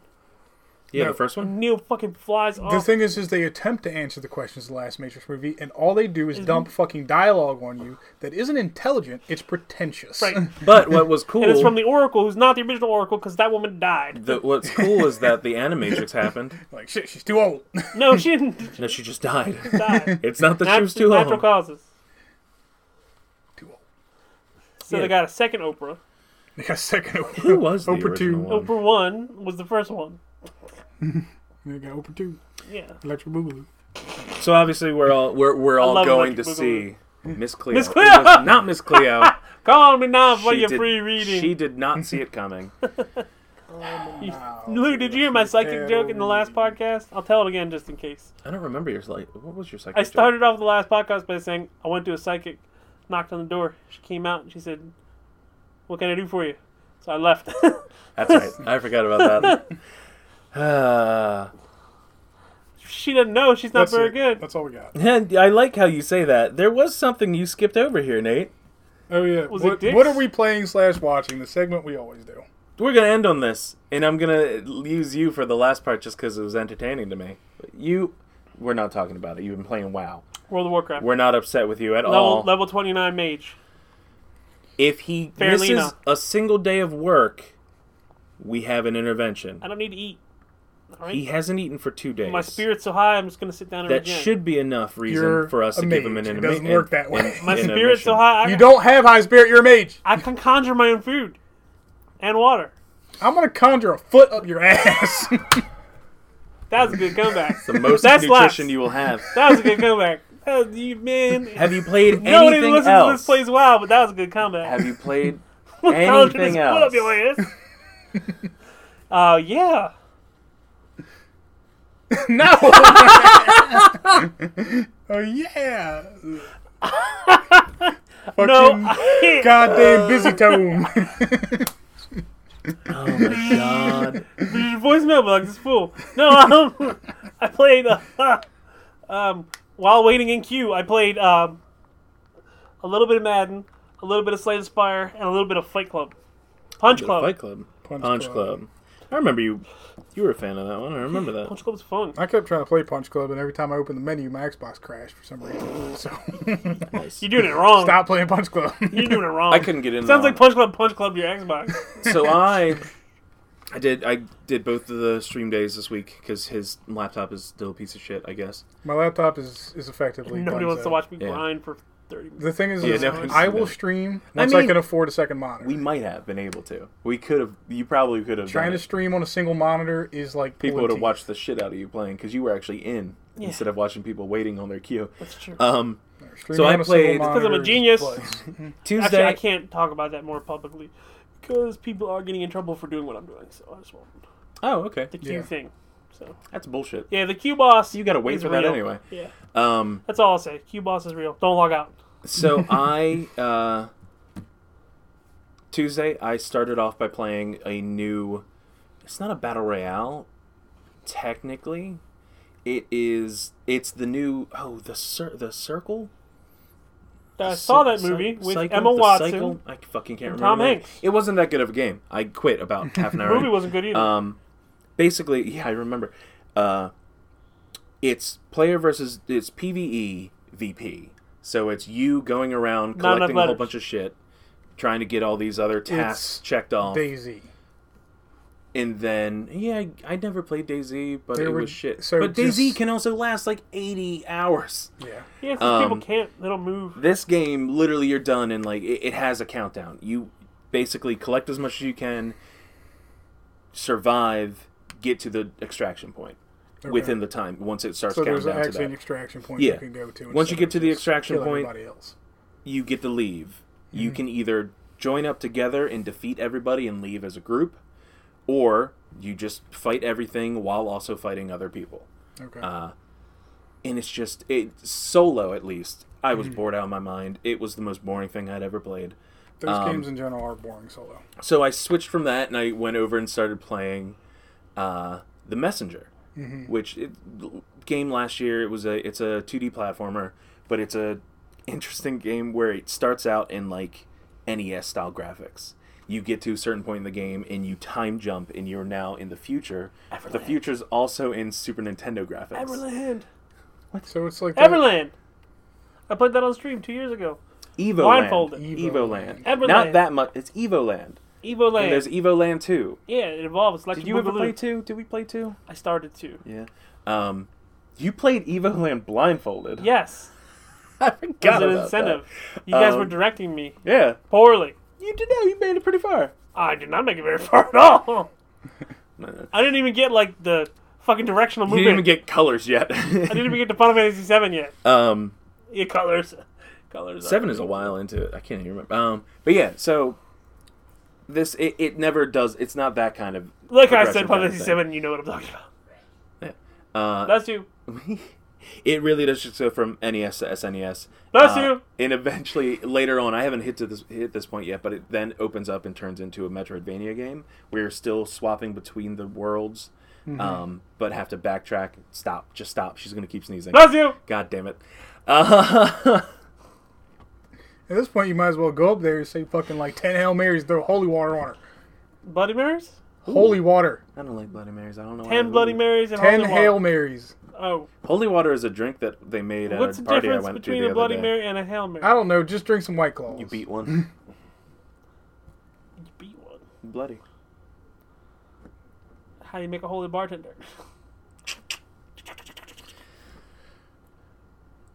Speaker 2: yeah,
Speaker 1: No.
Speaker 2: the first one.
Speaker 3: Neo fucking flies
Speaker 1: The
Speaker 3: off.
Speaker 1: thing is, is they attempt to answer the questions of the last Matrix movie, and all they do is
Speaker 3: Mm-hmm.
Speaker 1: dump fucking dialogue on you that isn't intelligent. It's pretentious.
Speaker 3: Right. [laughs] And
Speaker 2: But what was cool?
Speaker 3: it's from the Oracle, who's not the original Oracle, because that woman
Speaker 2: [laughs]
Speaker 3: died.
Speaker 2: the- what's cool is that the Animatrix happened.
Speaker 1: [laughs] like shit, she's too old. [laughs]
Speaker 3: No, she didn't
Speaker 2: No, she just died. [laughs]
Speaker 3: die.
Speaker 2: It's not that she was
Speaker 3: Nat-
Speaker 2: too
Speaker 3: natural
Speaker 2: old.
Speaker 3: causes.
Speaker 1: too old.
Speaker 3: So
Speaker 2: Yeah.
Speaker 3: they got a second Oprah.
Speaker 1: They got a second Oprah.
Speaker 2: Who was the
Speaker 1: Oprah
Speaker 2: original
Speaker 1: two.
Speaker 2: one?
Speaker 3: Oprah one was the first one.
Speaker 1: [laughs] They got Oprah two.
Speaker 3: Yeah.
Speaker 1: Electric Boogaloo.
Speaker 2: So obviously we're all we're we're all
Speaker 3: love
Speaker 2: going to
Speaker 3: Electric
Speaker 2: see Miss Cleo.
Speaker 3: Miss Cleo!
Speaker 2: It was
Speaker 3: [laughs]
Speaker 2: Not Miss Cleo.
Speaker 3: Call me now for
Speaker 2: She
Speaker 3: your
Speaker 2: did-
Speaker 3: free reading. [laughs]
Speaker 2: She did not see it coming.
Speaker 3: You-
Speaker 1: Wow.
Speaker 3: Lou, did you hear my psychic joke in the last podcast? I'll tell it again just in case.
Speaker 2: I don't remember your like. What was your psychic?
Speaker 3: I
Speaker 2: joke?
Speaker 3: started off the last podcast by saying I went to a psychic, knocked on the door. She came out and she said, "What can I do for you?" So I left. [laughs]
Speaker 2: That's right. I forgot about that.
Speaker 3: [laughs]
Speaker 2: [sighs] Uh,
Speaker 3: she didn't know. She's not
Speaker 1: That's
Speaker 3: very
Speaker 1: it.
Speaker 3: good.
Speaker 1: That's all we got.
Speaker 2: and I like how you say that. There was something you skipped over here, Nate.
Speaker 1: Oh yeah.
Speaker 3: Was it
Speaker 1: what,
Speaker 3: dicks?
Speaker 1: what are we playing slash watching? The segment we always do.
Speaker 2: We're gonna end on this, and I'm gonna use you for the last part just because it was entertaining to me. You, we're not talking about it. You've been playing WoW.
Speaker 3: World of Warcraft.
Speaker 2: We're not upset with you at all.
Speaker 3: level level twenty nine mage.
Speaker 2: If he
Speaker 3: Fairly
Speaker 2: misses
Speaker 3: enough.
Speaker 2: a single day of work, we have an intervention.
Speaker 3: I don't need to eat. All right.
Speaker 2: He hasn't eaten for two days.
Speaker 3: My spirit's so high. I'm just gonna sit down and
Speaker 2: That
Speaker 3: regen.
Speaker 2: should be enough reason
Speaker 1: You're
Speaker 2: for us to
Speaker 1: a
Speaker 2: give him an
Speaker 1: mage. It
Speaker 2: intermi-
Speaker 1: doesn't
Speaker 2: an-
Speaker 1: work that way.
Speaker 2: an-
Speaker 3: My
Speaker 2: an
Speaker 3: spirit's so
Speaker 2: intermission.
Speaker 3: high. I,
Speaker 1: You don't have high spirit. You're a mage.
Speaker 3: I can conjure my own food, and water.
Speaker 1: I'm gonna conjure a foot up your [laughs] ass.
Speaker 3: That was a
Speaker 2: [laughs]
Speaker 3: good comeback.
Speaker 2: The most
Speaker 3: That's
Speaker 2: nutrition
Speaker 3: laughs.
Speaker 2: you will have.
Speaker 3: that was a good comeback. [laughs] That was, you man.
Speaker 2: Have you played
Speaker 3: [laughs] Nobody
Speaker 2: anything
Speaker 3: listens
Speaker 2: else?
Speaker 3: to this plays wild, but that was a good comeback. [laughs]
Speaker 2: Have you played
Speaker 3: College can
Speaker 2: anything
Speaker 3: just pull up
Speaker 2: else?
Speaker 3: your ass.
Speaker 1: [laughs]
Speaker 3: Uh, yeah. [laughs]
Speaker 1: no. oh yeah. Fucking
Speaker 3: No, [laughs] I,
Speaker 1: goddamn busy
Speaker 3: [laughs]
Speaker 1: tone.
Speaker 2: Oh my god!
Speaker 3: your voicemail box is full. No, um, [laughs] I played. Uh, [laughs] um, while waiting in queue, I played um, a little bit of Madden, a little bit of Slay the Spire, and a little bit of Fight Club, Punch
Speaker 2: The
Speaker 3: [laughs] Club.
Speaker 2: Fight Club,
Speaker 1: Punch
Speaker 2: Punch
Speaker 1: Club.
Speaker 2: Club. I remember you. You were a fan of that one. I remember that.
Speaker 3: Punch Club's fun.
Speaker 1: I kept trying to play Punch Club, and every time I opened the menu, my Xbox crashed for some reason. So [laughs]
Speaker 2: Nice.
Speaker 3: You're doing it wrong.
Speaker 1: stop playing Punch Club.
Speaker 3: You're doing it
Speaker 2: [laughs]
Speaker 3: wrong.
Speaker 2: I couldn't get in.
Speaker 3: Sounds
Speaker 2: that
Speaker 3: like Punch Club, Punch Club,
Speaker 2: [laughs]
Speaker 3: your Xbox.
Speaker 2: one. so I. I did. I did both of the stream days this week because his laptop is still a piece of shit. I guess.
Speaker 1: [laughs] my laptop is is effectively.
Speaker 3: Nobody
Speaker 1: done,
Speaker 3: wants to
Speaker 1: so.
Speaker 3: watch me
Speaker 2: Yeah.
Speaker 3: grind for 30 minutes.
Speaker 1: The thing is,
Speaker 2: Yeah,
Speaker 1: is
Speaker 2: no, it's-
Speaker 1: I will
Speaker 2: no.
Speaker 1: stream
Speaker 2: I
Speaker 1: once I,
Speaker 2: mean-
Speaker 1: can afford a second monitor.
Speaker 2: We might have been able to. We could have. You probably could have.
Speaker 1: Trying
Speaker 2: done
Speaker 1: to
Speaker 2: it.
Speaker 1: stream on a single monitor is like
Speaker 2: people
Speaker 1: pulling
Speaker 2: would have
Speaker 1: teeth.
Speaker 2: watched the shit out of you playing because you were actually in
Speaker 3: Yeah.
Speaker 2: instead of watching people waiting on their queue.
Speaker 3: That's true.
Speaker 2: Um,
Speaker 1: Streaming
Speaker 2: So I
Speaker 1: on a single
Speaker 2: played- Because
Speaker 3: I'm a
Speaker 1: monitor is
Speaker 3: genius.
Speaker 1: butts.
Speaker 2: Tuesday,
Speaker 3: Actually, I can't talk about that more publicly because people are getting in trouble for doing what I'm doing. So I just won't.
Speaker 2: Oh, okay.
Speaker 3: The queue
Speaker 1: Yeah.
Speaker 3: thing. So
Speaker 2: That's bullshit.
Speaker 3: yeah, the queue boss.
Speaker 2: You gotta wait
Speaker 3: is
Speaker 2: for that
Speaker 3: real.
Speaker 2: anyway.
Speaker 3: Yeah,
Speaker 2: Um,
Speaker 3: that's all I'll say. Queue boss is real. Don't log out. [laughs]
Speaker 2: so I uh, Tuesday I started off by playing a new. It's not a battle royale, technically. It is. It's the new. Oh, the cir- the circle.
Speaker 3: I
Speaker 2: Cy-
Speaker 3: saw that
Speaker 2: Cy-
Speaker 3: movie with
Speaker 2: Cycle?
Speaker 3: Emma
Speaker 2: The
Speaker 3: Watson.
Speaker 2: Cycle? I fucking can't
Speaker 3: and
Speaker 2: remember.
Speaker 3: Tom
Speaker 2: the name.
Speaker 3: Hanks.
Speaker 2: It wasn't that good of a game. I quit about
Speaker 3: [laughs]
Speaker 2: half an hour.
Speaker 3: The movie
Speaker 2: in.
Speaker 3: wasn't good either.
Speaker 2: Um, basically, yeah, I remember. Uh, it's player versus it's PVE VP. So it's you going around
Speaker 3: Not enough
Speaker 2: collecting a whole
Speaker 3: letters.
Speaker 2: bunch of shit, trying to get all these other tasks checked off,
Speaker 1: Daisy.
Speaker 2: and then yeah, I, I never played DayZ, but
Speaker 1: There
Speaker 2: it
Speaker 1: were-
Speaker 2: was shit.
Speaker 1: so
Speaker 2: but DayZ
Speaker 1: just-
Speaker 2: can also last like eighty hours.
Speaker 1: Yeah.
Speaker 3: yeah, it's 'cause people
Speaker 2: um,
Speaker 3: can't. They don't move.
Speaker 2: This game, literally, you're done, and like it, it has a countdown. You basically collect as much as you can, survive, get to the extraction point within the time once it starts
Speaker 1: So
Speaker 2: counting
Speaker 1: there's
Speaker 2: down to
Speaker 1: actually an
Speaker 2: that.
Speaker 1: extraction point
Speaker 2: Yeah.
Speaker 1: you can go to.
Speaker 2: Once you
Speaker 1: instead
Speaker 2: get
Speaker 1: of
Speaker 2: to the
Speaker 1: just
Speaker 2: extraction
Speaker 1: kill
Speaker 2: point-
Speaker 1: everybody else.
Speaker 2: You get to leave. You
Speaker 1: Mm-hmm.
Speaker 2: can either join up together and defeat everybody and leave as a group, or you just fight everything while also fighting other people.
Speaker 1: Okay.
Speaker 2: uh, And it's just it solo at least. I was
Speaker 1: Mm-hmm.
Speaker 2: bored out of my mind. It was the most boring thing I'd ever played.
Speaker 1: Those
Speaker 2: um,
Speaker 1: games in general are boring solo.
Speaker 2: So I switched from that and I went over and started playing uh, the Messenger, which it, game last year. It was a it's a 2D platformer, but it's a interesting game where it starts out in like NES style graphics. You get to a certain point in the game and you time jump and you're now in the future. The future's also in Super Nintendo graphics.
Speaker 3: Everland.
Speaker 1: So it's like that-
Speaker 3: Everland. I played that on stream two years ago.
Speaker 2: Evo
Speaker 3: Blindfolded.
Speaker 2: Land. Evo Land.
Speaker 3: Everland.
Speaker 2: Not that much. It's Evo Land.
Speaker 3: Evo
Speaker 2: And there's
Speaker 3: Land.
Speaker 2: Evo Land 2.
Speaker 3: Yeah, it evolves. Like
Speaker 2: Did you ever play 2? Did we play 2?
Speaker 3: I started to.
Speaker 2: Yeah. Um, you played Evo Land blindfolded.
Speaker 3: Yes.
Speaker 2: [laughs] I
Speaker 3: It was
Speaker 2: forgot
Speaker 3: an
Speaker 2: about
Speaker 3: incentive. You guys
Speaker 2: Um,
Speaker 3: were directing me
Speaker 2: That. Yeah,
Speaker 3: poorly.
Speaker 2: you did that. You made it pretty far.
Speaker 3: I did not make it very [laughs] far at all.
Speaker 2: No, no.
Speaker 3: I didn't even get like the fucking directional
Speaker 2: You
Speaker 3: movement.
Speaker 2: didn't even get colors yet.
Speaker 3: I
Speaker 2: [laughs]
Speaker 3: didn't even get to Final Fantasy Seven yet.
Speaker 2: um,
Speaker 3: Yeah, colors, colors.
Speaker 2: seven is a while into it. I can't even remember. Um, but yeah, so this it, it never does. It's not that kind of
Speaker 3: Like I said,
Speaker 2: progressive
Speaker 3: Final
Speaker 2: kind of
Speaker 3: Fantasy
Speaker 2: thing.
Speaker 3: Seven, you know what I'm talking about.
Speaker 2: Uh,
Speaker 3: That's you.
Speaker 2: it really does just go from NES to SNES.
Speaker 3: Bless
Speaker 2: Uh,
Speaker 3: you.
Speaker 2: And eventually, later on, I haven't hit to this hit this point yet, but it then opens up and turns into a Metroidvania game. where you are still swapping between the worlds,
Speaker 3: Mm-hmm.
Speaker 2: um, but have to backtrack. Stop, just stop. She's gonna keep sneezing.
Speaker 3: Bless you.
Speaker 2: God damn it. [laughs] Uh,
Speaker 1: At this point, you might as well go up there and say fucking like 10 Hail Marys, throw holy water on her.
Speaker 3: Bloody Marys.
Speaker 1: Holy water.
Speaker 2: I don't like Bloody Marys. I don't know. why I
Speaker 3: Ten Bloody
Speaker 2: really-
Speaker 3: Marys and
Speaker 1: 10
Speaker 3: holy water.
Speaker 1: Hail Marys.
Speaker 3: Oh,
Speaker 2: Holy water is a drink that they made at
Speaker 3: what's
Speaker 2: a
Speaker 3: the
Speaker 2: party I
Speaker 3: difference
Speaker 2: went
Speaker 3: between
Speaker 2: to the
Speaker 3: a Bloody
Speaker 2: other day.
Speaker 3: Mary and a Hail Mary?
Speaker 1: I don't know, just drink some White Claws.
Speaker 2: You beat one.
Speaker 3: You beat one.
Speaker 2: Bloody.
Speaker 3: How you make a holy bartender?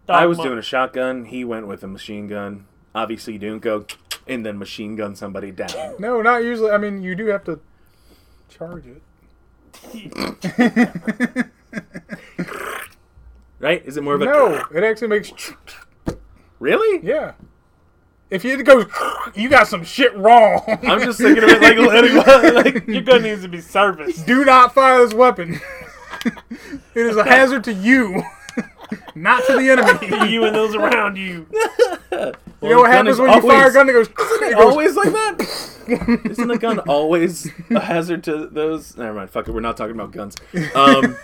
Speaker 2: I was doing a shotgun. He went with a machine gun. Obviously, you didn't go and then machine gun somebody down.
Speaker 1: No, not usually. I mean, you do have to charge it.
Speaker 3: a.
Speaker 2: Right? Is it more of a
Speaker 1: [laughs] No, it actually makes.
Speaker 2: Really?
Speaker 1: Yeah. If it goes, you got some shit wrong.
Speaker 2: I'm just thinking of it like letting [laughs]
Speaker 1: [laughs]
Speaker 2: like
Speaker 3: [laughs] Your gun needs to be serviced. [laughs]
Speaker 1: do not fire this weapon. [laughs] it is a hazard to you, [laughs] not to the
Speaker 2: [laughs]
Speaker 1: enemy.
Speaker 3: you and those around you.
Speaker 1: You know what
Speaker 2: Gun
Speaker 1: happens
Speaker 2: is
Speaker 1: when you fire a
Speaker 2: always-
Speaker 1: gun? It goes. [laughs] It goes
Speaker 2: always like that. Isn't the gun always a hazard to those? Never mind. Fuck it. We're not talking about guns.
Speaker 1: [laughs]
Speaker 2: Um,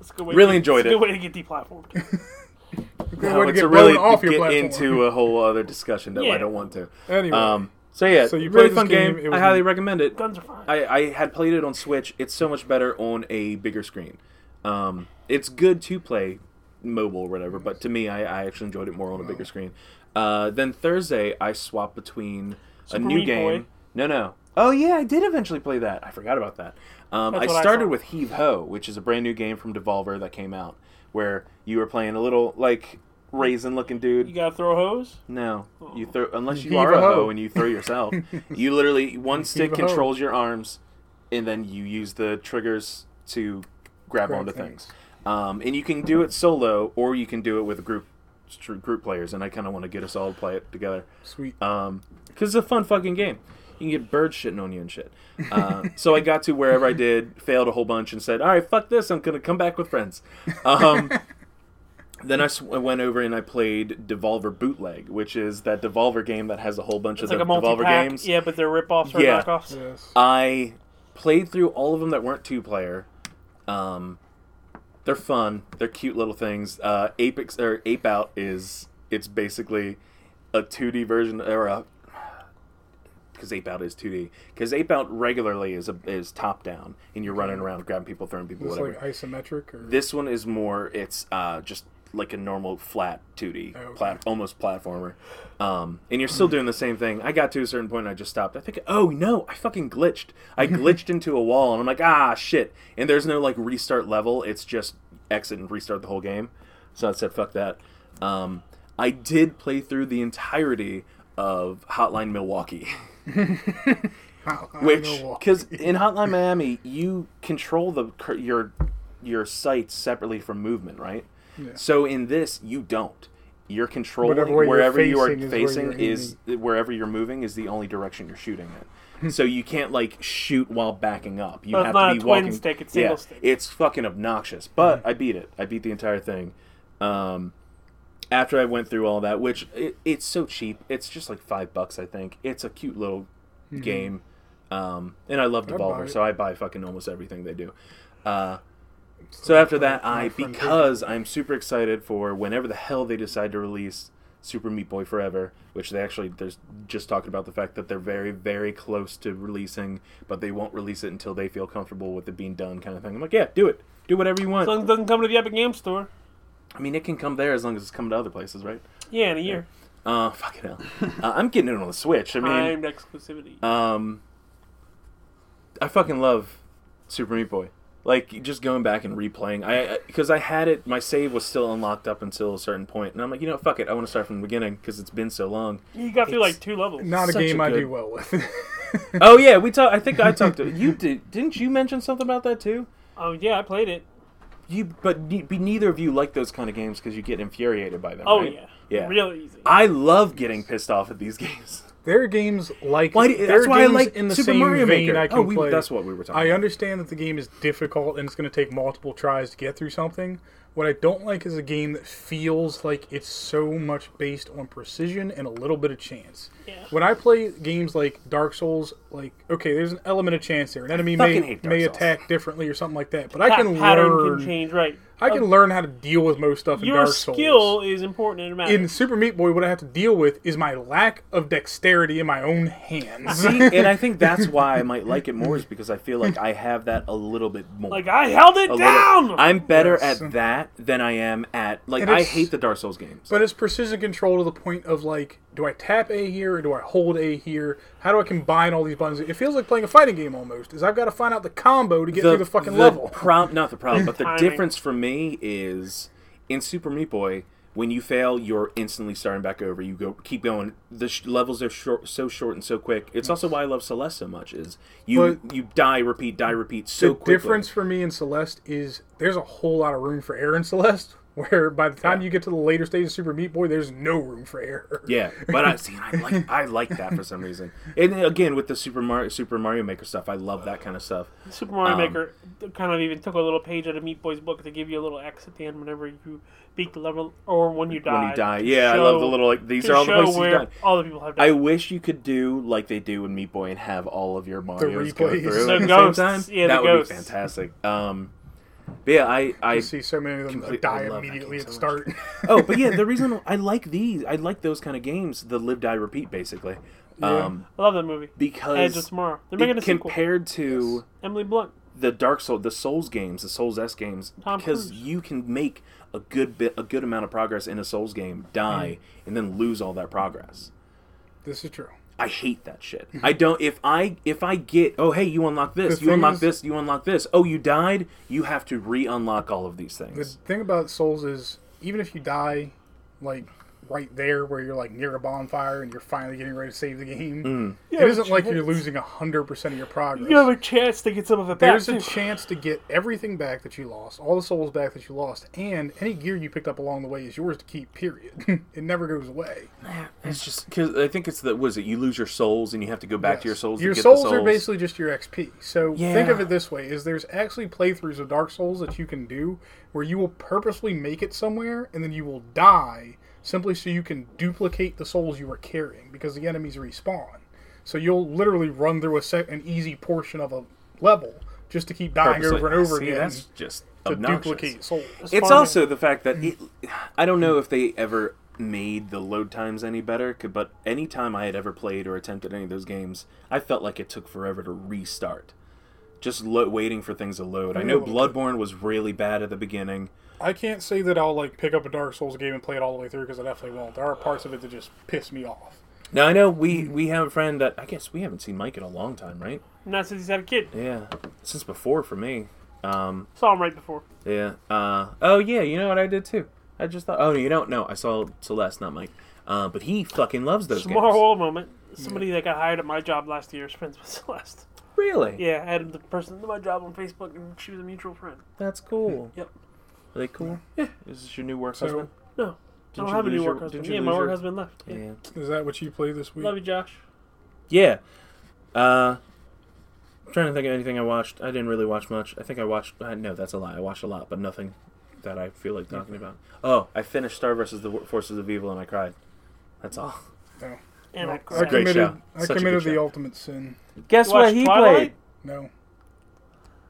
Speaker 3: It's a good way
Speaker 2: Really
Speaker 3: to,
Speaker 2: enjoyed
Speaker 3: it's a
Speaker 2: it.
Speaker 3: good way to get deplatformed.
Speaker 1: good
Speaker 2: no,
Speaker 1: way to
Speaker 2: it's
Speaker 1: get
Speaker 2: a really
Speaker 1: blown off your
Speaker 2: get
Speaker 1: platform.
Speaker 2: into uh, a whole other discussion that I
Speaker 3: Yeah.
Speaker 2: don't want to.
Speaker 1: Anyway.
Speaker 2: Um, so yeah,
Speaker 1: So you
Speaker 2: really
Speaker 1: played
Speaker 2: fun
Speaker 1: this
Speaker 2: game.
Speaker 1: game, it
Speaker 2: I
Speaker 1: was-
Speaker 2: highly recommend it.
Speaker 3: Guns are fine.
Speaker 2: I, I had played it on Switch. It's so much better on a bigger screen. Um, it's good to play mobile or whatever, but to me, I, I actually enjoyed it more on a bigger screen. Uh, then Thursday, I swapped between a
Speaker 3: Super
Speaker 2: new
Speaker 3: Meat
Speaker 2: game.
Speaker 3: Boy.
Speaker 2: No, no. Oh yeah, I did eventually play that. I forgot about that. Um, I
Speaker 3: That's what I
Speaker 2: started
Speaker 3: saw.
Speaker 2: with Heave Ho, which is a brand new game from Devolver that came out, where you were playing a little like raisin-looking dude.
Speaker 3: You gotta throw hose.
Speaker 2: No, you throw unless you
Speaker 1: Heave
Speaker 2: are
Speaker 1: a
Speaker 2: a hoe
Speaker 1: hoe.
Speaker 2: and
Speaker 1: [laughs]
Speaker 2: you throw yourself. you literally one stick
Speaker 1: a hoe.
Speaker 2: controls your arms, and then you use the triggers to grab
Speaker 1: Grab
Speaker 2: onto
Speaker 1: things.
Speaker 2: things. Um, and you can do it solo, or you can do it with a group tr- group players. And I kind of want to get us all to play it together
Speaker 1: Sweet.
Speaker 2: because Um, it's a fun fucking game. You can get birds shitting on you and shit. Uh,
Speaker 3: [laughs]
Speaker 2: so I got to wherever I did, failed a whole bunch, and said, "All right, fuck this. I'm gonna come back with friends." Um,
Speaker 3: [laughs]
Speaker 2: then I sw- I went over and I played Devolver Bootleg, which is that Devolver game that has a whole bunch
Speaker 3: It's
Speaker 2: of
Speaker 3: like
Speaker 2: the
Speaker 3: a multi
Speaker 2: Devolver
Speaker 3: pack.
Speaker 2: games.
Speaker 3: Yeah, but they're rip-offs or
Speaker 2: Yeah.
Speaker 3: knockoffs.
Speaker 1: yes.
Speaker 2: I played through all of them that weren't two player. Um, they're fun. They're cute little things. Uh, Apex or Ape Out is it's basically a 2D version or a because Ape Out is 2D. Because Ape Out regularly is a, is top down, and you're running around grabbing people, throwing people,
Speaker 1: It's
Speaker 2: whatever.
Speaker 1: like isometric or
Speaker 2: This one is more. It's uh, just like a normal flat 2D,
Speaker 1: okay.
Speaker 2: plat- almost platformer. Um, and you're still doing the same thing. I got to a certain point and I just stopped. I think, oh no, I fucking glitched. I glitched into a wall and I'm like, ah shit. And there's no like restart level. It's just exit and restart the whole game. So I said, fuck that. Um, I did play through the entirety of Hotline Milwaukee. [laughs] Which,
Speaker 1: Milwaukee.
Speaker 2: because in Hotline Miami, you control the cur- your your sights separately from movement, right? So in this, you don't. You're controlling
Speaker 1: Whatever way you're
Speaker 2: wherever you are
Speaker 1: facing is where
Speaker 2: facing
Speaker 1: you're
Speaker 2: is wherever you're moving is the only direction you're shooting in. so you can't like shoot while backing up. You
Speaker 3: Well, it's
Speaker 2: have
Speaker 3: not
Speaker 2: to
Speaker 3: a
Speaker 2: be
Speaker 3: twin
Speaker 2: walking.
Speaker 3: stick, it's single
Speaker 2: yeah,
Speaker 3: stick. Mm.
Speaker 2: it's fucking obnoxious. But I beat it. I beat the entire thing. Um, after I went through all that, which it, it's so cheap. It's just like five bucks, I think. It's a cute little game, um, and I love
Speaker 1: buy
Speaker 2: Devolver,
Speaker 1: it.
Speaker 2: so I buy fucking almost everything they do. Uh, so after that, I
Speaker 1: friend
Speaker 2: because I'm super excited for whenever the hell they decide to release Super Meat Boy Forever, which they actually there's just talking about the fact that they're very very close to releasing, but they won't release it until they feel comfortable with it being done, kind of thing. I'm like, yeah, do it, do whatever you
Speaker 3: As
Speaker 2: want.
Speaker 3: long as it doesn't come to the Epic Game Store.
Speaker 2: I mean, it can come there as long as it's coming to other places, right?
Speaker 3: Yeah, in a year.
Speaker 2: Uh, [laughs] fucking hell. uh, I'm getting it on the Switch. I mean,
Speaker 3: Timed exclusivity.
Speaker 2: um, I fucking love Super Meat Boy. Like just going back and replaying, I because I had it, my save was still unlocked up until a certain point, and I'm like, you know, fuck it, I want to start from the beginning because it's been so long.
Speaker 3: you got through
Speaker 2: it's-
Speaker 3: like two levels.
Speaker 1: not a
Speaker 2: such a
Speaker 1: game I
Speaker 2: good-
Speaker 1: do well with. [laughs]
Speaker 2: oh yeah, we talked. I think I talked to you. Did didn't you mention something about that too?
Speaker 3: Oh yeah, I played it.
Speaker 2: You but ne- but neither of you like those kind of games because you get infuriated by them.
Speaker 3: Oh
Speaker 2: right?
Speaker 3: yeah.
Speaker 2: yeah.
Speaker 3: Real easy.
Speaker 2: I love getting pissed off at these games.
Speaker 1: There are games like
Speaker 2: Why do-
Speaker 1: there
Speaker 2: that's
Speaker 1: are
Speaker 2: why I
Speaker 1: games
Speaker 2: like
Speaker 1: in the
Speaker 2: Super
Speaker 1: same
Speaker 2: Mario
Speaker 1: vein
Speaker 2: Maker.
Speaker 1: I can
Speaker 2: Oh, we-
Speaker 1: play.
Speaker 2: that's what we were talking
Speaker 1: I
Speaker 2: about.
Speaker 1: understand that the game is difficult and it's going to take multiple tries to get through something. What I don't like is a game that feels like it's so much based on precision and a little bit of chance.
Speaker 3: Yeah.
Speaker 1: When I play games like Dark Souls, like okay, there's an element of chance there. An enemy
Speaker 2: fucking
Speaker 1: may
Speaker 2: hate Dark
Speaker 1: may
Speaker 2: Souls.
Speaker 1: attack differently or something like that, but I
Speaker 3: Pat-
Speaker 1: can
Speaker 3: pattern
Speaker 1: learn.
Speaker 3: can change, right?
Speaker 1: I can learn how to deal with most stuff in
Speaker 3: Your
Speaker 1: Dark Souls
Speaker 3: skill is important in a matter.
Speaker 1: in Super Meat Boy, what I have to deal with is my lack of dexterity in my own
Speaker 2: [laughs]
Speaker 1: hands.
Speaker 2: See, and I think that's why I might like it more is because I feel like I have that a little bit more.
Speaker 3: like I held it
Speaker 2: A little-
Speaker 3: down.
Speaker 2: I'm better
Speaker 1: Yes.
Speaker 2: at that than I am at like
Speaker 1: And
Speaker 2: I
Speaker 1: it's-
Speaker 2: hate the Dark Souls games.
Speaker 1: but it's precision control to the point of like, do I tap A here or do I hold A here? How do I combine all these buttons? It feels like playing a fighting game almost. Is I've got to find out the combo to get through the fucking level.
Speaker 2: [laughs] prob- not the problem, but the
Speaker 3: Timing.
Speaker 2: difference for me is in Super Meat Boy, when you fail, you're instantly starting back over. You go keep going. The sh- levels are short, so short and so quick. It's also why I love Celeste so much. Is you you die, repeat, die, repeat so
Speaker 1: the
Speaker 2: quickly.
Speaker 1: difference for me and Celeste is there's a whole lot of room for error in Celeste. [laughs] Where by the time you get to the later stage of Super Meat Boy, there's no room for error.
Speaker 2: Yeah, but I see, and I
Speaker 1: [laughs]
Speaker 2: like I like that for some reason. And again, with the Super Mario Super Mario Maker stuff, I love that kind of stuff.
Speaker 3: Super Mario
Speaker 2: Um,
Speaker 3: Maker kind of even took a little page out of Meat Boy's book to give you a little X at the end whenever you beat the level or when you die.
Speaker 2: When you die,
Speaker 3: to
Speaker 2: yeah, I love the
Speaker 3: show-
Speaker 2: little like these
Speaker 3: to
Speaker 2: are all the
Speaker 3: show
Speaker 2: places
Speaker 3: where
Speaker 2: you've done.
Speaker 3: all the people have
Speaker 2: I
Speaker 3: died.
Speaker 2: wish you could do like they do in Meat Boy and have all of your Mario's
Speaker 1: replays.
Speaker 2: go through
Speaker 1: The
Speaker 2: at the
Speaker 3: ghosts.
Speaker 2: same time.
Speaker 3: Yeah, the
Speaker 2: that would
Speaker 3: ghosts.
Speaker 2: be fantastic. Um, but yeah, I,
Speaker 1: I
Speaker 2: I
Speaker 1: see so many of them that
Speaker 2: Complete- I
Speaker 1: die
Speaker 2: love that
Speaker 1: immediately at
Speaker 2: game
Speaker 1: the
Speaker 2: so
Speaker 1: start.
Speaker 2: oh, but yeah, the reason I like these, I like those kind of games, the live, die, repeat, basically, um,
Speaker 3: I love that movie. Edge of
Speaker 2: because
Speaker 3: Tomorrow. They're making a
Speaker 2: it,
Speaker 3: sequel.
Speaker 2: compared to.
Speaker 3: Emily Blunt.
Speaker 2: the Dark Soul, the Souls games, the Souls S games,
Speaker 3: Tom
Speaker 2: because
Speaker 3: Cruise.
Speaker 2: you can make a good bit, a good amount of progress in a Souls game, die,
Speaker 3: Mm-hmm.
Speaker 2: and then lose all that progress.
Speaker 1: [laughs] this is true.
Speaker 2: I hate that shit. I don't. If I if I get, oh hey, you unlock
Speaker 1: Mm-hmm.
Speaker 2: this,
Speaker 1: The
Speaker 2: you
Speaker 1: thing
Speaker 2: unlock
Speaker 1: is-
Speaker 2: this, you unlock this. Oh, you died. You have to re-unlock all of these
Speaker 1: The
Speaker 2: things.
Speaker 1: thing about souls is, even if you die, like right there where you're like near a bonfire and you're finally getting ready to save the game, it isn't like you're losing hundred percent of your progress.
Speaker 3: You have a chance to get some of it back.
Speaker 1: There's
Speaker 3: too.
Speaker 1: a chance to get everything back that you lost, all the souls back that you lost, and any gear you picked up along the way is yours to keep. Period. [laughs] it never goes away.
Speaker 2: It's just because I think it's the was it you lose your souls and you have to go back to your
Speaker 1: Yes.
Speaker 2: souls.
Speaker 1: Your
Speaker 2: to get
Speaker 1: souls,
Speaker 2: the
Speaker 1: are basically just your XP. So think
Speaker 2: Yeah.
Speaker 1: of it this way: is there's actually playthroughs of Dark Souls that you can do where you will purposely make it somewhere and then you will die simply so you can duplicate the souls you were carrying because the enemies respawn. So you'll literally run through a set an easy portion of a level just to keep dying
Speaker 2: Purposely.
Speaker 1: over and over
Speaker 2: See,
Speaker 1: again
Speaker 2: That's just
Speaker 1: to
Speaker 2: obnoxious.
Speaker 1: duplicate souls.
Speaker 2: It's
Speaker 3: farming.
Speaker 2: also the fact that it, I don't know if they ever made the load times any better, c- but any time I had ever played or attempted any of those games, I felt like it took forever to restart. Just lo- waiting for things to load. I know Bloodborne was really bad at the beginning.
Speaker 1: I can't say that I'll like pick up a Dark Souls game and play it all the way through because I definitely won't. There are parts of it that just piss me off.
Speaker 2: Now I know we we have a friend that I guess we haven't seen Mike in a long time, right?
Speaker 3: And that's since he's had a kid.
Speaker 2: Yeah, since before for me. Um,
Speaker 3: Saw him right before.
Speaker 2: Yeah. Uh, oh yeah, you know what I did too. I just thought. Oh, you don't know. I saw Celeste, not Mike. Uh, but he fucking loves those
Speaker 3: Small
Speaker 2: games.
Speaker 3: world moment. Somebody that got hired at my job last year is friends with Celeste. [laughs]
Speaker 2: Really?
Speaker 3: Yeah, I had the person at my job on Facebook, and she was a mutual friend.
Speaker 2: That's cool. [laughs]
Speaker 3: Yep.
Speaker 2: Are they cool? Yeah. Is this your new work husband?
Speaker 3: No, I
Speaker 2: Didn't
Speaker 3: don't
Speaker 2: you
Speaker 3: have a
Speaker 2: lose
Speaker 3: new
Speaker 2: your-
Speaker 3: work husband.
Speaker 2: didn't you
Speaker 3: Yeah, my
Speaker 2: lose
Speaker 3: work
Speaker 2: your-
Speaker 3: husband left. Yeah.
Speaker 2: Yeah.
Speaker 1: Is that what you play this week?
Speaker 3: Love you, Josh.
Speaker 2: Yeah. Uh, I'm trying to think of anything I watched. I didn't really watch much. I think I watched. Uh, no, that's a lie. I watched a lot, but nothing that I feel like talking about. Oh, I finished Star versus the Wo- Forces of Evil, and I cried. That's all.
Speaker 1: No.
Speaker 3: And I
Speaker 1: I
Speaker 3: cried.
Speaker 2: Great
Speaker 1: committed,
Speaker 2: show.
Speaker 1: I
Speaker 2: Such a good
Speaker 1: committed the
Speaker 2: show.
Speaker 1: ultimate sin.
Speaker 2: Guess
Speaker 3: You watched Twilight?
Speaker 1: No.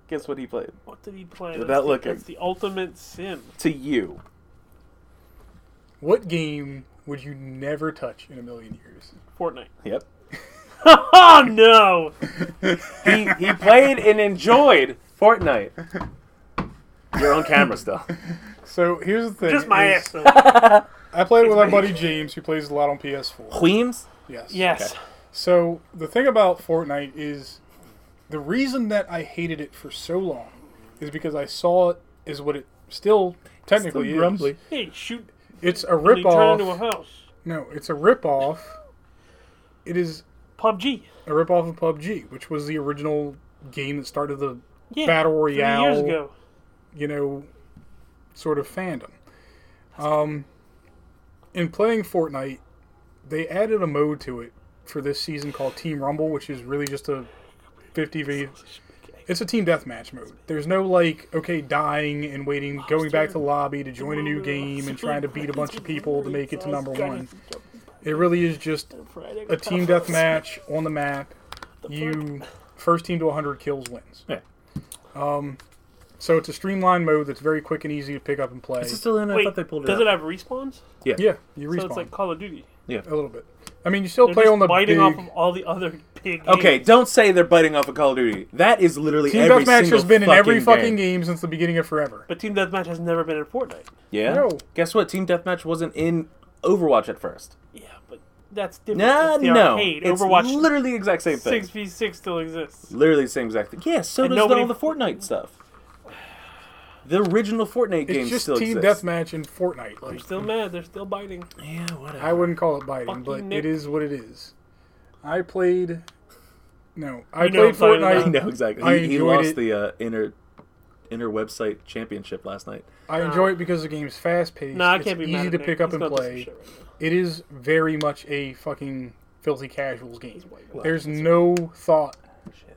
Speaker 2: Guess what he played?
Speaker 3: What did he play?
Speaker 2: Without
Speaker 3: that's
Speaker 2: looking.
Speaker 3: The, that's the ultimate sin.
Speaker 2: To you.
Speaker 1: What game would you never touch in a million years?
Speaker 3: Fortnite. [laughs]
Speaker 2: Yep.
Speaker 3: oh no!
Speaker 2: he he played and enjoyed Fortnite. You're on camera still.
Speaker 1: So here's the thing.
Speaker 3: Just my
Speaker 1: is
Speaker 3: ass. Though.
Speaker 1: I played with my buddy James, who plays a lot on PS4.
Speaker 2: Queens?
Speaker 1: Yes.
Speaker 3: [laughs] Yes.
Speaker 1: So the thing about Fortnite is the reason that I hated it for so long is because I saw it is what it still technically is.
Speaker 3: Hey, shoot!
Speaker 1: It's a
Speaker 3: You turn into a
Speaker 1: ripoff.
Speaker 3: house.
Speaker 1: No, it's a ripoff. It is
Speaker 3: PUBG.
Speaker 1: a ripoff of PUBG, which was the original game that started the
Speaker 3: Yeah.
Speaker 1: battle
Speaker 3: three
Speaker 1: royale.
Speaker 3: years ago.
Speaker 1: you know, sort of fandom. Um, in playing Fortnite, they added a mode to it for this season called Team Rumble, which is really just a 50 v. It's a team deathmatch mode. There's no like okay, dying and waiting, going back to the lobby to join a new game and trying to beat a bunch of people to make it to number one. It really is just a team deathmatch on the map. You first team to 100 kills wins. Um,
Speaker 2: Yeah.
Speaker 1: So it's a streamlined mode that's very quick and easy to pick up and play.
Speaker 2: Is it still in? I
Speaker 3: Wait,
Speaker 2: thought they pulled it
Speaker 3: does
Speaker 2: out.
Speaker 3: it have respawns?
Speaker 1: yeah, you respawn
Speaker 3: So it's like Call of Duty.
Speaker 1: a little bit. I mean, you still
Speaker 3: They're
Speaker 1: play
Speaker 3: just
Speaker 1: on the
Speaker 3: biting
Speaker 1: big.
Speaker 3: off of all the other [laughs] big.
Speaker 2: Okay,
Speaker 3: games.
Speaker 2: don't say they're biting off of Call of Duty. That is literally
Speaker 1: Team
Speaker 2: every
Speaker 1: Deathmatch
Speaker 2: single
Speaker 1: has been in every fucking
Speaker 2: game.
Speaker 1: game since the beginning of forever.
Speaker 3: But Team Deathmatch has never been in Fortnite.
Speaker 2: Yeah.
Speaker 1: No.
Speaker 2: Guess what? Team Deathmatch wasn't in Overwatch at first.
Speaker 3: Yeah, but that's different.
Speaker 2: Nah,
Speaker 3: It's the
Speaker 2: no.
Speaker 3: arcade.
Speaker 2: It's
Speaker 3: Overwatch
Speaker 2: literally the exact same thing.
Speaker 3: six v six still exists.
Speaker 2: Literally the same exact thing. Yeah, so
Speaker 3: And
Speaker 2: does
Speaker 3: nobody-
Speaker 2: all the
Speaker 1: [sighs]
Speaker 2: Fortnite stuff. The original Fortnite
Speaker 1: It's
Speaker 2: games
Speaker 1: just
Speaker 2: still
Speaker 1: Team
Speaker 2: exist.
Speaker 1: Deathmatch in Fortnite. Like,
Speaker 3: Still mad. They're still biting.
Speaker 2: Yeah, whatever. [laughs]
Speaker 1: I wouldn't call it biting,
Speaker 3: Fucking
Speaker 1: but
Speaker 3: Nick.
Speaker 1: it is what it is. I played. No, I
Speaker 3: You know uh,
Speaker 1: played
Speaker 3: what I'm talking
Speaker 2: I
Speaker 1: Fortnite.
Speaker 2: know exactly.
Speaker 1: I
Speaker 2: He, he
Speaker 1: enjoyed
Speaker 2: lost
Speaker 1: it.
Speaker 2: the uh, inner inner website championship last night.
Speaker 1: I enjoy it because the game's fast paced.
Speaker 3: Nah, I
Speaker 1: it's
Speaker 3: can't be
Speaker 1: easy
Speaker 3: mad. at
Speaker 1: to
Speaker 3: Nick.
Speaker 1: pick up
Speaker 3: He's
Speaker 1: and
Speaker 3: gonna do some
Speaker 1: play.
Speaker 3: shit right now.
Speaker 1: It is very much a fucking filthy casuals game.
Speaker 3: way
Speaker 1: There's no thought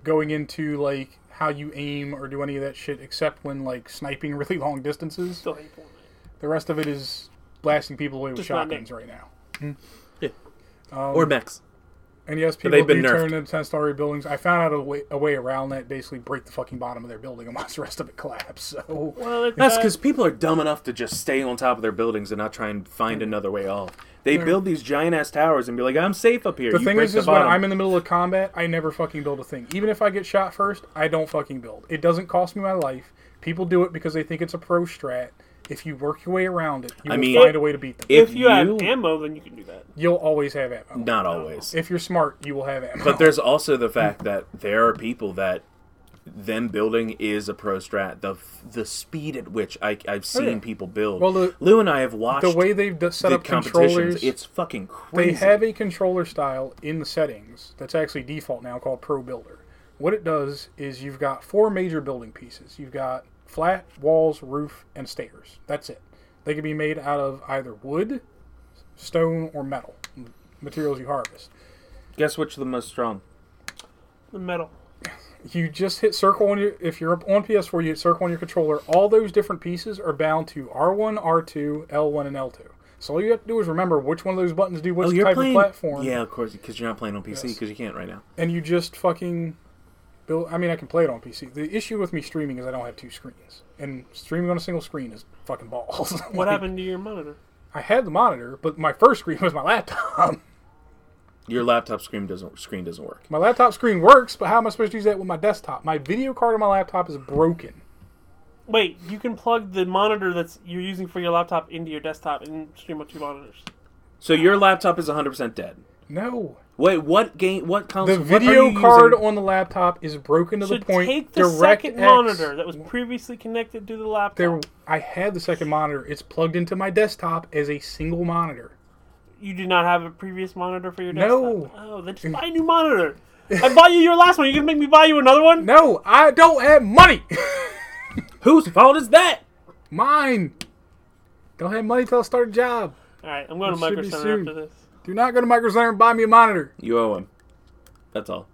Speaker 1: going into like how you aim or do any of that shit except when like sniping [laughs] really long distances.
Speaker 3: Still hate Fortnite.
Speaker 1: The rest of it is blasting people away with
Speaker 3: Just not
Speaker 1: shotguns
Speaker 3: Nick.
Speaker 1: right now. Um,
Speaker 2: or Max.
Speaker 1: And yes, people
Speaker 2: they've been
Speaker 1: do
Speaker 2: nerfed.
Speaker 1: turn into ten-story buildings. I found out a way, a way around that. Basically, break the fucking bottom of their building and watch the rest of it collapse. [laughs] So
Speaker 3: Well, it's
Speaker 2: That's
Speaker 3: not-
Speaker 2: because people are dumb enough to just stay on top of their buildings and not try and
Speaker 1: Mm.
Speaker 2: find another way off. They build these giant ass towers and be like, "I'm safe up here."
Speaker 1: the
Speaker 2: you
Speaker 1: thing
Speaker 2: break
Speaker 1: is,
Speaker 2: the
Speaker 1: is when
Speaker 2: bottom.
Speaker 1: I'm in the middle of combat, I never fucking build a thing. Even if I get shot first, I don't fucking build. It doesn't cost me my life. People do it because they think it's a pro strat. If you work your way around it, you
Speaker 2: I
Speaker 1: will
Speaker 2: mean-
Speaker 1: find a way to beat them.
Speaker 2: if,
Speaker 3: if you have ammo, then you can do that.
Speaker 1: You'll always have ammo.
Speaker 2: [laughs] not always.
Speaker 1: If you're smart, you will have ammo.
Speaker 2: But there's also the fact that there are people that them building is a pro strat. The the speed at which I, I've seen
Speaker 1: Oh, yeah.
Speaker 2: people build.
Speaker 1: Well, the-
Speaker 2: Lou and I have watched
Speaker 1: the way they've d- set
Speaker 2: the
Speaker 1: up controllers.
Speaker 2: competitions. It's fucking
Speaker 1: They
Speaker 2: crazy.
Speaker 1: have a controller style in the settings that's actually default now called Pro Builder. What it does is you've got four major building pieces. You've got flat, walls, roof, and stairs. That's it. They can be made out of either wood, stone, or metal, m- materials you harvest.
Speaker 2: Guess which are the most strong?
Speaker 3: The metal.
Speaker 1: You just hit circle on your, if you're on PS4, you hit circle on your controller. All those different pieces are bound to R1, R2, L1, and L2. So all you have to do is remember which one of those buttons do which
Speaker 2: Oh, you're
Speaker 1: type
Speaker 2: playing
Speaker 1: of platform.
Speaker 2: Yeah, of course, because you're not playing on PC because
Speaker 1: Yes.
Speaker 2: you can't right now.
Speaker 1: and you just fucking build. I mean, I can play it on PC. The issue with me streaming is I don't have two screens, and streaming on a single screen is fucking balls. [laughs] Like,
Speaker 3: What happened to your monitor?
Speaker 1: I had the monitor, but my first screen [laughs] was my laptop. [laughs]
Speaker 2: Your laptop screen doesn't screen doesn't work.
Speaker 1: my laptop screen works, but how am I supposed to use that with my desktop? My video card on my laptop is broken.
Speaker 3: Wait, you can plug the monitor that's you're using for your laptop into your desktop and stream on two monitors.
Speaker 2: So your laptop is 100 percent dead.
Speaker 1: No,
Speaker 2: Wait, what game? What console?
Speaker 1: the
Speaker 2: what are
Speaker 1: video
Speaker 2: you
Speaker 1: card
Speaker 2: using?
Speaker 1: on the laptop is broken to
Speaker 3: So
Speaker 1: the point.
Speaker 3: take the
Speaker 1: DirectX-
Speaker 3: second monitor that was previously connected to the laptop.
Speaker 1: There, I had the second monitor. It's plugged into my desktop as a single monitor.
Speaker 3: You did not have a previous monitor for your desktop.
Speaker 1: No.
Speaker 3: Oh, then just buy a new monitor. I bought you your last one. You gonna make me buy you another one?
Speaker 1: No, I don't have money. [laughs]
Speaker 2: Whose fault is that?
Speaker 1: Mine. Don't have money till I start a job.
Speaker 3: All right, I'm going
Speaker 1: It
Speaker 3: to
Speaker 1: should
Speaker 3: Micro
Speaker 1: be
Speaker 3: Center
Speaker 1: soon.
Speaker 3: after this.
Speaker 1: Do not go to Micro Center and buy me a monitor.
Speaker 2: You owe him. That's all.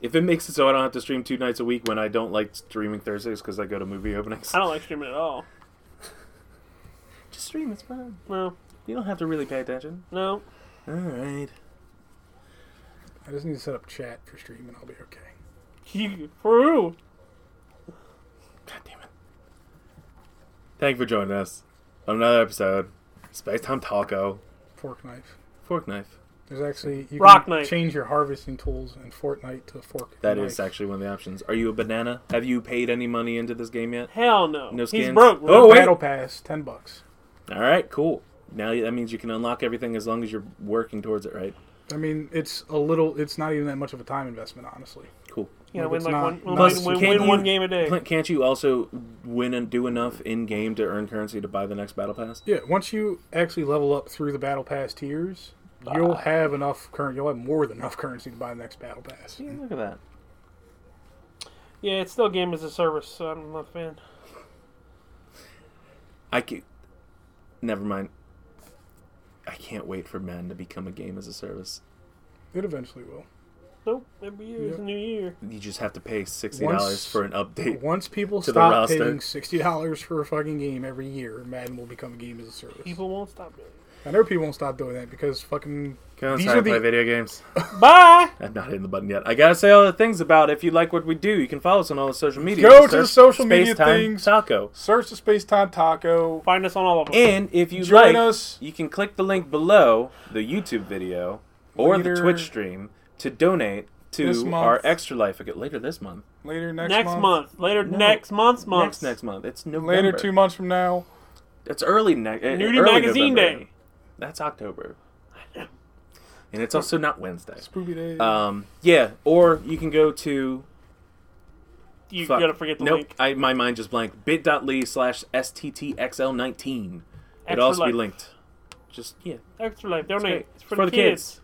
Speaker 2: If it makes it so I don't have to stream two nights a week when I don't like streaming Thursdays because I go to movie openings,
Speaker 3: I don't like streaming at all.
Speaker 2: just stream. It's fine.
Speaker 3: No,
Speaker 2: You don't have to really pay attention.
Speaker 3: no.
Speaker 2: All right.
Speaker 1: I just need to set up chat for streaming. I'll be okay.
Speaker 3: You, for who?
Speaker 2: God damn it. Thank you for joining us on another episode. Space Time Taco.
Speaker 1: Fork knife.
Speaker 2: Fork knife.
Speaker 1: There's actually you
Speaker 3: Rock
Speaker 1: can
Speaker 3: knife.
Speaker 1: change your harvesting tools in Fortnite to fork.
Speaker 2: That is
Speaker 1: knife.
Speaker 2: actually one of the options. Are you a banana? Have you paid any money into this game yet?
Speaker 3: Hell no.
Speaker 2: No
Speaker 3: He's
Speaker 2: skins?
Speaker 3: broke.
Speaker 2: Oh,
Speaker 3: Oh,
Speaker 2: wait.
Speaker 1: Battle Pass, ten bucks.
Speaker 2: All right, cool. Now that means you can unlock everything as long as you're working towards it, right?
Speaker 1: I mean, it's a little. It's not even that much of a time investment, honestly.
Speaker 2: Cool.
Speaker 3: you know,
Speaker 1: If
Speaker 3: win
Speaker 1: it's
Speaker 3: like
Speaker 1: not-
Speaker 3: one, win,
Speaker 1: Plus,
Speaker 3: win,
Speaker 2: can't
Speaker 3: win
Speaker 2: you-
Speaker 3: one game a day.
Speaker 2: Clint, can't you also win and do enough in game to earn currency to buy the next battle pass?
Speaker 1: Yeah, once you actually level up through the Battle Pass tiers, you'll
Speaker 3: Ah.
Speaker 1: have enough current. You'll have more than enough [laughs] currency to buy the next Battle Pass.
Speaker 2: Yeah, look at that.
Speaker 3: Yeah, it's still game as a service, so I'm not a fan.
Speaker 2: I can. Never mind. I can't wait for men to become a game as a service.
Speaker 1: It eventually will.
Speaker 3: Nope. Every year is a new year.
Speaker 2: You just have to pay sixty dollars
Speaker 1: Once-
Speaker 2: for an update.
Speaker 1: Once people
Speaker 2: To the
Speaker 1: stop
Speaker 2: roster.
Speaker 1: paying sixty dollars for a fucking game every year, Madden will become a game as a service.
Speaker 3: People won't stop doing it.
Speaker 1: I know people won't stop doing that because fucking
Speaker 2: Come on,
Speaker 1: these
Speaker 2: time
Speaker 1: are
Speaker 2: to
Speaker 1: the
Speaker 2: play video games. [laughs]
Speaker 3: Bye.
Speaker 2: I'm not hitting the button yet. I gotta say all the things about if you like what we do, you can follow us on all the social media.
Speaker 1: Go
Speaker 2: Just
Speaker 1: to the
Speaker 2: search
Speaker 1: social
Speaker 2: Space
Speaker 1: media
Speaker 2: Time
Speaker 1: things.
Speaker 2: Taco.
Speaker 1: search the space time taco.
Speaker 3: Find us on all of them.
Speaker 2: And if you
Speaker 1: Join
Speaker 2: like,
Speaker 1: us.
Speaker 2: you can click the link below the YouTube video or
Speaker 1: Later-
Speaker 2: the Twitch stream to donate
Speaker 1: This
Speaker 2: to
Speaker 1: month.
Speaker 2: our extra life again later this month.
Speaker 1: Later next,
Speaker 3: next
Speaker 1: month.
Speaker 3: month. Later.
Speaker 2: No.
Speaker 3: Next month's month.
Speaker 2: Next next month. It's November.
Speaker 1: Later two months from now.
Speaker 2: It's early next.
Speaker 3: Nudie Magazine Day.
Speaker 2: That's October. And it's also not Wednesday.
Speaker 1: Spoopy Day.
Speaker 2: Um, yeah, or you can go to
Speaker 3: You
Speaker 2: Fuck.
Speaker 3: gotta forget the
Speaker 2: nope,
Speaker 3: link.
Speaker 2: I, my mind just blanked. Bit.ly slash STTXL19. It'd
Speaker 3: Extra
Speaker 2: also be
Speaker 3: life.
Speaker 2: linked. Just, yeah.
Speaker 3: Extra life.
Speaker 2: great.
Speaker 3: Donate. It's, for,
Speaker 2: For
Speaker 3: the
Speaker 2: the
Speaker 3: kids.
Speaker 2: kids.